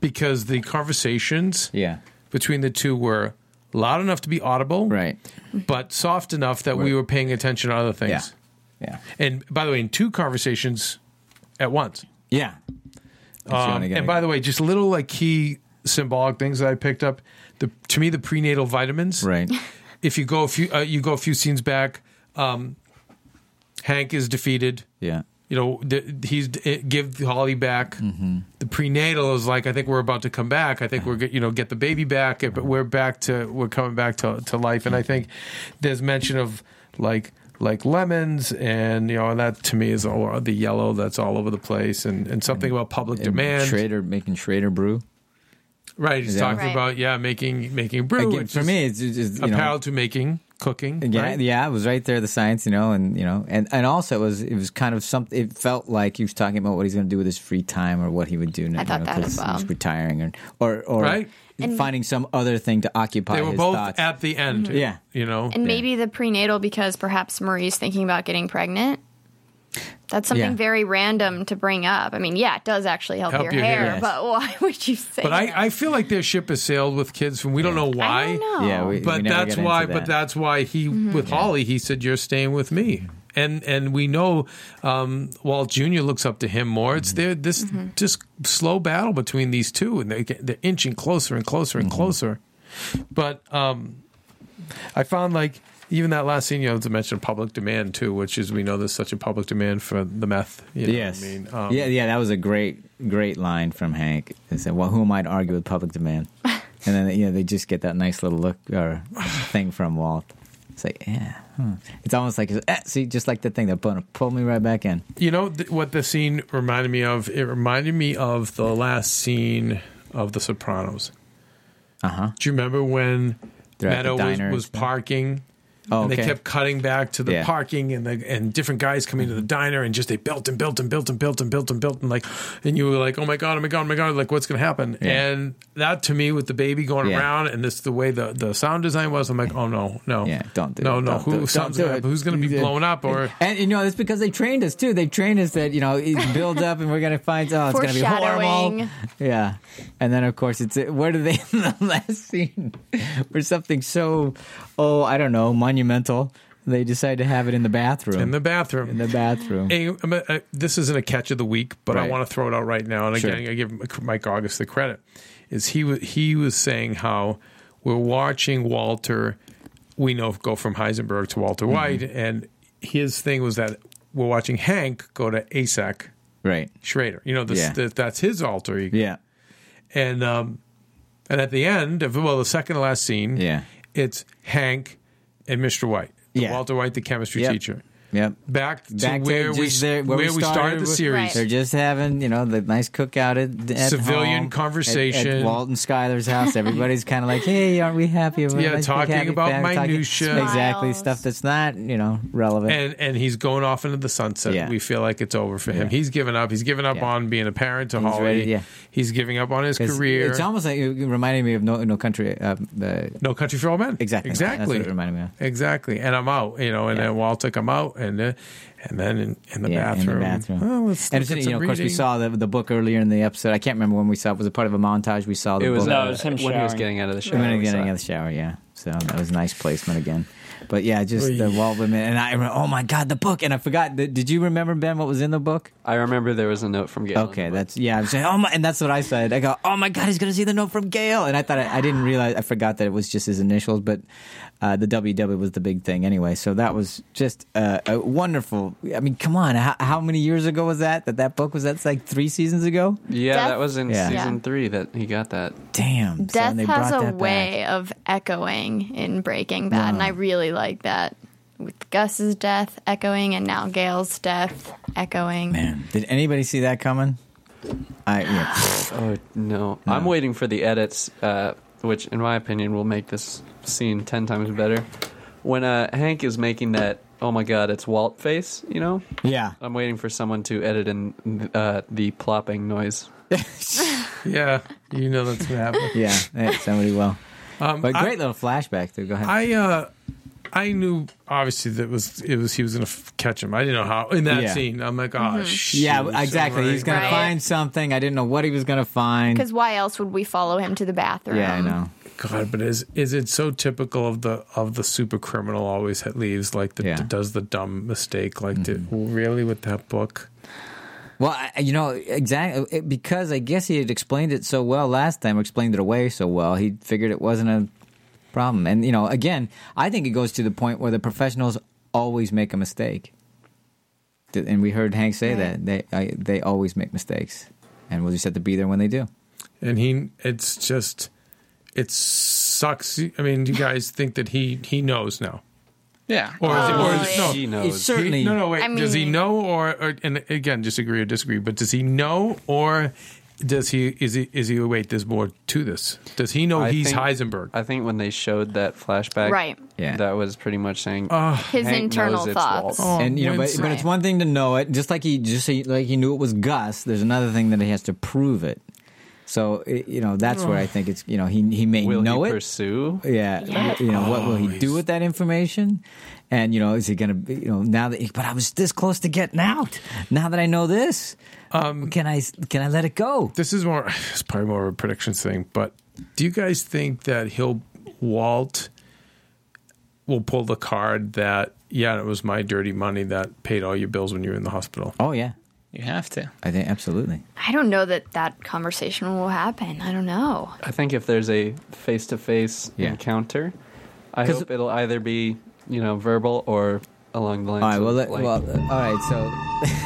[SPEAKER 6] because the conversations
[SPEAKER 3] Yeah.
[SPEAKER 6] between the two were loud enough to be audible,
[SPEAKER 3] right?
[SPEAKER 6] But soft enough that we
[SPEAKER 3] Right.
[SPEAKER 6] were paying attention to other things.
[SPEAKER 3] Yeah.
[SPEAKER 6] And by the way, in two conversations at once.
[SPEAKER 3] Yeah. That's the
[SPEAKER 6] Um,
[SPEAKER 3] only guy
[SPEAKER 6] and
[SPEAKER 3] I
[SPEAKER 6] by the way, just little like key symbolic things that I picked up. The to me the prenatal vitamins.
[SPEAKER 3] Right.
[SPEAKER 6] (laughs) If you go a few, uh, you go a few scenes back. Um, Hank is defeated.
[SPEAKER 3] Yeah.
[SPEAKER 6] You know the, he's it, give Holly back. The prenatal is like I think we're about to come back. I think we're get- you know get the baby back, but we're back to we're coming back to to life. And I think there's mention of like like lemons and you know and that to me is all the yellow that's all over the place and and something about public
[SPEAKER 3] And
[SPEAKER 6] demand.
[SPEAKER 3] Schrader making Schrader brew.
[SPEAKER 6] Right, he's
[SPEAKER 3] Yeah.
[SPEAKER 6] talking
[SPEAKER 3] Right.
[SPEAKER 6] about yeah, making making brew.
[SPEAKER 3] Again,
[SPEAKER 6] which
[SPEAKER 3] for
[SPEAKER 6] is
[SPEAKER 3] me, it's just- just, you know-
[SPEAKER 6] apparel to making cooking.
[SPEAKER 3] Yeah,
[SPEAKER 6] right?
[SPEAKER 3] yeah, it was right there, the science, you know, and you know, and, and also it was it was kind of something. It felt like he was talking about what he's going to do with his free time or what he would do. Now,
[SPEAKER 7] thought
[SPEAKER 3] you know,
[SPEAKER 7] that as
[SPEAKER 3] 'cause
[SPEAKER 7] well.
[SPEAKER 3] He's retiring or or, or
[SPEAKER 6] Right. And-
[SPEAKER 3] finding some other thing to occupy.
[SPEAKER 6] they were
[SPEAKER 3] his
[SPEAKER 6] both
[SPEAKER 3] thoughts.
[SPEAKER 6] at the end.
[SPEAKER 3] Mhm. Yeah.
[SPEAKER 6] you know,
[SPEAKER 7] And maybe the prenatal because perhaps Marie's thinking about getting pregnant. That's something
[SPEAKER 6] Yeah.
[SPEAKER 7] very random to bring up. I mean, yeah, it does actually help,
[SPEAKER 6] Help
[SPEAKER 7] your,
[SPEAKER 6] your
[SPEAKER 7] hair,
[SPEAKER 6] hair.
[SPEAKER 7] but (laughs) why would you say
[SPEAKER 6] But
[SPEAKER 7] that?
[SPEAKER 6] I, I feel like their ship has sailed with kids from we don't know why.
[SPEAKER 7] know. Yeah, we- we
[SPEAKER 6] but
[SPEAKER 3] never
[SPEAKER 6] that's
[SPEAKER 3] got
[SPEAKER 6] why.
[SPEAKER 3] into
[SPEAKER 6] But
[SPEAKER 3] that.
[SPEAKER 6] that's why he
[SPEAKER 3] Mhm.
[SPEAKER 6] with Holly he said you're staying with me, and and we know um, Walt Junior looks up to him more. It's there this just slow battle between these two, and they get, they're inching closer and closer and closer. But um, I found like. Even that last scene, you know, to mention public demand too, which is we know there's such a public demand for the meth. You know what
[SPEAKER 3] yes.
[SPEAKER 6] I mean, Um,
[SPEAKER 3] yeah, yeah, that was a great, great line from Hank. He said, "Well, who am I to argue with public demand?" and then yeah, they just get that nice little look or thing from Walt. It's like, yeah, hmm. it's almost like, eh, see, just like the thing that pulled, pulled me right back in.
[SPEAKER 6] You know th- what the scene reminded me of? It reminded me of the last scene of The Sopranos.
[SPEAKER 3] Uh huh.
[SPEAKER 6] Do you remember when
[SPEAKER 3] They're at the
[SPEAKER 6] Meadow was,
[SPEAKER 3] diner and
[SPEAKER 6] was parking?
[SPEAKER 3] Oh,
[SPEAKER 6] and they
[SPEAKER 3] okay.
[SPEAKER 6] kept cutting back to the
[SPEAKER 3] Yeah.
[SPEAKER 6] parking and the and different guys coming to the diner and just they built and built and built and built and built and built and like and you were like oh my god oh my god oh my god like what's gonna happen
[SPEAKER 3] Yeah.
[SPEAKER 6] and that to me with the baby going
[SPEAKER 3] Yeah.
[SPEAKER 6] around and this the way the, the sound design was I'm like oh no no
[SPEAKER 3] Yeah, don't do
[SPEAKER 6] no
[SPEAKER 3] it.
[SPEAKER 6] no
[SPEAKER 3] Don't
[SPEAKER 6] who
[SPEAKER 3] do it. Don't
[SPEAKER 6] sounds
[SPEAKER 3] do
[SPEAKER 6] gonna-
[SPEAKER 3] it.
[SPEAKER 6] who's gonna be
[SPEAKER 3] Yeah.
[SPEAKER 6] blown up or
[SPEAKER 3] And you know, it's because they trained us too. They trained us that you know it builds up, and we're gonna find oh, it's gonna be horrible.
[SPEAKER 7] Foreshadowing.
[SPEAKER 3] Yeah, and then of course it's where do they (laughs) in the last scene (laughs) where something so oh I don't know monumental they decide to have it in the bathroom
[SPEAKER 6] in the bathroom
[SPEAKER 3] in the bathroom.
[SPEAKER 6] Hey, I'm a- I- this isn't a catch of the week, but I
[SPEAKER 3] Right.
[SPEAKER 6] want to throw it out right now. And
[SPEAKER 3] Sure.
[SPEAKER 6] again, I give Mike August the credit. Is he wa- he was saying how we're watching Walter. We know go from Heisenberg to Walter White, and his thing was that we're watching Hank go to ASAC
[SPEAKER 3] Right.
[SPEAKER 6] Schrader. You know, this,
[SPEAKER 3] Yeah.
[SPEAKER 6] that that's his alter ego.
[SPEAKER 3] Yeah.
[SPEAKER 6] And um, and at the end of well, the second to last scene,
[SPEAKER 3] Yeah.
[SPEAKER 6] it's Hank and Mr. White, the
[SPEAKER 3] Yeah.
[SPEAKER 6] Walter White, the chemistry
[SPEAKER 3] Yep.
[SPEAKER 6] teacher.
[SPEAKER 3] Yep.
[SPEAKER 6] Back to
[SPEAKER 3] Back
[SPEAKER 6] where
[SPEAKER 3] just
[SPEAKER 6] we
[SPEAKER 3] there-
[SPEAKER 6] where, we started, the
[SPEAKER 3] with-
[SPEAKER 6] series.
[SPEAKER 3] They're just having, you know, the nice cookout at, at
[SPEAKER 6] Civilian
[SPEAKER 3] home, at- at,
[SPEAKER 6] conversation.
[SPEAKER 3] Walton Skyler's house. Everybody's kind of like, "Hey, aren't we happy?"
[SPEAKER 6] (laughs)
[SPEAKER 3] We're
[SPEAKER 6] Yeah,
[SPEAKER 3] nice big
[SPEAKER 6] talking
[SPEAKER 3] happy
[SPEAKER 6] about
[SPEAKER 3] family," talking-
[SPEAKER 6] minutia.
[SPEAKER 3] exactly stuff that's not, you know, relevant.
[SPEAKER 6] And and he's going off into the sunset.
[SPEAKER 3] Yeah.
[SPEAKER 6] We feel like it's over for him.
[SPEAKER 3] Yeah.
[SPEAKER 6] He's given up. He's given up on being a parent to
[SPEAKER 3] He's
[SPEAKER 6] Holly.
[SPEAKER 3] ready, yeah.
[SPEAKER 6] He's giving up on his
[SPEAKER 3] 'Cause
[SPEAKER 6] career.
[SPEAKER 3] It's almost like it reminded me of No, no Country. Uh, the,
[SPEAKER 6] no Country for Old Men.
[SPEAKER 3] Exactly. That's
[SPEAKER 6] Exactly.
[SPEAKER 3] what it reminded me of.
[SPEAKER 6] Exactly. And I'm out, you know, and
[SPEAKER 3] Yeah.
[SPEAKER 6] then Walter, I'm out. And and uh, and then in, in the
[SPEAKER 3] Yeah, in the
[SPEAKER 6] bathroom. Oh,
[SPEAKER 3] bathroom.
[SPEAKER 6] Well, let's
[SPEAKER 3] and
[SPEAKER 6] look
[SPEAKER 3] it's-
[SPEAKER 6] at
[SPEAKER 3] you know,
[SPEAKER 6] some
[SPEAKER 3] of course, we
[SPEAKER 6] reading.
[SPEAKER 3] saw the, the book earlier in the episode. I can't remember when we saw it. Was it part of a montage? We saw the
[SPEAKER 1] It was,
[SPEAKER 3] book.
[SPEAKER 1] No, it was him when he was showering. getting out of the shower,
[SPEAKER 3] When he was
[SPEAKER 1] we
[SPEAKER 3] getting
[SPEAKER 1] saw
[SPEAKER 3] out of the shower, yeah. So that was nice placement again. But yeah, just the
[SPEAKER 1] Oy.
[SPEAKER 3] Walt Whitman. And I remember, oh my God, the book. And I forgot. The, did you remember, Ben, what was in the book?
[SPEAKER 1] I remember there was a note from Galen.
[SPEAKER 3] Okay, that's, yeah. I'm saying, oh my, and that's what I said. I go, oh my God, he's going to see the note from Gail. And I thought, I, I didn't realize, I forgot that it was just his initials, but uh, the WW was the big thing anyway. So that was just uh, a wonderful. I mean, come on. How, how many years ago was that? That that book was that's like three seasons ago?
[SPEAKER 1] Yeah,
[SPEAKER 7] Death-
[SPEAKER 1] that was in
[SPEAKER 3] Yeah.
[SPEAKER 1] season
[SPEAKER 7] Yeah.
[SPEAKER 1] three that he got that.
[SPEAKER 3] Damn.
[SPEAKER 7] Death has a way of echoing in Breaking Bad, and I really like that. With Gus's death echoing, and now Gail's death echoing.
[SPEAKER 3] Man, did anybody see that coming? I yeah.
[SPEAKER 1] oh no. I'm waiting for the edits, uh, which in my opinion will make this scene ten times better. When uh, Hank is making that, oh my god, it's Walt face, you know?
[SPEAKER 3] Yeah.
[SPEAKER 1] I'm waiting for someone to edit in uh, the plopping noise.
[SPEAKER 6] yeah, you know that's gonna happen.
[SPEAKER 3] Yeah, yeah, somebody will.
[SPEAKER 6] Um,
[SPEAKER 3] but
[SPEAKER 6] I-
[SPEAKER 3] great little flashback. Though. Go ahead.
[SPEAKER 6] I uh, I knew obviously that was it was he was gonna f- catch him. I didn't know how in that
[SPEAKER 3] Yeah.
[SPEAKER 6] scene. I'm like, oh shit.
[SPEAKER 3] yeah, exactly. He's gonna
[SPEAKER 7] Right.
[SPEAKER 3] find something. I didn't know what he was gonna find.
[SPEAKER 7] Because why else would we follow him to the bathroom?
[SPEAKER 3] Yeah, I know.
[SPEAKER 6] God, but is is it so typical of the of the super criminal always ha- leaves like the, does the dumb mistake like to
[SPEAKER 2] Mm-hmm.
[SPEAKER 6] really with that book?
[SPEAKER 3] Well, I, you know, exactly because I guess he had explained it so well last time, or explained it away so well, he figured it wasn't a problem. And you know, again, I think it goes to the point where the professionals always make a mistake, Th- and we heard Hank say that they I, they always make mistakes, and we'll just have to be there when they do.
[SPEAKER 6] And he, it's just, it sucks. I mean, you guys think that he he knows now.
[SPEAKER 2] Yeah.
[SPEAKER 6] Or, is it- or
[SPEAKER 2] Oh,
[SPEAKER 6] is it- no,
[SPEAKER 2] He knows. certainly-
[SPEAKER 6] no, no, wait.
[SPEAKER 2] I
[SPEAKER 6] does he
[SPEAKER 2] mean-
[SPEAKER 6] know, or, or and again, disagree or disagree? But does he know, or does he is he is he wait? There's more to this. Does he know
[SPEAKER 1] I
[SPEAKER 6] he's
[SPEAKER 1] think-
[SPEAKER 6] Heisenberg?
[SPEAKER 1] I think when they showed that flashback,
[SPEAKER 7] Right.
[SPEAKER 3] Yeah.
[SPEAKER 1] that was pretty much saying
[SPEAKER 7] His
[SPEAKER 1] Hank
[SPEAKER 7] internal
[SPEAKER 1] knows it's
[SPEAKER 7] thoughts.
[SPEAKER 1] Walt.
[SPEAKER 3] and you know, but, but it's one thing to know it, just like he just he- like he knew it was Gus. There's another thing that he has to prove it. So it- you know, that's where I think it's you know he he may
[SPEAKER 1] Will
[SPEAKER 3] know
[SPEAKER 1] he
[SPEAKER 3] it.
[SPEAKER 1] pursue?
[SPEAKER 3] Yeah,
[SPEAKER 1] Yeah.
[SPEAKER 3] you know what will he do with that information? And you know, is he going to be you know now that? He, but I was this close to getting out. Now that I know this, can I can I let it go?
[SPEAKER 6] This is more. (sighs) It's probably more of a predictions thing. But do you guys think that he'll Walt will pull the card that yeah, it was my dirty money that paid all your bills when you were in the hospital?
[SPEAKER 3] Oh yeah,
[SPEAKER 2] you have to.
[SPEAKER 3] I think absolutely.
[SPEAKER 7] I don't know that that conversation will happen. I don't know.
[SPEAKER 1] I think if there's a face to face encounter, I
[SPEAKER 3] 'Cause-
[SPEAKER 1] hope it'll either be you know verbal or along the lines.
[SPEAKER 3] All right,
[SPEAKER 1] of,
[SPEAKER 3] well, let,
[SPEAKER 1] like,
[SPEAKER 3] well, uh, all right. So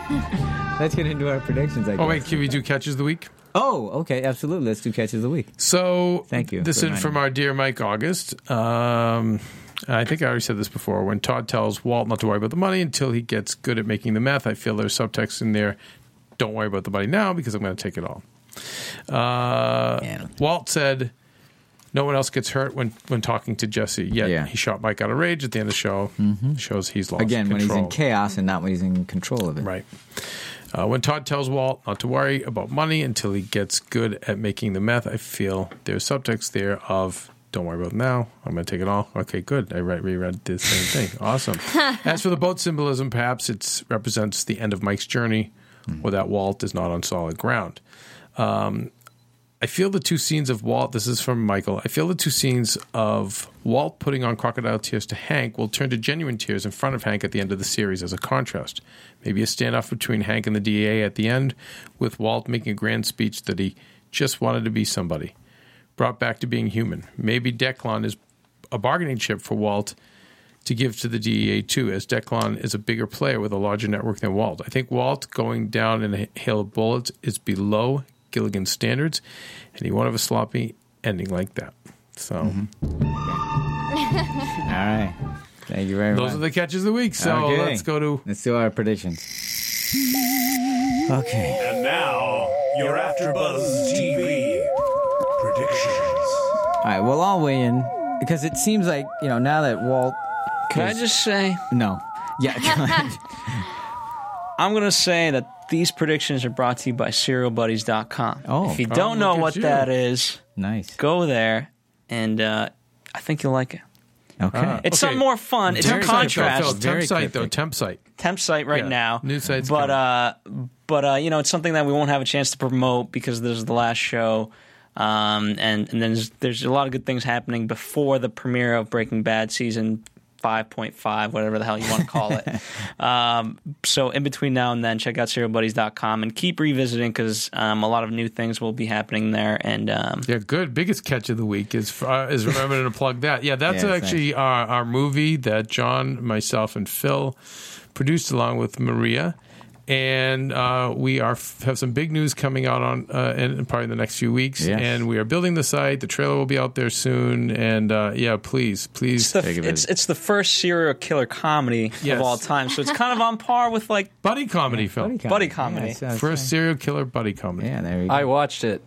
[SPEAKER 3] (laughs) let's get into our predictions. I guess.
[SPEAKER 6] Oh wait, can we do catches of the week?
[SPEAKER 3] Oh, okay, absolutely. Let's do catches of the week.
[SPEAKER 6] So
[SPEAKER 3] thank you.
[SPEAKER 6] This
[SPEAKER 3] for
[SPEAKER 6] in
[SPEAKER 3] reminding
[SPEAKER 6] from our dear Mike August. Um, I think I already said this before. When Todd tells Walt not to worry about the money until he gets good at making the meth, I feel there's subtext in there. Don't worry about the money now because I'm going to take it all. Uh, Walt said, "No one else gets hurt when when talking to Jesse." Yet
[SPEAKER 3] Yeah.
[SPEAKER 6] he shot Mike out of rage at the end of the show. Shows he's lost
[SPEAKER 3] again when he's in
[SPEAKER 6] control.
[SPEAKER 3] chaos and not when he's in control of it.
[SPEAKER 6] Right. Uh, when Todd tells Walt not to worry about money until he gets good at making the meth, I feel there's subtext there of don't worry about it now. I'm going to take it all. Okay, good. I re- reread the same thing. Awesome. As for the boat symbolism, perhaps it represents the end of Mike's journey or that Walt is not on solid ground. Um, I feel the two scenes of Walt, this is from Michael. I feel the two scenes of Walt putting on crocodile tears to Hank will turn to genuine tears in front of Hank at the end of the series as a contrast. Maybe a standoff between Hank and the DA at the end, with Walt making a grand speech that he just wanted to be somebody, brought back to being human. Maybe Declan is a bargaining chip for Walt to give to the DEA too, as Declan is a bigger player with a larger network than Walt. I think Walt going down in a hail of bullets is below Gilligan's standards, and he won't have a sloppy ending like that. So
[SPEAKER 2] Mm-hmm.
[SPEAKER 3] All right. Thank you very much.
[SPEAKER 6] those are the catches of the week. So
[SPEAKER 3] Okay.
[SPEAKER 6] let's go to
[SPEAKER 3] let's do our predictions. Okay.
[SPEAKER 17] And now, your AfterBuzz TV predictions.
[SPEAKER 3] All right, we'll all weigh in because it seems like you know now that Walt.
[SPEAKER 2] Can I just say?
[SPEAKER 3] No.
[SPEAKER 2] (laughs)
[SPEAKER 3] Yeah. go ahead.
[SPEAKER 2] I'm going to say that these predictions are brought to you by serialbuddies.com.
[SPEAKER 3] Oh.
[SPEAKER 2] if you
[SPEAKER 3] Oh,
[SPEAKER 2] don't know
[SPEAKER 3] look at
[SPEAKER 2] what
[SPEAKER 3] you.
[SPEAKER 2] that is,
[SPEAKER 3] nice.
[SPEAKER 2] Go there, and uh, I think you'll like it.
[SPEAKER 3] Okay.
[SPEAKER 1] Ah,
[SPEAKER 2] It's
[SPEAKER 1] okay.
[SPEAKER 2] some more fun. It's
[SPEAKER 1] temp
[SPEAKER 2] a
[SPEAKER 1] site, though,
[SPEAKER 2] contrast.
[SPEAKER 1] Phil, temp site though. Temp site.
[SPEAKER 2] temp site right
[SPEAKER 1] Yeah.
[SPEAKER 2] now.
[SPEAKER 1] New site's
[SPEAKER 2] but uh, but uh, you know, it's something that we won't have a chance to promote because this is the last show, um, and and then there's, there's a lot of good things happening before the premiere of Breaking Bad season. 5.5, whatever the hell you want
[SPEAKER 1] (laughs)
[SPEAKER 2] to call it. um, so, in between now and then, check out serialbuddies.com and keep revisiting because um, a lot of new things will be happening there. And um,
[SPEAKER 1] Yeah, good. Biggest catch of the week is uh, is remembering to plug that. Yeah, that's
[SPEAKER 2] Yeah, thanks.
[SPEAKER 1] actually our, our movie that John, myself, and Phil produced along with Maria, and uh, we are have some big news coming out on uh, in, in probably the next few weeks.
[SPEAKER 18] Yes.
[SPEAKER 1] And we are building the site. The trailer will be out there soon. And uh, yeah, please, please,
[SPEAKER 2] it's, the, it's, it's the first serial killer comedy
[SPEAKER 1] Yes.
[SPEAKER 2] of all time. So, it's kind of on par with like
[SPEAKER 1] buddy comedy film,
[SPEAKER 2] buddy comedy. Buddy comedy. Yeah, sounds
[SPEAKER 1] first serial killer buddy comedy. Yeah,
[SPEAKER 3] there you
[SPEAKER 6] I watched it.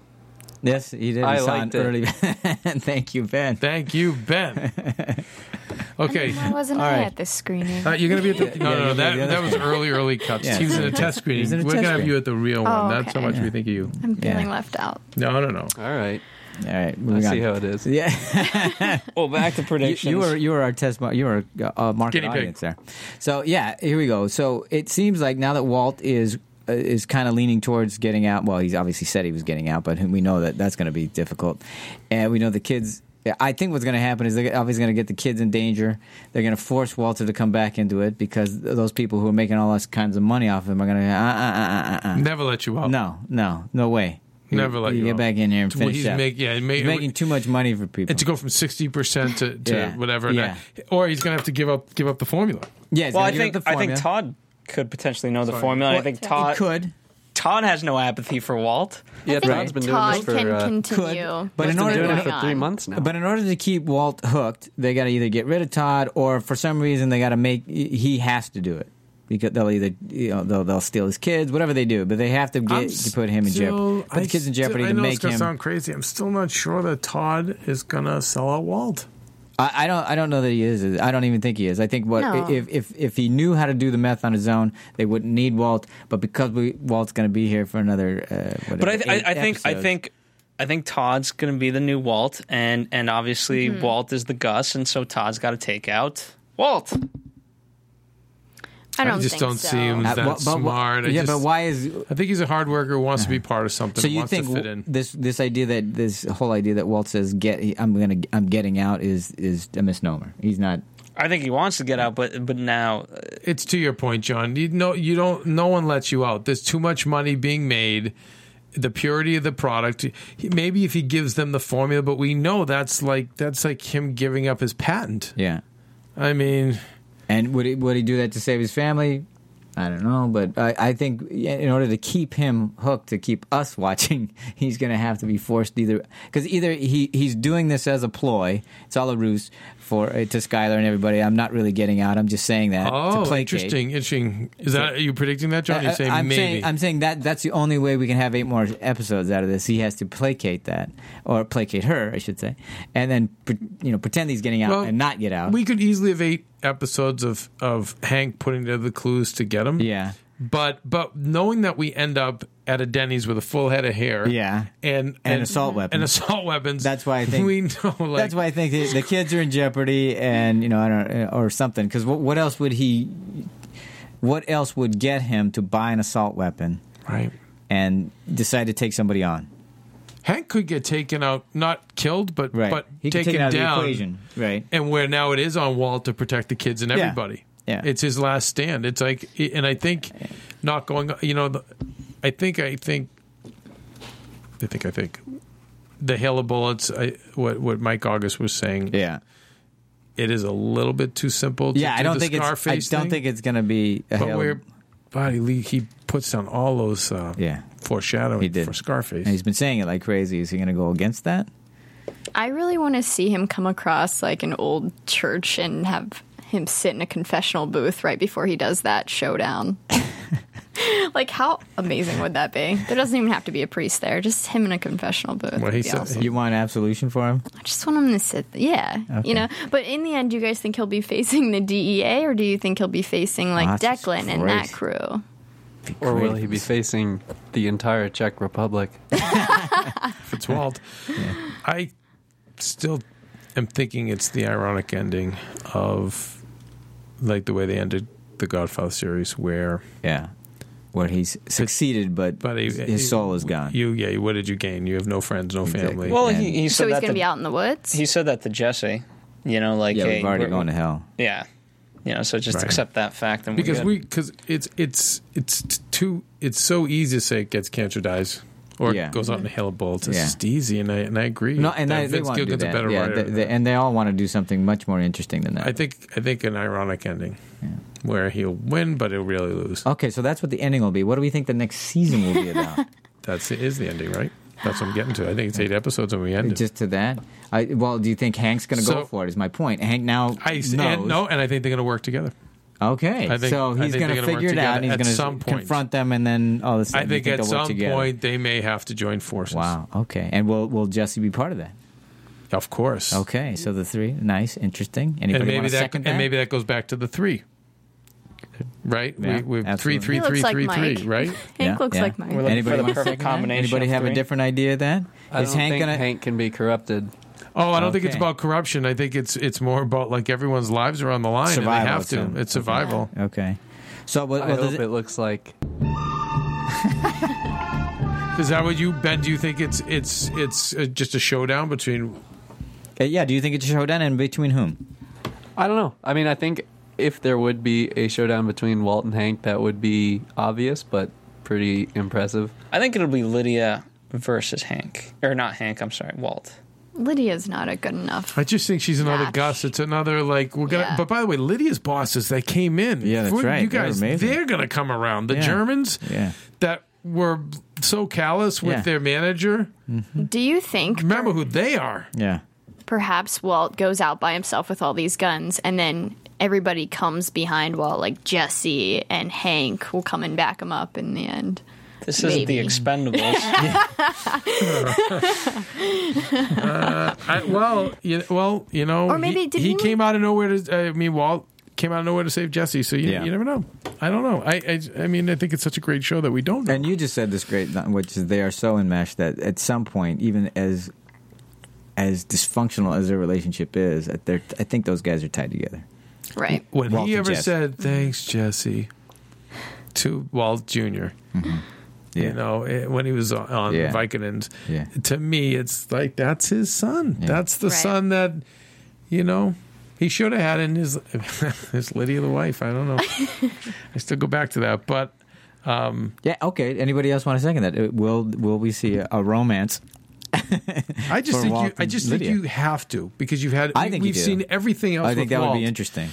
[SPEAKER 3] Yes, you did.
[SPEAKER 6] I
[SPEAKER 3] You saw
[SPEAKER 6] liked it.
[SPEAKER 3] early. (laughs) Thank you, Ben.
[SPEAKER 1] Thank you, Ben.
[SPEAKER 3] (laughs)
[SPEAKER 1] Okay,
[SPEAKER 7] Why wasn't
[SPEAKER 3] All
[SPEAKER 7] I
[SPEAKER 3] right.
[SPEAKER 7] at this screening?
[SPEAKER 1] Uh, you're gonna be at the no no
[SPEAKER 3] Yeah,
[SPEAKER 1] no
[SPEAKER 3] you're
[SPEAKER 1] that
[SPEAKER 3] gonna be at the
[SPEAKER 1] that
[SPEAKER 3] other
[SPEAKER 1] was
[SPEAKER 3] screening.
[SPEAKER 1] early early cuts.
[SPEAKER 3] Yeah.
[SPEAKER 1] He was in a
[SPEAKER 3] He
[SPEAKER 1] test screening.
[SPEAKER 3] was in a
[SPEAKER 1] We're
[SPEAKER 3] test
[SPEAKER 1] gonna have you
[SPEAKER 3] screening.
[SPEAKER 1] at the real one.
[SPEAKER 7] Oh,
[SPEAKER 1] That's how
[SPEAKER 7] okay.
[SPEAKER 1] much we think of you.
[SPEAKER 7] I'm feeling left out.
[SPEAKER 1] No no no.
[SPEAKER 6] All right.
[SPEAKER 3] All
[SPEAKER 6] I
[SPEAKER 3] right, moving
[SPEAKER 6] see how
[SPEAKER 3] on.
[SPEAKER 6] it is.
[SPEAKER 3] Yeah. (laughs)
[SPEAKER 2] well, back to predictions.
[SPEAKER 3] You, were you were our test. mar- You were uh, market
[SPEAKER 6] Guinea pig.
[SPEAKER 3] audience there. So yeah, here we go. So it seems like now that Walt is uh, is kind of leaning towards getting out. Well, he's obviously said he was getting out, but we know that that's going to be difficult. And we know the kids. yeah, I think what's going to happen is they're obviously going to get the kids in danger. They're going to force Walter to come back into it because those people who are making all those kinds of money off him are going to uh, uh, uh, uh, uh.
[SPEAKER 1] Never let you out.
[SPEAKER 3] No, no, no way.
[SPEAKER 1] Never let you
[SPEAKER 3] get
[SPEAKER 1] out.
[SPEAKER 3] back in here and
[SPEAKER 1] It's what
[SPEAKER 3] finish
[SPEAKER 1] he's
[SPEAKER 3] up.
[SPEAKER 1] make- yeah, he ma-
[SPEAKER 3] He's making too much money for people.
[SPEAKER 1] And to go from sixty percent to, to
[SPEAKER 3] Yeah.
[SPEAKER 1] whatever, and
[SPEAKER 3] Yeah.
[SPEAKER 1] that- or he's gonna have to give up give up the formula.
[SPEAKER 3] Yeah,
[SPEAKER 2] well, I think I think Todd could potentially know the
[SPEAKER 1] Sorry.
[SPEAKER 2] formula.
[SPEAKER 1] Well,
[SPEAKER 2] I think
[SPEAKER 1] he
[SPEAKER 2] Todd
[SPEAKER 3] could.
[SPEAKER 2] Todd has no apathy for Walt.
[SPEAKER 6] Yeah,
[SPEAKER 3] think Todd's been doing Todd this for, can uh,
[SPEAKER 7] Continue.
[SPEAKER 3] But in order
[SPEAKER 6] doing it for three months now.
[SPEAKER 3] But in order to keep Walt hooked, they got to either get rid of Todd, or for some reason they got to make he has to do it because they'll either you know they'll, they'll steal his kids, whatever they do. But they have to
[SPEAKER 1] I'm
[SPEAKER 3] get to put him in jeopardy.
[SPEAKER 1] still-
[SPEAKER 3] Put the kids in
[SPEAKER 1] I still-
[SPEAKER 3] jeopardy
[SPEAKER 1] I
[SPEAKER 3] to
[SPEAKER 1] know
[SPEAKER 3] make
[SPEAKER 1] it's gonna
[SPEAKER 3] him.
[SPEAKER 1] sound crazy. I'm still not sure that Todd is gonna sell out Walt.
[SPEAKER 3] I, I don't. I don't know that he is. I don't even think he is. I think what
[SPEAKER 1] No.
[SPEAKER 3] if, if if he knew how to do the meth on his own, they wouldn't need Walt. But because we, Walt's going to be here for another, uh, whatever,
[SPEAKER 2] But I, th-
[SPEAKER 3] eight
[SPEAKER 2] I, I think I
[SPEAKER 3] episodes.
[SPEAKER 2] think I think Todd's going to be the new Walt, and and obviously
[SPEAKER 7] Mhm.
[SPEAKER 2] Walt is the Gus, and so Todd's got to take out Walt.
[SPEAKER 7] I
[SPEAKER 1] I
[SPEAKER 7] don't
[SPEAKER 1] just
[SPEAKER 7] think
[SPEAKER 1] don't
[SPEAKER 7] so.
[SPEAKER 1] see him
[SPEAKER 3] Uh,
[SPEAKER 1] that
[SPEAKER 3] but- but-
[SPEAKER 1] smart. I
[SPEAKER 3] yeah,
[SPEAKER 1] just-
[SPEAKER 3] but why is?
[SPEAKER 1] I think he's a hard worker, wants to be part of something.
[SPEAKER 3] So you
[SPEAKER 1] wants
[SPEAKER 3] think
[SPEAKER 1] to fit
[SPEAKER 3] w-
[SPEAKER 1] in.
[SPEAKER 3] this this idea that this whole idea that Walt says get I'm gonna I'm getting out is is a misnomer. He's not.
[SPEAKER 2] I think he wants to get out, but but now uh,
[SPEAKER 1] It's to your point, John. You know, you don't. No one lets you out. There's too much money being made. The purity of the product. He- Maybe if he gives them the formula, but we know that's like that's like him giving up his patent.
[SPEAKER 3] Yeah.
[SPEAKER 1] I mean,
[SPEAKER 3] and would he would he do that to save his family? I don't know, but I, I think in order to keep him hooked, to keep us (laughs) watching, he's going to have to be forced either because either he, he's doing this as a ploy, it's all a ruse for uh, to Skylar and everybody. I'm not really getting out. I'm just saying that to
[SPEAKER 1] Oh,
[SPEAKER 3] placate.
[SPEAKER 1] interesting, interesting. Is that are you predicting that, John?
[SPEAKER 3] I-
[SPEAKER 1] You
[SPEAKER 3] I-
[SPEAKER 1] say
[SPEAKER 3] Uh, I'm
[SPEAKER 1] maybe.
[SPEAKER 3] saying I'm saying that that's the only way we can have eight more episodes out of this. He has to placate that, or placate her, I should say, and then pre- you know pretend he's getting out
[SPEAKER 1] Well,
[SPEAKER 3] and not get out.
[SPEAKER 1] we could easily have eight episodes of of Hank putting together the clues to get him.
[SPEAKER 3] Yeah.
[SPEAKER 1] But but knowing that we end up at a Denny's with a full head of hair.
[SPEAKER 3] Yeah.
[SPEAKER 1] And
[SPEAKER 3] And assault weapons.
[SPEAKER 1] And (laughs) assault weapons.
[SPEAKER 3] That's why I think
[SPEAKER 1] we know. Like,
[SPEAKER 3] that's why I think
[SPEAKER 1] (laughs)
[SPEAKER 3] the, the kids are in jeopardy, and you know, I don't, uh, or something. Because what, what else would he? What else would get him to buy an assault weapon?
[SPEAKER 1] Right.
[SPEAKER 3] And decide to take somebody on.
[SPEAKER 1] Hank could get taken out, not killed, but
[SPEAKER 3] Right.
[SPEAKER 1] but
[SPEAKER 3] He could
[SPEAKER 1] taken
[SPEAKER 3] take it out of the
[SPEAKER 1] down.
[SPEAKER 3] equation. Right.
[SPEAKER 1] And where now it is on Walt to protect the kids and
[SPEAKER 3] Yeah.
[SPEAKER 1] everybody.
[SPEAKER 3] Yeah.
[SPEAKER 1] It's his last stand. It's like, and I think not going. You know, the- I think I think, I think I think, the hail of bullets. I, what what Mike August was saying.
[SPEAKER 3] Yeah.
[SPEAKER 1] It is a little bit too simple. To
[SPEAKER 3] Yeah, I
[SPEAKER 1] do
[SPEAKER 3] don't
[SPEAKER 1] the
[SPEAKER 3] think it's. I
[SPEAKER 1] Scarface
[SPEAKER 3] don't
[SPEAKER 1] thing,
[SPEAKER 3] think it's going to be. A
[SPEAKER 1] But
[SPEAKER 3] hell-
[SPEAKER 1] where, body Lee he puts down all those uh,
[SPEAKER 3] Yeah.
[SPEAKER 1] foreshadowing
[SPEAKER 3] He did.
[SPEAKER 1] for Scarface.
[SPEAKER 3] And he's been saying it like crazy. Is he going to go against that?
[SPEAKER 7] I really want to see him come across like an old church and have him sit in a confessional booth right before he does
[SPEAKER 6] (laughs)
[SPEAKER 7] that showdown. like, how amazing would that be? There doesn't even have to be a priest there, just him in a confessional booth. would be awesome.
[SPEAKER 3] You want absolution for him?
[SPEAKER 7] I just want him to sit. Yeah,
[SPEAKER 3] Okay.
[SPEAKER 7] you know. But in the end, do you guys think he'll be facing the DEA, or do you think he'll be facing like
[SPEAKER 6] That's just
[SPEAKER 7] Declan and
[SPEAKER 6] great.
[SPEAKER 7] that crew?
[SPEAKER 6] Or will he be facing the entire Czech
[SPEAKER 3] (laughs)
[SPEAKER 6] Republic?
[SPEAKER 1] Fitzwald. I still
[SPEAKER 6] am thinking it's the ironic ending of like the way they ended the Godfather series, where
[SPEAKER 3] yeah, where he's succeeded, but,
[SPEAKER 6] but
[SPEAKER 3] his- his soul is gone.
[SPEAKER 6] You yeah, what did you gain? You have no friends, no family.
[SPEAKER 2] Well, he, he said
[SPEAKER 7] so he's
[SPEAKER 2] that
[SPEAKER 7] gonna
[SPEAKER 2] to,
[SPEAKER 7] be out in the woods.
[SPEAKER 2] he said that to Jesse. You know, like
[SPEAKER 6] Yeah,
[SPEAKER 2] hey,
[SPEAKER 6] we've already
[SPEAKER 2] we're-
[SPEAKER 6] gone to hell.
[SPEAKER 2] Yeah, you know, so just
[SPEAKER 6] Right.
[SPEAKER 2] accept that fact. And we're
[SPEAKER 6] because
[SPEAKER 2] good.
[SPEAKER 6] we because it's it's it's t- too it's so easy to say it gets cancer dies or
[SPEAKER 3] Yeah.
[SPEAKER 6] it goes out in a hail of bullets. It's
[SPEAKER 3] Yeah.
[SPEAKER 6] just easy, and I and I agree.
[SPEAKER 3] No, and
[SPEAKER 6] that
[SPEAKER 3] they, they
[SPEAKER 6] Vince
[SPEAKER 3] want to do
[SPEAKER 6] Gilligan's a
[SPEAKER 3] that.
[SPEAKER 6] better
[SPEAKER 3] yeah,
[SPEAKER 6] writer
[SPEAKER 3] they-
[SPEAKER 6] than
[SPEAKER 3] they- and they all want to do something much more interesting than that.
[SPEAKER 6] I think I think an ironic ending where he'll win, but he'll really lose.
[SPEAKER 3] Okay, so that's what the ending will be. What do we think the next season will
[SPEAKER 6] (laughs)
[SPEAKER 3] be about?
[SPEAKER 6] That's is the ending, right? That's what I'm getting to. I think it's eight episodes and we end. it.
[SPEAKER 3] Just to that. I, well, do you think Hank's going to go
[SPEAKER 6] So-
[SPEAKER 3] for it? Is my point. Hank now
[SPEAKER 6] I
[SPEAKER 3] knows.
[SPEAKER 6] s- and, no, and I think they're going to work together.
[SPEAKER 3] Okay,
[SPEAKER 6] I think-
[SPEAKER 3] so
[SPEAKER 6] I think they're
[SPEAKER 3] he's going to
[SPEAKER 6] gonna work
[SPEAKER 3] figure it out, and he's
[SPEAKER 6] together at
[SPEAKER 3] going
[SPEAKER 6] some
[SPEAKER 3] to
[SPEAKER 6] point.
[SPEAKER 3] confront them, and then all this.
[SPEAKER 6] I think at
[SPEAKER 3] they'll work
[SPEAKER 6] some
[SPEAKER 3] together.
[SPEAKER 6] point they may have to join forces.
[SPEAKER 3] Wow. oh, Okay, and will will Jesse be part of that?
[SPEAKER 6] Of course.
[SPEAKER 3] Okay, so the three, nice, interesting. Anybody
[SPEAKER 6] and
[SPEAKER 3] want
[SPEAKER 6] maybe
[SPEAKER 3] to
[SPEAKER 6] that,
[SPEAKER 3] second
[SPEAKER 6] and maybe that goes back to the three, right?
[SPEAKER 3] Yeah,
[SPEAKER 6] we, we've
[SPEAKER 3] absolutely.
[SPEAKER 6] three, three,
[SPEAKER 3] He looks
[SPEAKER 6] three,
[SPEAKER 3] like
[SPEAKER 6] three,
[SPEAKER 3] Mike.
[SPEAKER 6] three,
[SPEAKER 7] (laughs)
[SPEAKER 6] right?
[SPEAKER 3] Yeah, yeah.
[SPEAKER 11] We're looking for the
[SPEAKER 3] wanna
[SPEAKER 11] perfect
[SPEAKER 3] second that?
[SPEAKER 11] combination
[SPEAKER 3] Anybody
[SPEAKER 11] of
[SPEAKER 3] have a
[SPEAKER 11] three.
[SPEAKER 3] different idea of that?
[SPEAKER 11] I
[SPEAKER 3] Is
[SPEAKER 11] don't
[SPEAKER 3] Hank
[SPEAKER 11] think
[SPEAKER 3] gonna?
[SPEAKER 11] Hank can be corrupted.
[SPEAKER 6] Oh, I don't think it's
[SPEAKER 11] Okay.
[SPEAKER 6] about corruption. I think it's it's more about like everyone's lives are on the line and
[SPEAKER 11] Survival,
[SPEAKER 6] they have to.
[SPEAKER 11] so-
[SPEAKER 6] It's survival.
[SPEAKER 3] Okay. So what,
[SPEAKER 11] I
[SPEAKER 6] what does
[SPEAKER 11] hope
[SPEAKER 6] it-
[SPEAKER 11] it looks like
[SPEAKER 6] Is that what you Ben? Do you think it's it's it's uh, just a showdown between?
[SPEAKER 3] Uh, yeah. Do you think it's a showdown, and between whom?
[SPEAKER 11] I don't know. I mean, I think if there would be a showdown between Walt and Hank, that would be obvious, but pretty impressive.
[SPEAKER 2] I think it'll be Lydia versus Hank, or not Hank. I'm sorry, Walt.
[SPEAKER 7] Lydia's not a good enough.
[SPEAKER 6] I just think she's another Gus. It's another like we're gonna.
[SPEAKER 7] Yeah.
[SPEAKER 6] But by the way, Lydia's bosses they came in. Yeah,
[SPEAKER 3] that's right.
[SPEAKER 6] You
[SPEAKER 3] They were
[SPEAKER 6] guys,
[SPEAKER 3] amazing.
[SPEAKER 6] they're gonna come around. The
[SPEAKER 3] Yeah.
[SPEAKER 6] Germans
[SPEAKER 3] Yeah.
[SPEAKER 6] that were so callous with
[SPEAKER 3] Yeah.
[SPEAKER 6] their manager.
[SPEAKER 7] Do you think
[SPEAKER 6] Remember who they are.
[SPEAKER 3] Yeah.
[SPEAKER 7] perhaps Walt goes out by himself with all these guns and then everybody comes behind Walt, like Jesse and Hank will come and back him up in the end.
[SPEAKER 2] This isn't the
[SPEAKER 7] Maybe.
[SPEAKER 3] (laughs)
[SPEAKER 2] Expendables.
[SPEAKER 6] Uh, I, well, you, well, you know,
[SPEAKER 7] Or maybe
[SPEAKER 6] he,
[SPEAKER 7] did
[SPEAKER 6] he
[SPEAKER 7] he-
[SPEAKER 6] came out of nowhere to. I mean, Walt came out of nowhere to save Jesse. So you,
[SPEAKER 3] Yeah.
[SPEAKER 6] you never know. I don't know. I, I I mean, I think it's such a great show that we don't know.
[SPEAKER 3] And you just said this great, which is they are so enmeshed that at some point, even as as dysfunctional as their relationship is, that they're, I think those guys are tied together.
[SPEAKER 7] Right.
[SPEAKER 6] When
[SPEAKER 3] Walt
[SPEAKER 6] he
[SPEAKER 3] and
[SPEAKER 6] ever
[SPEAKER 3] Jesse.
[SPEAKER 6] said thanks, Jesse, to Walt junior
[SPEAKER 3] Yeah.
[SPEAKER 6] You know, it, when he was on, on
[SPEAKER 3] Yeah.
[SPEAKER 6] Vicodins,
[SPEAKER 3] Yeah.
[SPEAKER 6] to me, it's like that's his son. That's the
[SPEAKER 7] Right.
[SPEAKER 6] son that, you know, he should have had in his (laughs) his Lydia the wife. I don't
[SPEAKER 3] (laughs)
[SPEAKER 6] know. I still go back to that, but um,
[SPEAKER 3] Yeah. Okay. Anybody else want to second that? Uh, Will Will we see a, a romance?
[SPEAKER 6] I just
[SPEAKER 3] for
[SPEAKER 6] think you,
[SPEAKER 3] Walt
[SPEAKER 6] I
[SPEAKER 3] and
[SPEAKER 6] just
[SPEAKER 3] Lydia?
[SPEAKER 6] think you have to because you've had.
[SPEAKER 3] I
[SPEAKER 6] we-
[SPEAKER 3] think you
[SPEAKER 6] we've
[SPEAKER 3] do.
[SPEAKER 6] seen everything else.
[SPEAKER 3] I think
[SPEAKER 6] with
[SPEAKER 3] that would be
[SPEAKER 6] Walt.
[SPEAKER 3] interesting.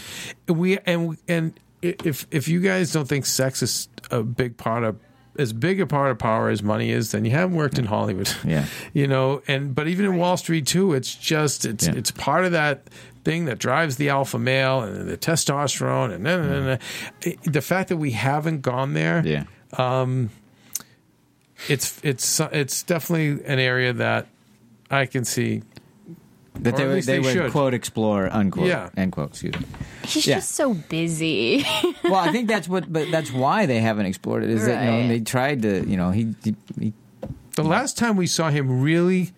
[SPEAKER 6] We and and if if you guys don't think sex is a big part of as big a part of power as money is, then you haven't worked in Hollywood.
[SPEAKER 3] Yeah.
[SPEAKER 6] you know, and but even in Wall Street too, it's just it's
[SPEAKER 3] Yeah.
[SPEAKER 6] it's part of that thing that drives the alpha male and the testosterone and then the fact that we haven't gone there.
[SPEAKER 3] Yeah.
[SPEAKER 6] Um, it's it's it's definitely an area that I can see
[SPEAKER 3] That
[SPEAKER 6] Or
[SPEAKER 3] they
[SPEAKER 6] at
[SPEAKER 3] would
[SPEAKER 6] least
[SPEAKER 3] they,
[SPEAKER 6] they
[SPEAKER 3] would
[SPEAKER 6] should.
[SPEAKER 3] quote explore unquote
[SPEAKER 6] Yeah.
[SPEAKER 3] end quote. Excuse me.
[SPEAKER 7] He's
[SPEAKER 3] Yeah.
[SPEAKER 7] just so busy. (laughs)
[SPEAKER 3] well, I think that's what, but that's why they haven't explored it. Is that you know
[SPEAKER 7] Right.
[SPEAKER 3] they tried to you know he, he, he
[SPEAKER 6] The last time we saw him really,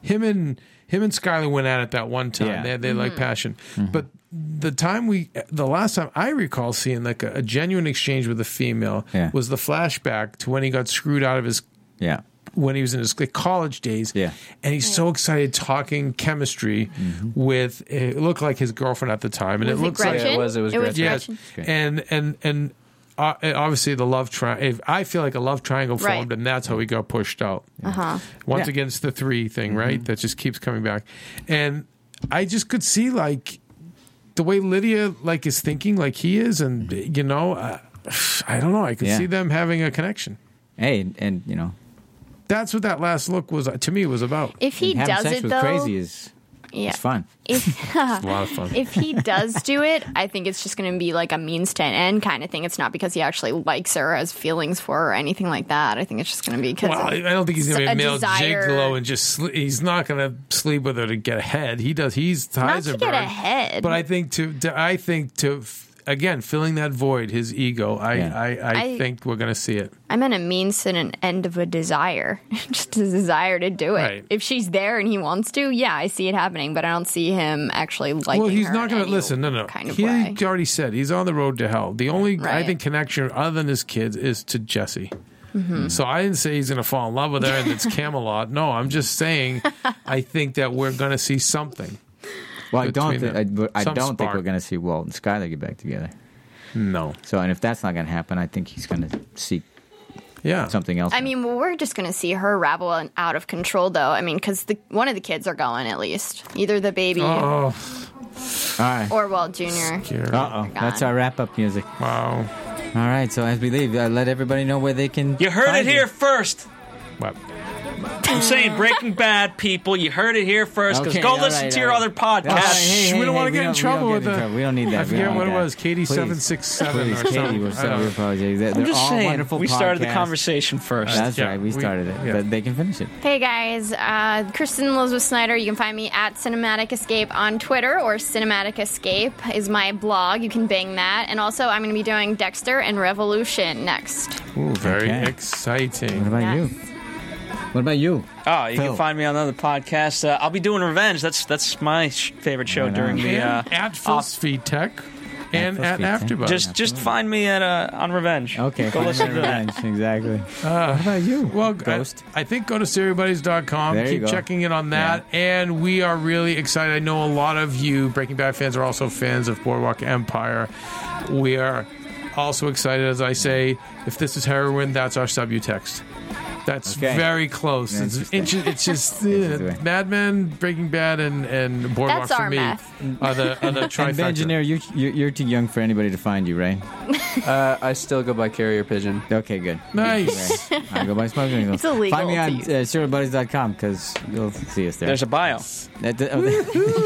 [SPEAKER 6] him and him and Skyler went at it that one time.
[SPEAKER 3] Yeah. Mm-hmm.
[SPEAKER 6] They they like
[SPEAKER 7] Mm-hmm.
[SPEAKER 6] passion, but the time we, the last time I recall seeing like a, a genuine exchange with a female
[SPEAKER 3] Yeah.
[SPEAKER 6] was the flashback to when he got screwed out of his
[SPEAKER 3] yeah
[SPEAKER 6] when he was in his college days.
[SPEAKER 3] Yeah.
[SPEAKER 6] and he's so excited talking chemistry with it looked like his girlfriend at the time, and
[SPEAKER 7] Was
[SPEAKER 6] it
[SPEAKER 7] it
[SPEAKER 6] looks like
[SPEAKER 7] Gretchen? Yeah, it was- it was It was Gretchen.
[SPEAKER 6] Yes.
[SPEAKER 7] Gretchen.
[SPEAKER 6] and and and. Uh, obviously, the love triangle. I feel like a love triangle
[SPEAKER 7] Right.
[SPEAKER 6] formed, and that's how he got pushed out.
[SPEAKER 7] Uh huh.
[SPEAKER 6] Once
[SPEAKER 3] Yeah. Mm-hmm.
[SPEAKER 6] again, it's the three thing, right? That just keeps coming back. And I just could see like the way Lydia like is thinking, like he is, and you know, I, (sighs) I don't know. I could
[SPEAKER 3] Yeah.
[SPEAKER 6] see them having a connection.
[SPEAKER 3] hey and, and you know
[SPEAKER 6] That's what that last look was to me was about.
[SPEAKER 7] If he
[SPEAKER 3] having
[SPEAKER 7] does
[SPEAKER 3] sex
[SPEAKER 7] it
[SPEAKER 3] with
[SPEAKER 7] though,
[SPEAKER 3] crazy is
[SPEAKER 7] yeah. (laughs)
[SPEAKER 3] it's fun.
[SPEAKER 7] If,
[SPEAKER 6] lot of fun.
[SPEAKER 7] if he does do it, I think it's just going to be like a means to an end kind of thing. It's not because he actually likes her, or has feelings for her, or anything like that. I think it's just going to be because.
[SPEAKER 6] Well, I I don't think he's going to be a, male
[SPEAKER 7] desire-
[SPEAKER 6] gigolo and just sl- he's not going to sleep with her to get ahead. He does. He's
[SPEAKER 7] Not
[SPEAKER 6] Heisenberg.
[SPEAKER 7] to get ahead.
[SPEAKER 6] But I think to, to I think to f-
[SPEAKER 1] again filling that void, his ego. I I, I,
[SPEAKER 7] I-
[SPEAKER 1] think we're gonna see it.
[SPEAKER 7] I meant a means to an end of a desire, (laughs) just a desire to do it.
[SPEAKER 1] Right.
[SPEAKER 7] If she's there and he wants to, yeah, I see it happening, but I don't see him actually liking
[SPEAKER 1] well, he's
[SPEAKER 7] her
[SPEAKER 1] not
[SPEAKER 7] in
[SPEAKER 1] going to
[SPEAKER 7] any
[SPEAKER 1] listen. No, no.
[SPEAKER 7] kind of
[SPEAKER 1] he
[SPEAKER 7] way.
[SPEAKER 1] already said he's on the road to hell. The only I
[SPEAKER 7] Right.
[SPEAKER 1] think connection other than his kids is to Jesse.
[SPEAKER 7] Mhm.
[SPEAKER 1] So I didn't say he's going to fall in love with her
[SPEAKER 7] (laughs)
[SPEAKER 1] and it's Camelot. No, I'm just saying I think that we're going to see something.
[SPEAKER 3] Well, I
[SPEAKER 1] between
[SPEAKER 3] don't. Think, I,
[SPEAKER 1] them.
[SPEAKER 3] but I
[SPEAKER 1] Some
[SPEAKER 3] don't think
[SPEAKER 1] spark.
[SPEAKER 3] we're going to see Walt and Skyler get back together.
[SPEAKER 1] No.
[SPEAKER 3] So, and if that's not going to happen, I think he's going to seek.
[SPEAKER 1] Yeah.
[SPEAKER 3] Something else.
[SPEAKER 7] I mean, well, we're just going to see her rabble and out of control, though. I mean, because one of the kids are going at least, either the baby
[SPEAKER 3] Oh. All right.
[SPEAKER 7] or Walt Jr.
[SPEAKER 3] Uh oh. That's our wrap up music.
[SPEAKER 1] Wow.
[SPEAKER 3] All right. So as we leave, uh, let everybody know where they can.
[SPEAKER 2] You heard it
[SPEAKER 3] find
[SPEAKER 2] here first.
[SPEAKER 1] What?
[SPEAKER 2] I'm saying Breaking Bad, people. You heard it here first. Because
[SPEAKER 3] Okay,
[SPEAKER 2] go
[SPEAKER 3] all
[SPEAKER 2] listen
[SPEAKER 3] right,
[SPEAKER 2] to
[SPEAKER 3] all
[SPEAKER 2] your
[SPEAKER 3] right.
[SPEAKER 2] other
[SPEAKER 3] All right,
[SPEAKER 2] podcast.
[SPEAKER 3] hey, hey,
[SPEAKER 1] we don't
[SPEAKER 3] hey,
[SPEAKER 1] want to get in
[SPEAKER 3] don't- we
[SPEAKER 1] trouble
[SPEAKER 3] don't
[SPEAKER 1] with
[SPEAKER 3] get in
[SPEAKER 1] that.
[SPEAKER 3] trouble. We don't need that.
[SPEAKER 1] I
[SPEAKER 3] We
[SPEAKER 1] forget
[SPEAKER 3] don't
[SPEAKER 1] what
[SPEAKER 3] need
[SPEAKER 1] it
[SPEAKER 3] that.
[SPEAKER 1] was. Katie
[SPEAKER 3] Please.
[SPEAKER 1] seven six seven
[SPEAKER 3] Please,
[SPEAKER 1] or
[SPEAKER 3] Katie,
[SPEAKER 1] something.
[SPEAKER 3] we're
[SPEAKER 1] I
[SPEAKER 3] sorry.
[SPEAKER 1] don't
[SPEAKER 3] We
[SPEAKER 1] know.
[SPEAKER 3] apologize. They're,
[SPEAKER 2] I'm
[SPEAKER 3] they're
[SPEAKER 2] just
[SPEAKER 3] all
[SPEAKER 2] saying,
[SPEAKER 3] wonderful
[SPEAKER 2] we started the
[SPEAKER 3] podcasts.
[SPEAKER 2] conversation first.
[SPEAKER 3] That's
[SPEAKER 2] Yeah,
[SPEAKER 3] right. We
[SPEAKER 2] we-
[SPEAKER 3] started it.
[SPEAKER 2] yeah.
[SPEAKER 3] But they can finish it.
[SPEAKER 7] Hey guys, uh, Kristen Liz with Snyder. You can find me at Cinematic Escape on Twitter, or Cinematic Escape is my blog. You can bang that. And also, I'm going to be doing Dexter and Revolution next.
[SPEAKER 1] Ooh, very exciting. What
[SPEAKER 3] about you? What about you?
[SPEAKER 2] Oh, you
[SPEAKER 3] Phil.
[SPEAKER 2] can find me on another podcast. Uh, I'll be doing Revenge. That's that's my sh- favorite show
[SPEAKER 1] Right
[SPEAKER 2] during
[SPEAKER 1] on.
[SPEAKER 2] the uh,
[SPEAKER 1] And at Philosophy Tech and at
[SPEAKER 2] Afterbuzz.
[SPEAKER 1] Afterbuzz.
[SPEAKER 2] Just just find me at uh, on Revenge.
[SPEAKER 3] Okay.
[SPEAKER 2] go
[SPEAKER 3] find
[SPEAKER 2] listen
[SPEAKER 3] it
[SPEAKER 2] to that.
[SPEAKER 3] revenge. Exactly.
[SPEAKER 1] Uh, How
[SPEAKER 3] about you?
[SPEAKER 1] Well, Ghost. I, think go to seriebuddies.com.
[SPEAKER 3] There you
[SPEAKER 1] Keep
[SPEAKER 3] go.
[SPEAKER 1] checking in on that. And we are really excited. I know a lot of you Breaking Bad fans are also fans of Boardwalk Empire. We are also excited, as I say, if this is heroin, that's our subutext. That's
[SPEAKER 3] Okay.
[SPEAKER 1] very close.
[SPEAKER 3] That's
[SPEAKER 1] It's, inches, it's just uh, Mad Men, Breaking Bad, and, and Boardwalk
[SPEAKER 7] That's our
[SPEAKER 1] for me
[SPEAKER 7] meth.
[SPEAKER 1] are the, are the
[SPEAKER 3] (laughs) And
[SPEAKER 1] trifecta.
[SPEAKER 3] Benjaneer, you, you, you're too young for anybody to find you, right?
[SPEAKER 19] (laughs) Uh, I still go by carrier pigeon.
[SPEAKER 3] Okay, good.
[SPEAKER 1] Nice.
[SPEAKER 3] I go by smoking
[SPEAKER 7] (laughs) It's illegal
[SPEAKER 3] Find me
[SPEAKER 7] to
[SPEAKER 3] on
[SPEAKER 7] use.
[SPEAKER 3] uh, surebuddies.com because you'll see us there.
[SPEAKER 2] There's a bio.
[SPEAKER 3] That, that- oh,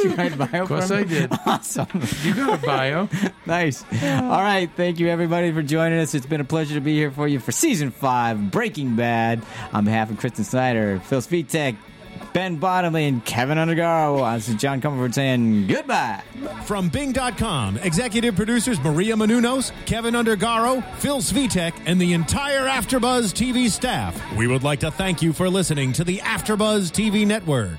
[SPEAKER 3] (laughs) you had a bio
[SPEAKER 1] Of course
[SPEAKER 3] from
[SPEAKER 1] I
[SPEAKER 3] it?
[SPEAKER 1] did.
[SPEAKER 3] (laughs) Awesome.
[SPEAKER 1] You got a bio.
[SPEAKER 3] nice. All right. Thank you, everybody, for joining us. It's been a pleasure to be here for you for season five, Breaking Bad. On behalf of Kristen Snyder, Phil Spitek, Ben Bottomley, and Kevin Undergaro, this is John Comfort saying goodbye.
[SPEAKER 20] From Bing.com, executive producers Maria Manunos, Kevin Undergaro, Phil Svitek, and the entire Afterbuzz TV staff. We would like to thank you for listening to the Afterbuzz TV network.